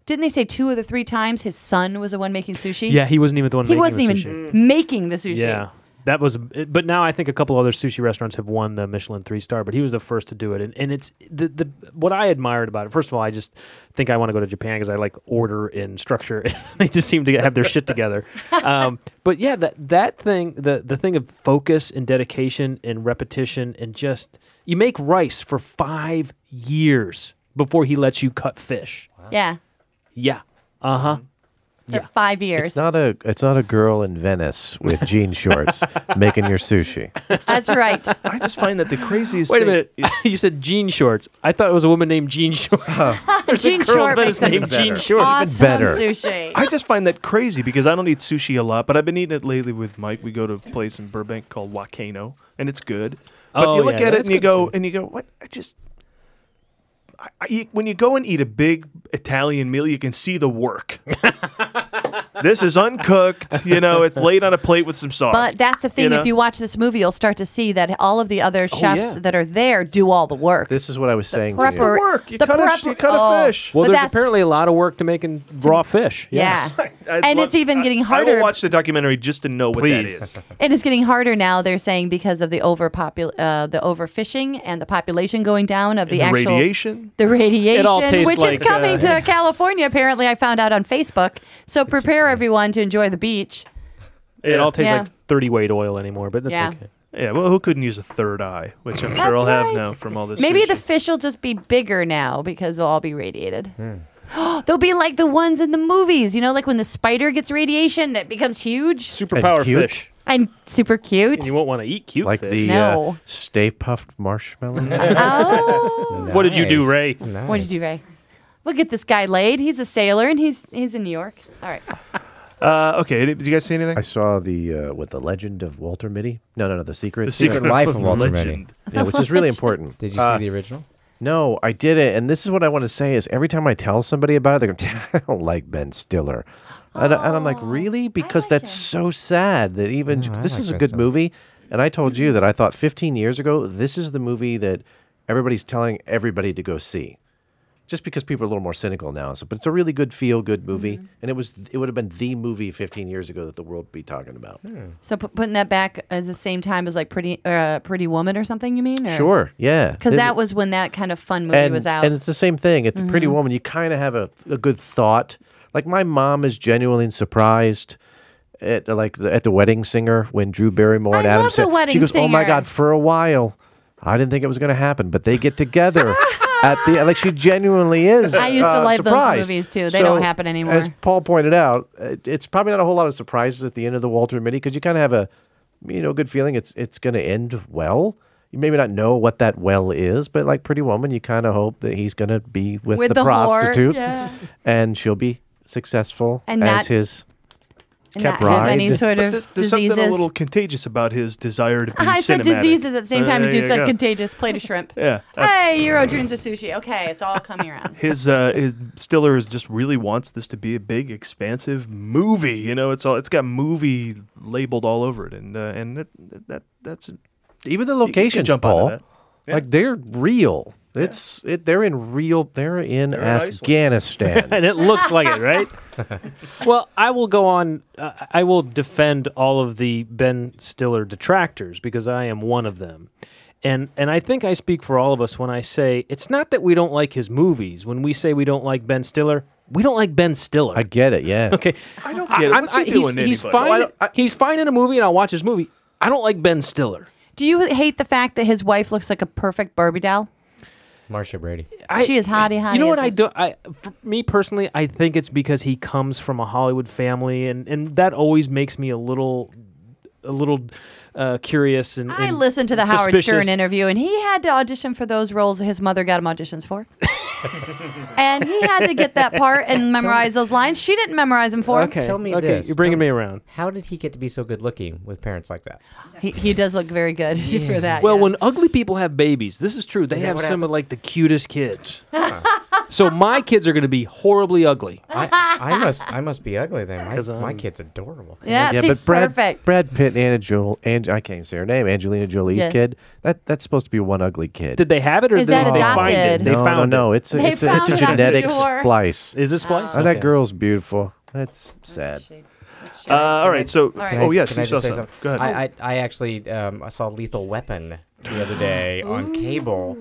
S4: didn't they say two of the three times his son was the one making sushi?
S3: Yeah, he wasn't even the one.
S4: He
S3: making
S4: wasn't
S3: the
S4: even
S3: sushi.
S4: making the sushi.
S3: Yeah. That was, but now I think a couple other sushi restaurants have won the Michelin three star, but he was the first to do it, and, and it's the, the what I admired about it. First of all, I just think I want to go to Japan because I like order and structure. (laughs) they just seem to have their
S4: (laughs)
S3: shit together. Um, but yeah, that that thing, the the thing of focus and dedication and repetition, and just you make rice for five years before he lets you cut fish.
S4: Yeah.
S3: Yeah, uh huh.
S4: For five years.
S8: It's not a it's not a girl in Venice with jean shorts making your sushi.
S4: That's right.
S2: I just find that the craziest.
S3: Wait a
S2: thing-
S3: minute. (laughs) you said jean shorts. I thought it was a woman named Jean Shorts. (laughs)
S4: (laughs)
S3: There's
S4: Jean
S3: a girl
S4: Short
S3: that
S4: makes
S3: is
S4: them
S3: named Jean
S4: better.
S3: Short.
S4: Awesome Better. sushi.
S2: I just find that crazy because I don't eat sushi a lot, but I've been eating it lately with Mike. We go to a place in Burbank called Wakano, and it's good. But
S3: Oh,
S2: you look
S3: yeah,
S2: at it
S3: that's
S2: and you
S3: good
S2: go and you go, what? I just. I, I eat, when you go and eat a big Italian meal, you can see the
S3: (laughs)
S2: work. this is uncooked. You know, it's laid on a plate with some sauce.
S4: But that's the thing.
S2: know? Oh,
S4: If you watch this movie, you'll start to see that all of the other chefs
S8: yeah.
S4: that are there do all the work.
S8: This is what I was saying. to you.
S4: Prepar-
S2: work. You
S4: the
S2: cut a-
S4: prepar-
S2: you cut a
S4: oh,
S2: fish.
S3: Well,
S4: but
S3: there's
S4: that's-
S3: apparently a lot of work to making raw fish.
S4: Yeah.
S3: Yes.
S2: (laughs) I'd
S4: and
S2: love-
S4: it's even
S2: I-
S4: getting
S2: I will
S4: harder.
S2: watch the documentary just to know what
S3: Please.
S2: that is.
S4: And it's getting harder now. They're saying because of the overpopul- uh, the overfishing and the population going down of the,
S2: And the
S4: actual
S2: radiation?
S4: the radiation,
S3: It all tastes
S4: which
S3: like,
S4: is coming
S2: (laughs)
S3: uh,
S4: to California. Apparently, I found out on Facebook. So prepare everyone to enjoy the beach.
S3: It all tastes
S4: Yeah.
S3: like 30 weight oil anymore, but that's
S4: Yeah.
S3: okay.
S2: Yeah, well, who couldn't use a third eye, which I'm sure
S4: That's
S2: I'll have
S4: right.
S2: now from all this.
S4: Maybe
S2: sushi.
S4: the fish will just be bigger now because they'll all be radiated.
S8: Hmm.
S4: (gasps) They'll be like the ones in the movies, you know, like when the spider gets radiation, it becomes huge.
S3: Superpower
S8: cute.
S3: fish.
S4: And super cute.
S3: And you won't want to eat cute
S8: like
S3: fish.
S8: the uh,
S4: No.
S8: Stay Puffed marshmallow.
S4: Oh.
S3: What did you do, Ray?
S4: What did you, Ray? Look at this guy laid. He's a sailor and he's he's in New York. All right.
S2: Uh, okay, did did you guys see anything?
S8: I saw the uh, what the Legend of Walter Mitty. No, no, no, the Secret,
S2: The Secret Life of Walter Mitty. Legend.
S8: Yeah, which is really important.
S20: Did you see
S2: Uh,
S20: the original?
S8: No, I didn't. And this is what I want to say is every time I tell somebody about it, they're going, (laughs) I don't like Ben Stiller. And, I- and I'm like, really? Because that's so sad that even
S20: No, I
S8: this
S20: like
S8: is a
S20: Ben
S8: good
S20: Stiller.
S8: movie. And I told you that I thought 15 years ago, this is the movie that everybody's telling everybody to go see. Just because people are a little more cynical now, so, but it's a really good feel-good movie, and it was it would have been the movie 15 years ago that the world would be talking about.
S4: So pu- putting that back at the same time as like Pretty uh, Pretty Woman or something, you mean? Or?
S8: Sure, yeah,
S4: Because
S8: It-
S4: that was when that kind of fun movie
S8: and,
S4: was out.
S8: And it's the same thing. At the Pretty
S4: Mhm.
S8: Woman, you kind of have a, a good thought. Like my mom is genuinely surprised at like the, at the Wedding Singer when Drew Barrymore and Adam
S4: love The
S8: Sandler. she
S4: Wedding
S8: goes, "Oh my
S4: Singer."
S8: god!" For a while, I didn't think it was going to happen, but they get together. At the like, she genuinely
S4: (laughs)
S8: is.
S4: I used to
S8: uh,
S4: like those
S8: surprised.
S4: movies, too. They don't happen anymore.
S8: As Paul pointed out, it- it's probably not a whole lot of surprises at the end of the Walter Mitty because you kind of have a, you know, good feeling it's it's going to end well. You maybe not know what that well is, but like Pretty Woman, you kind of hope that he's going to be with,
S4: With
S8: the,
S4: the whore,
S8: prostitute,
S4: yeah.
S8: and she'll be successful
S4: And
S8: as
S4: not-
S8: his
S4: and
S8: kept
S4: not have
S8: ride.
S4: any sort
S2: But
S4: of
S2: th- there's something
S4: diseases.
S2: a little contagious about his desire to
S4: (laughs)
S2: be
S4: I said
S2: cinematic.
S4: diseases at the same
S2: Uh,
S4: time as you
S2: there
S4: said
S2: go.
S4: contagious. Plate of shrimp.
S2: Yeah. uh,
S4: Hey, Euro dreams of sushi. Okay, it's all coming around.
S2: his uh, his Stiller is just really wants this to be a big, expansive movie. You know, it's all it's got movie labeled all over it, and uh, and that, that that's
S8: even the
S2: you can
S8: locations,
S2: jump onto
S8: Paul.
S2: that.
S8: Like they're real. It's it, they're in real. They're in
S3: They're in Iceland.
S8: Afghanistan. (laughs)
S3: and it looks like it,
S4: (laughs)
S3: right? well, I will go on. Uh, I will defend all of the Ben Stiller detractors because I am one of them. And, and I think I speak for all of us when I say it's not that we don't like his movies. When we say we don't like Ben Stiller, we don't like Ben Stiller. I
S8: get it. Yeah.
S3: Okay.
S2: I don't get it.
S3: I'm-
S2: What's he
S3: I-
S2: doing to
S3: He's, he's
S2: anybody?
S3: fine.
S2: Well, I don't-
S3: he's fine in a movie, and I'll watch his movie. I don't like Ben Stiller.
S4: (laughs) Do you hate the fact that his wife looks like a perfect Barbie doll?
S20: Marsha Brady.
S4: she is hottie hottie.
S3: You know what
S4: as
S3: I
S4: a-
S3: do? I, for me personally, I think it's because he comes from a Hollywood family, and and that always makes me a little, a little uh, curious. And,
S4: I
S3: and
S4: listened to the Howard
S3: suspicious.
S4: Stern interview, and he had to audition for those roles that his mother got him auditions (laughs) for. and he had to get that part and memorize those lines. She didn't memorize them for him.
S20: Tell me
S3: okay,
S20: this.
S3: you're bringing
S20: Tell-
S3: me around.
S20: How did he get to be so good looking with parents like that?
S4: He, he does look very good (laughs) for that.
S3: Well,
S4: yeah.
S3: when ugly people have babies, this is true. They
S4: Is that
S3: have
S4: what
S3: some of like the
S2: (laughs)
S3: cutest kids. so my kids are going to be horribly ugly.
S20: I, I must I must be ugly
S2: (laughs)
S20: then. My,
S3: 'Cause
S20: my
S2: um,
S3: I'm-
S20: kid's adorable.
S4: Yeah, she's
S8: Brad,
S4: perfect.
S8: Brad Pitt and Anna Jolie, and I can't say her name, Angelina Jolie's
S4: Yeah.
S8: kid. That that's supposed to be one ugly kid.
S3: Did they have it, or
S4: Is
S3: did
S4: that
S3: they find it?
S4: adopted?
S3: They
S8: no,
S3: found
S8: no, no.
S3: it.
S8: It's a
S4: They
S8: it's a, it's
S4: found it
S8: a
S4: out the
S8: genetic
S4: door.
S8: splice.
S3: Is it splice?
S8: Oh,
S3: Okay.
S8: That girl's beautiful. That's sad.
S2: Uh, all right, so
S20: Can I-
S2: oh yes,
S20: can
S2: you
S20: I
S2: saw
S20: just say
S2: something.
S20: something?
S2: Go ahead.
S20: I, I, I actually um, I saw Lethal Weapon the other day on cable,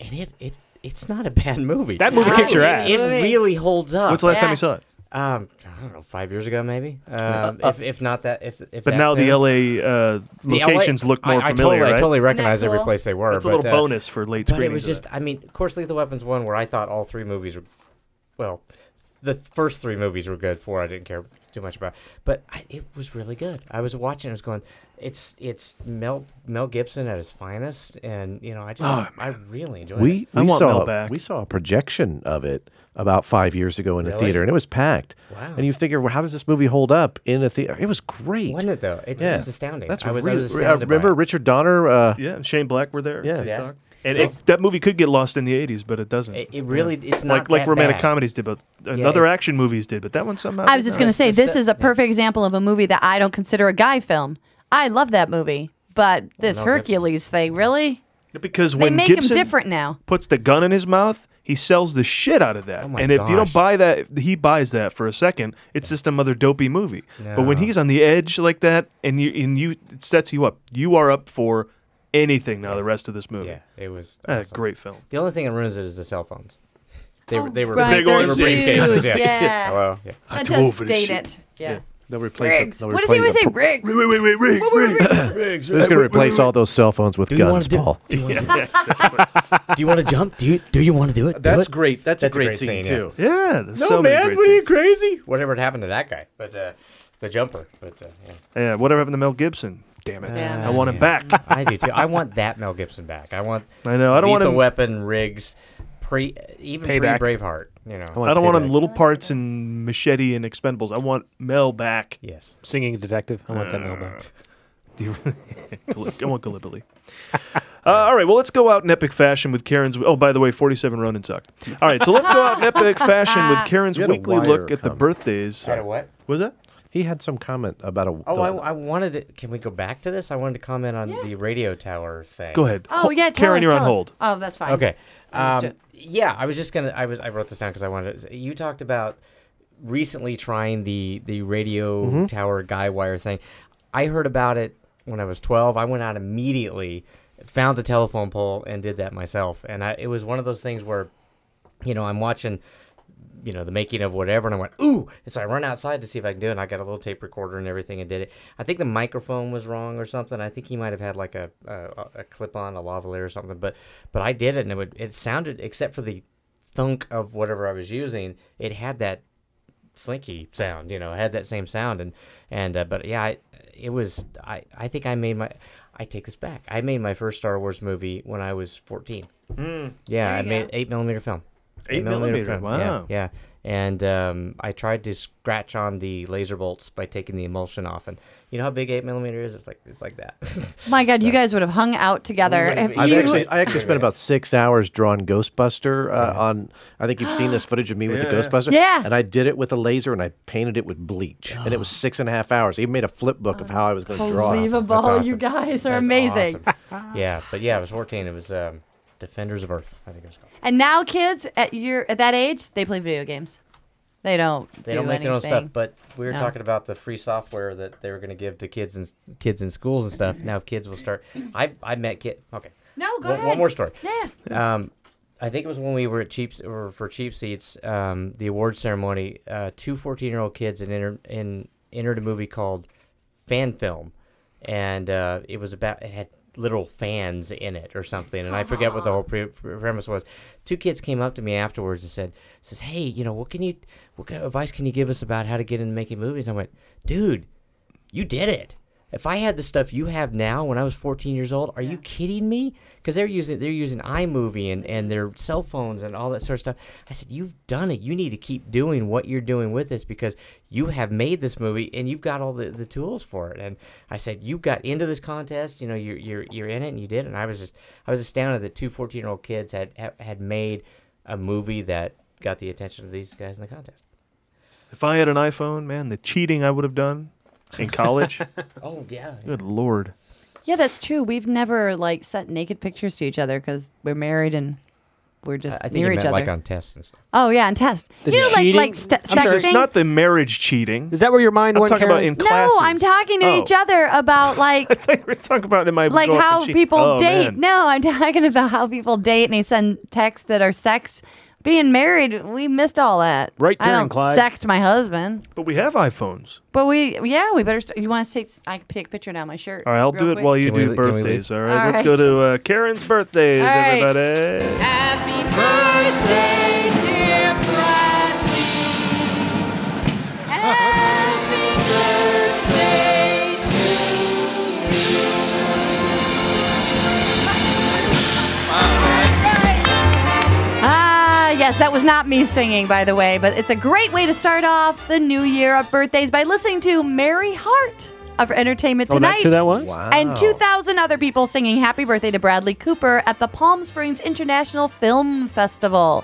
S20: and it, it it's not a bad movie.
S3: That movie
S20: It-
S3: kicks your
S20: it-
S3: ass.
S20: It really holds up.
S4: Oh.
S2: When's the last time you saw it?
S20: Um, I don't know, five years ago maybe. Um, if, if not that, if if
S2: uh, But
S20: that
S2: now
S20: soon.
S2: the LA uh,
S20: The LA
S2: locations look more
S20: I, I
S2: familiar,
S20: totally,
S2: right?
S20: I totally recognize every
S2: cool?
S20: place they were.
S2: That's a
S20: but,
S2: little
S20: uh,
S2: bonus for late
S20: But it
S2: screenings
S20: was
S2: of
S20: just, I mean, of course, Lethal Weapon's one where I thought all three movies were, well, the first three movies were good. Four I didn't care too much about, but I, it was really good. I was watching, I was going, it's it's Mel Mel Gibson at his finest, and you know, I just
S2: Oh,
S20: I really enjoyed
S8: We
S20: it.
S8: we
S2: I want Mel
S8: saw
S2: back.
S8: we saw a projection of it about five years ago in a
S20: Really?
S8: theater, and it was packed.
S20: Wow.
S8: And you figure, well, how does this movie hold up in a theater? It was great.
S20: Wasn't it though? It's,
S8: Yeah.
S20: it's astounding.
S8: That's
S20: I was, I
S8: really.
S20: was
S8: I
S20: astounded by
S8: remember
S20: it.
S8: Richard Donner. Uh,
S2: Yeah, and Shane Black were there.
S8: Yeah.
S2: to
S20: Yeah.
S2: talk. And it- that movie could get lost in the '80s, but it doesn't.
S20: It- it really-
S2: Yeah.
S20: it's
S2: like
S20: not
S2: like
S20: that
S2: romantic
S20: bad.
S2: comedies did, but
S20: Yeah,
S2: another
S20: it-
S2: action movies did, but that one somehow.
S4: I was just going to say,
S20: the
S4: this
S20: set-
S4: is a perfect example of a movie that I don't consider a guy film. I love that movie, but this
S2: Mel Gibson.
S4: Hercules thing, really?
S2: because
S4: They
S2: when
S4: make
S2: Gibson
S4: him different now.
S2: puts the gun in his mouth, he sells the shit out of that.
S20: Oh my
S2: and if you don't
S20: gosh.
S2: buy that, if he buys that for a second. It's just another dopey movie. But when
S20: No.
S2: he's on the edge like that, and you and you it sets you up, you are up for anything now. The rest of this movie.
S20: Yeah, it was
S2: Uh,
S20: awesome.
S2: great film.
S20: The only thing that ruins it is the cell phones. They, were they were
S4: Oh, right,
S20: big
S4: they're
S20: ones, they were
S4: huge,
S20: briefcases, (laughs)
S4: yeah.
S20: Hello. Yeah.
S4: I That took does over this date shit. it, yeah. Yeah.
S8: They'll replace. the-
S4: Riggs.
S8: they'll
S4: What does he
S8: replace
S4: always
S8: the
S4: say?
S8: pl-
S4: Riggs.
S2: Wait, wait, wait, Riggs, Riggs, Riggs.
S8: They're just going to replace all those cell phones with
S20: Do you wanna
S8: guns,
S20: do-
S8: Paul.
S20: do you wanna do- do you want to jump? Do you do you want to do it? Do
S8: That's
S20: it.
S8: great. That's a great scene,
S20: yeah.
S8: too.
S2: Yeah,
S20: No man, what are you crazy? Whatever had happened to that guy, but uh, the jumper. But uh, yeah.
S2: Yeah, whatever happened to Mel Gibson? Damn it! I want him
S20: yeah.
S2: back.
S20: I do too. I want that Mel Gibson back. I want.
S2: I know. I don't want
S20: Lethal
S2: him-
S20: Weapon rigs, pre even pre
S2: Payback.
S20: Braveheart. You know.
S2: I, don't want him little parts in Machete and Expendables. I want Mel back.
S20: Yes.
S16: Singing detective. I want that Mel back.
S2: Do you really? I want Gallipoli. (laughs) Uh, all right, well, let's go out in epic fashion with Karen's. Oh, by the way, 47 Ronin sucked. All right, so let's go out in epic fashion with Karen's
S22: You had a
S2: weekly
S22: wire
S2: look at the
S22: comment.
S2: birthdays.
S20: Had a what?
S2: Was that?
S22: He had some comment about a.
S20: Oh, I, I wanted to. Can we go back to this? I wanted to comment on the radio tower thing.
S2: Go ahead.
S4: Oh, yeah, tell
S2: Karen,
S4: us,
S2: you're on
S4: tell us.
S2: hold.
S4: Oh, that's fine.
S20: Okay.
S4: Understood.
S20: Um, yeah, I was just gonna. I was. I wrote this down because I wanted. To, you talked about recently trying the the radio
S4: Mm-hmm.
S22: Mhm.
S20: tower guy wire thing. I heard about it when I was twelve. I went out immediately, found the telephone pole, and did that myself. And I, it was one of those things where, you know, I'm watching. You know the making of whatever, and I went ooh, and so I run outside to see if I can do it. And I got a little tape recorder and everything, and did it. I think the microphone was wrong or something. I think he might have had like a a, a clip on, a lavalier or something. But but I did it, and it would it sounded except for the thunk of whatever I was using, it had that slinky sound. You know, it had that same sound, and and uh, but yeah, I, it was. I I think I made my. I take this back. I made my first Star Wars movie when I was fourteen.
S2: Mm.
S20: Yeah,
S2: There
S20: I
S2: you
S20: made eight millimeter film.
S2: Eight millimeter,
S20: yeah,
S2: wow.
S20: Yeah, and um, I tried to scratch on the laser bolts by taking the emulsion off, and you know how big eight millimeter is? It's like it's like that. (laughs)
S4: My God, you guys would have hung out together
S20: would've
S4: if
S20: been-
S22: I've
S4: you.
S22: actually, I actually spent about six hours drawing Ghostbuster uh, on. I think you've seen
S20: (gasps)
S22: this footage of me with
S4: Yeah,
S22: the
S4: yeah.
S22: Ghostbuster.
S4: Yeah.
S22: And I did it with a laser and I painted it with bleach. And it was six and a half hours. I even made a flip book of how I was going to draw. it.
S4: Unbelievable!
S22: That's awesome.
S4: You guys are
S20: That's
S4: amazing.
S2: (laughs)
S20: awesome. yeah, but yeah, I was 14. It was um, Defenders of Earth, I think it was called.
S4: And now kids at your at that age, they play video games. They don't.
S20: They
S4: do
S20: don't make
S4: anything.
S20: their own stuff, but we were
S4: No.
S20: talking about the free software that they were going to give to kids and kids in schools and stuff. Now kids will start. I I met kid. Okay.
S4: No, Mm-hmm. Oh, go
S20: one,
S4: ahead.
S20: One more story.
S4: Yeah.
S20: Um, I think it was when we were at cheap or for cheap seats, um, the award ceremony. Uh, two 14 year old kids and entered in entered a movie called Fan Film, and uh, it was about it had literal fans in it or something, and I forget what the whole pre- pre- premise was. Two kids came up to me afterwards and said, "says Hey, you know what can you what kind of advice can you give us about how to get into making movies?" I went, "Dude, you did it." If I had the stuff you have now when I was 14 years old, are you kidding me? Because they're using they're using iMovie and, and their cell phones and all that sort of stuff. I said, you've done it. You need to keep doing what you're doing with this because you have made this movie and you've got all the, the tools for it. And I said, you got into this contest. You know, you're you're you're in it and you did. It. And I was just I was astounded that two 14 year old kids had had- had made a movie that got the attention of these guys in the contest.
S2: If I had an iPhone, man, the cheating I would have done in (laughs) college.
S20: Oh yeah.
S2: Good lord.
S4: Yeah, that's true. We've never like sent naked pictures to each other because we're married and we're just
S20: I think
S4: near
S20: you
S4: each
S20: meant
S4: other.
S20: like on tests and stuff.
S4: oh yeah, and test. you know, like like st-
S2: It's
S4: sexting.
S2: not the marriage cheating. Is
S16: that where your mind
S2: I'm
S16: went,
S2: talking about
S16: Karen?
S2: in
S4: no,
S2: classes.
S4: I'm talking to
S2: Oh.
S4: each other
S2: (laughs)
S4: about like
S2: We're talking about in my
S4: like
S2: go up and
S4: how
S2: cheat.
S4: people
S2: Oh,
S4: date.
S2: man.
S4: No, I'm (laughs) talking about how people date and they send texts that are sex. Being married, we missed all that.
S2: Right
S4: I
S2: there in
S4: don't
S2: Clyde.
S4: sext my husband,
S2: But we have iPhones.
S4: but we yeah we better. St- you want to take? I can take a picture now. of My shirt.
S2: All right, I'll
S4: real
S2: do it
S4: quick.
S2: while you
S20: Can we
S2: do
S20: leave- can we leave?
S2: birthdays. All right,
S4: All
S2: let's
S4: right.
S2: go to uh, Karen's birthdays,
S4: All right.
S2: everybody.
S4: Happy birthday, dear Ah, yes, that was not me singing, by the way, but it's a great way to start off the new year of birthdays by listening to Mary Hart of Entertainment
S16: Oh,
S4: Tonight.
S16: that's who that was?
S4: And 2,000 other people singing Happy Birthday to Bradley Cooper at the Palm Springs International Film Festival.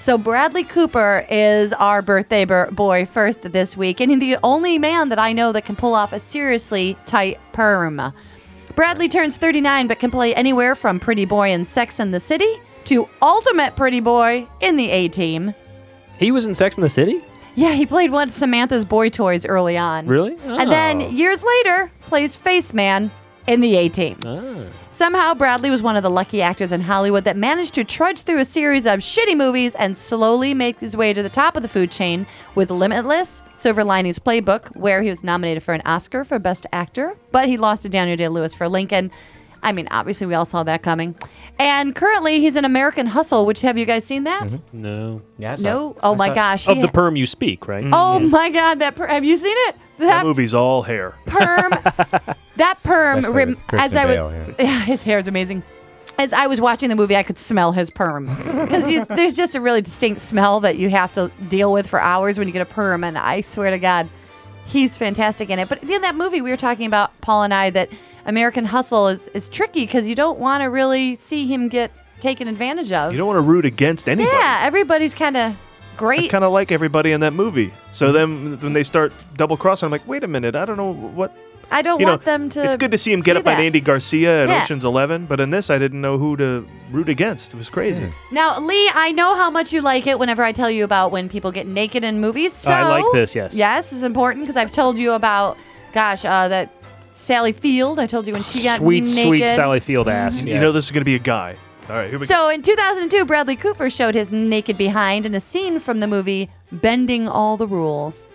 S4: So, Bradley Cooper is our birthday bur- boy first this week, and he's the only man that I know that can pull off a seriously tight perm. Bradley turns 39 but can play anywhere from Pretty Boy in Sex and the City to Ultimate Pretty Boy in the A Team.
S16: He was in Sex in the City.
S4: Yeah, he played one of Samantha's boy toys early on.
S16: Really?
S4: And
S16: Oh.
S4: then years later, plays Face Man in the A Team.
S16: Oh.
S4: Somehow, Bradley was one of the lucky actors in Hollywood that managed to trudge through a series of shitty movies and slowly make his way to the top of the food chain with Limitless, Silver Linings Playbook, where he was nominated for an Oscar for Best Actor, but he lost to Daniel Day Lewis for Lincoln. I mean, obviously, we all saw that coming. And currently, he's in American Hustle, which have you guys seen that?
S16: Mm-hmm.
S3: No.
S20: Yeah,
S4: No. Oh my gosh.
S3: Of
S4: he
S3: the
S4: ha-
S3: perm you speak, right?
S2: Mm-hmm.
S4: Oh my God! That per- have you seen it?
S2: That
S4: That
S2: movie's all hair. (laughs)
S4: perm. that perm.
S2: Especially
S4: Rem-
S2: with
S4: as
S2: Christian
S4: I
S2: Bale,
S4: was, (laughs) yeah. his hair is amazing. As I was watching the movie, I could smell his
S2: (laughs)
S4: perm because there's just a really distinct smell that you have to deal with for hours when you get a perm. And I swear to God, he's fantastic in it. But in that movie, we were talking about Paul and I that American Hustle is is tricky because you don't want to really see him get taken advantage of.
S2: You don't want to root against anybody.
S4: yeah, everybody's kind of
S2: I
S4: great.
S2: kind of like everybody in that movie.
S20: Mm-hmm.
S2: So then when they start double crossing, I'm like, wait a minute, I don't know what.
S4: I don't
S2: you know,
S4: want them to.
S2: It's good to see him get
S4: do
S2: up on
S4: that.
S2: Andy Garcia at
S4: Yeah.
S2: Ocean's Eleven, but in this, I didn't know who to root against. It was crazy.
S20: Hmm.
S4: Now, Lee, I know how much you like it whenever I tell you about when people get naked in movies. So
S3: I like this, yes.
S4: Yes, it's important because I've told you about, gosh, uh, that Sally Field. I told you when she got
S3: Sweet,
S4: naked.
S3: sweet Sally Field ass.
S2: You know this is going to be a guy. All right, here we
S4: So in 2002, Bradley Cooper showed his naked behind in a scene from the movie Bending All the Rules.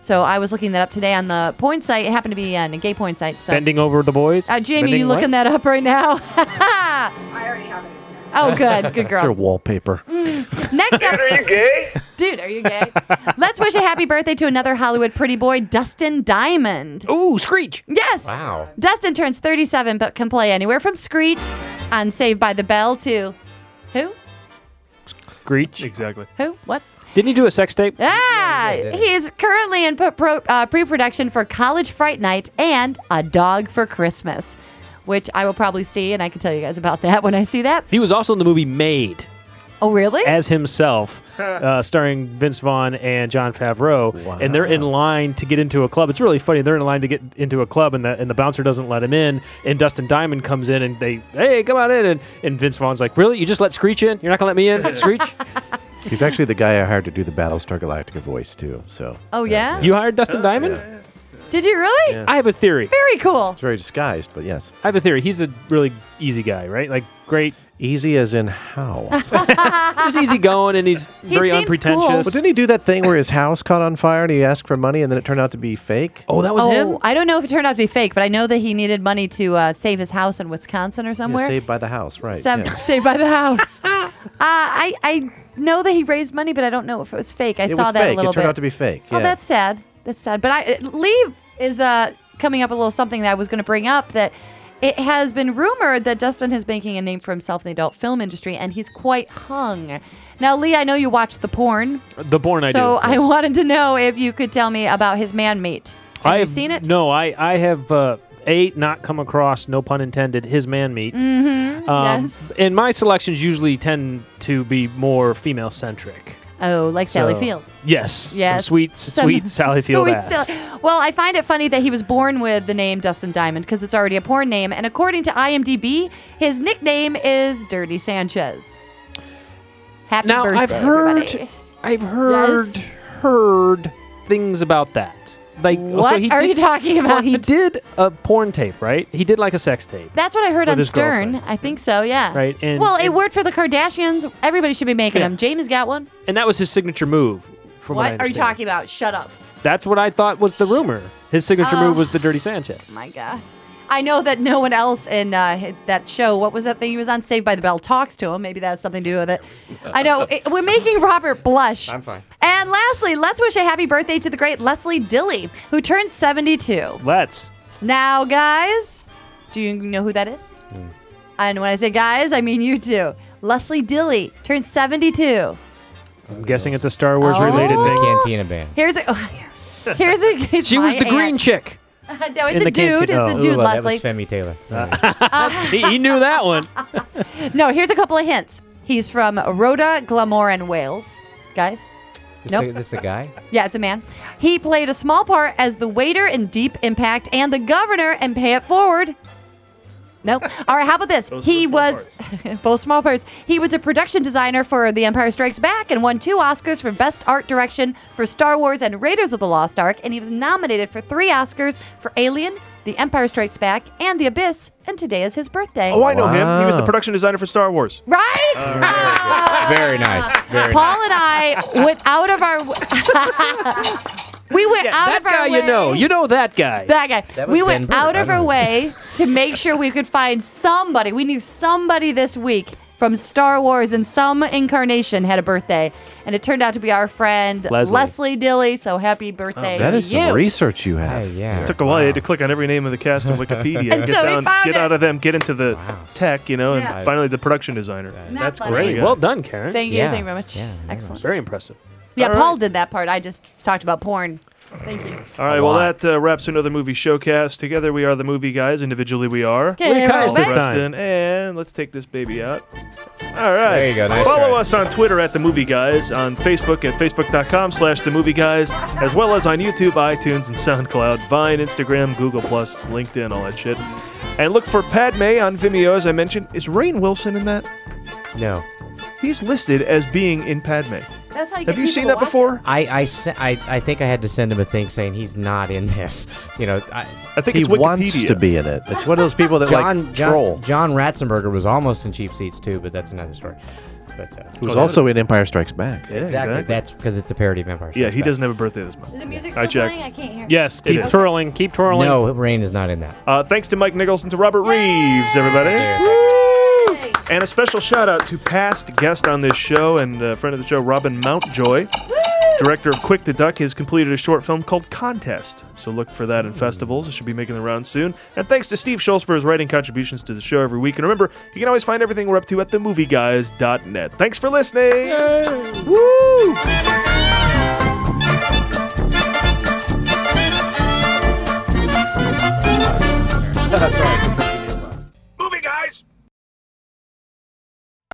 S4: So I was looking that up today on the porn site. It happened to be on a gay porn site. So.
S3: Bending over the boys.
S4: Uh, Jamie,
S3: Bending
S4: you
S3: what?
S4: looking that up right now? (laughs) I already
S9: have it.
S4: Oh, good. Good girl.
S8: It's her wallpaper.
S4: Next up, are you gay? Dude, are you gay? Let's wish a happy birthday to another Hollywood pretty boy, Dustin Diamond.
S26: Ooh, Screech.
S4: Yes.
S20: Wow.
S4: Dustin turns 37, but can play anywhere from Screech on Saved by the Bell to who?
S3: Screech.
S2: Exactly.
S4: Who? What?
S3: Didn't he do a sex tape?
S4: Ah, he is currently in pro- pro- uh, pre-production for College Fright Night and A Dog for Christmas, which I will probably see, and I can tell you guys about that when I see that.
S3: He was also in the movie Made
S4: Oh, really?
S2: (laughs)
S3: as himself, uh, starring Vince Vaughn and John Favreau, and they're in line to get into a club. It's really funny. They're in line to get into a club, and the and the bouncer doesn't let him in. And Dustin Diamond comes in, and they, hey, come on in. And, and Vince Vaughn's like, really? You just let Screech in? You're not gonna let
S2: (laughs)
S3: me in, Screech?
S8: (laughs) He's actually the guy I hired to do the Battlestar Galactica voice too. So
S4: Oh, yeah?
S3: You hired Dustin Diamond?
S4: Did you really?
S3: I have a theory.
S4: Very cool.
S8: it's very disguised, but yes,
S3: I have a theory. He's a really easy guy, right? Like great.
S8: Easy as in (laughs) how?
S3: He's easy going, and
S4: (laughs)
S3: he's very unpretentious.
S8: Well, didn't he do that thing where his house caught on fire and he asked for money and then it turned out to be fake?
S3: Oh, that
S4: oh, I don't know if it turned out to be fake, but I know that he needed money to uh, save his house in Wisconsin or somewhere.
S8: saved by the house, right?
S4: Sev- (laughs)
S8: yeah.
S4: saved by the
S8: (laughs)
S4: house. uh, I I know that he raised money, but I don't know if it was fake. I
S8: it
S4: saw
S8: was
S4: that
S8: fake.
S4: a little
S8: it turned
S4: bit.
S8: out to be fake.
S4: Oh,
S8: yeah.
S4: that's sad. That's sad. But I uh, Lee is uh, coming up with a little something that I was going to bring up that it has been rumored that Dustin is making a name for himself in the adult film industry, and he's quite hung. Now, Lee, I know you watched the porn.
S3: The porn I do.
S4: So I
S3: yes.
S4: wanted to know if you could tell me about his man mate. Have
S3: I
S4: you seen it?
S3: No, I I have uh, a not come across. No pun intended. His man meat.
S4: Mm-hmm.
S3: Um,
S4: yes.
S3: And my selections usually tend to be more female centric.
S4: Oh, like Sally Field.
S3: Yes.
S4: Yes.
S3: Some sweet,
S4: Some- (laughs)
S3: sweet Sally Field
S4: Sweet
S3: ass.
S4: Sally- Well, I find it funny that he was born with the name Dustin Diamond because it's already a porn name. And according to IMDb, his nickname is Dirty Sanchez. Happy
S3: Now
S4: birthday,
S3: I've heard,
S4: (laughs) everybody.
S3: I've heard, heard things about that. Like, oh, so
S4: What
S3: he
S4: are
S3: did-
S4: you talking (laughs)
S3: Well,
S4: about?
S3: he did a porn tape, right? He did like a sex tape,
S4: That's what I heard
S3: With
S4: on
S3: his
S4: Stern.
S3: girlfriend.
S4: I think so, yeah.
S3: right? And
S4: well, it worked for the Kardashians. Everybody should be making
S3: Yeah.
S4: them. Jamie's got one.
S3: and that was his signature move. From what, I understand.
S4: about? Shut up.
S3: That's what I thought was the rumor. His signature
S4: Oh.
S3: move was the Dirty Sanchez.
S4: My gosh. I know that no one else in uh, hi- that show, what was that thing he was on, Saved by the Bell, talks to him. Maybe that has something to do with it. I know. it- we're making Robert blush.
S20: I'm fine.
S4: And lastly, let's wish a happy birthday to the great Leslie Dilly, who turned 72.
S3: Let's.
S4: Now, guys, do you know who that is?
S3: Hmm.
S4: And when I say guys, I mean you two. Leslie Dilly turned 72.
S3: I'm guessing it's a Star Wars related
S20: The
S3: thing.
S20: Cantina band.
S4: Here's a. (laughs) here's a. it's
S3: (laughs) She was
S4: my
S3: the green
S4: aunt. (laughs)
S3: chick.
S4: no, it's
S3: in
S4: a
S3: the canteen.
S4: dude. It's
S3: Oh.
S4: a dude,
S20: Ooh, that was
S4: Leslie.
S20: Femi Taylor.
S3: he, he knew
S4: (laughs)
S3: that one.
S4: No, here's a couple of hints. He's from Rhoda Glamour and Wales. Guys?
S20: This,
S4: Nope.
S20: a, this a guy?
S4: Yeah, it's a man. He played a small part as the waiter in Deep Impact and the governor in Pay It Forward. Nope. All right, how about this? he was (laughs) both small parts. He was a production designer for The Empire Strikes Back and won two Oscars for Best Art Direction for Star Wars and Raiders of the Lost Ark, and he was nominated for three Oscars for Alien, The Empire Strikes Back, and The Abyss. And today is his birthday.
S2: Oh, I know him. He was the
S8: Wow.
S2: production designer for Star Wars.
S4: Right?
S20: (laughs) Very nice. Very
S4: Paul and I went out of our (laughs) We went out
S3: that
S4: of our
S3: guy
S4: way.
S3: you know. You know that guy.
S4: That guy.
S3: That was
S4: we
S3: Ben
S4: went
S3: Burtt,
S4: out of
S3: I
S4: our
S3: know.
S4: way to make sure we could find somebody. We knew somebody this week from Star Wars in some incarnation had a birthday, and it turned out to be our friend
S22: Leslie.
S4: Dilly. So happy birthday
S22: that
S4: to
S22: is
S4: you!
S22: some research you have.
S2: It took a while. You had to click on every name of the cast on Wikipedia.
S4: Until
S2: get
S4: we
S2: down,
S4: found it.
S2: get out of them, get into the tech, you know, and
S4: Yeah.
S2: finally the production designer. That's
S4: funny.
S2: great.
S4: Great.
S3: Well done, Karen.
S4: Thank you. Thank you very much. Excellent.
S3: Very impressive.
S4: Yeah, Paul did that part. I just talked about porn. Thank you.
S2: All right, well, that uh, wraps another movie showcast. Together we are the movie guys. Individually we are.
S4: Way to cut us this
S2: Preston,
S4: time.
S2: And let's take this baby out. All right.
S15: There you go. Nice
S2: Follow
S15: try.
S2: us on Twitter at The Movie Guys, on Facebook at facebook.com slash The Movie Guys, as well as on YouTube, iTunes, and SoundCloud, Vine, Instagram, Google+, Plus, LinkedIn, all that shit. And look for Padme on Vimeo, as I mentioned. Is Rain Wilson in that?
S20: No.
S2: He's listed as being in Padme.
S4: That's how you
S2: Have you seen that before?
S20: I, I, se- I, I think I had to send him a thing saying he's not in this. You know, I,
S2: I think
S22: He it's wants Wikipedia. to be in it. It's one of those people that, like,
S20: John, John-
S22: troll.
S20: John Ratzenberger was almost in cheap seats too, but that's another story. But uh,
S22: Who's also in Empire Strikes Back.
S20: exactly. That's because it's a parody of Empire.
S2: Yeah,
S20: Strikes
S2: he
S20: Back.
S2: doesn't have a birthday this month.
S4: Is the music
S2: I
S4: still
S2: checked.
S4: playing? I can't hear.
S3: Yes,
S2: It
S3: keep
S2: is.
S3: twirling, keep twirling.
S20: No, Rain is not in that.
S2: Uh, thanks to Mike Nichols and to Robert Reeves, everybody. Woo! And a special shout out to past guest on this show and uh, friend of the show, Robin Mountjoy, director of Quick to Duck, has completed a short film called Contest. So look for that in festivals. It should be making the round soon. And thanks to Steve Schultz for his writing contributions to the show every week. And remember, you can always find everything we're up to at themovieguys.net. Thanks for listening. Woo!
S20: Sorry.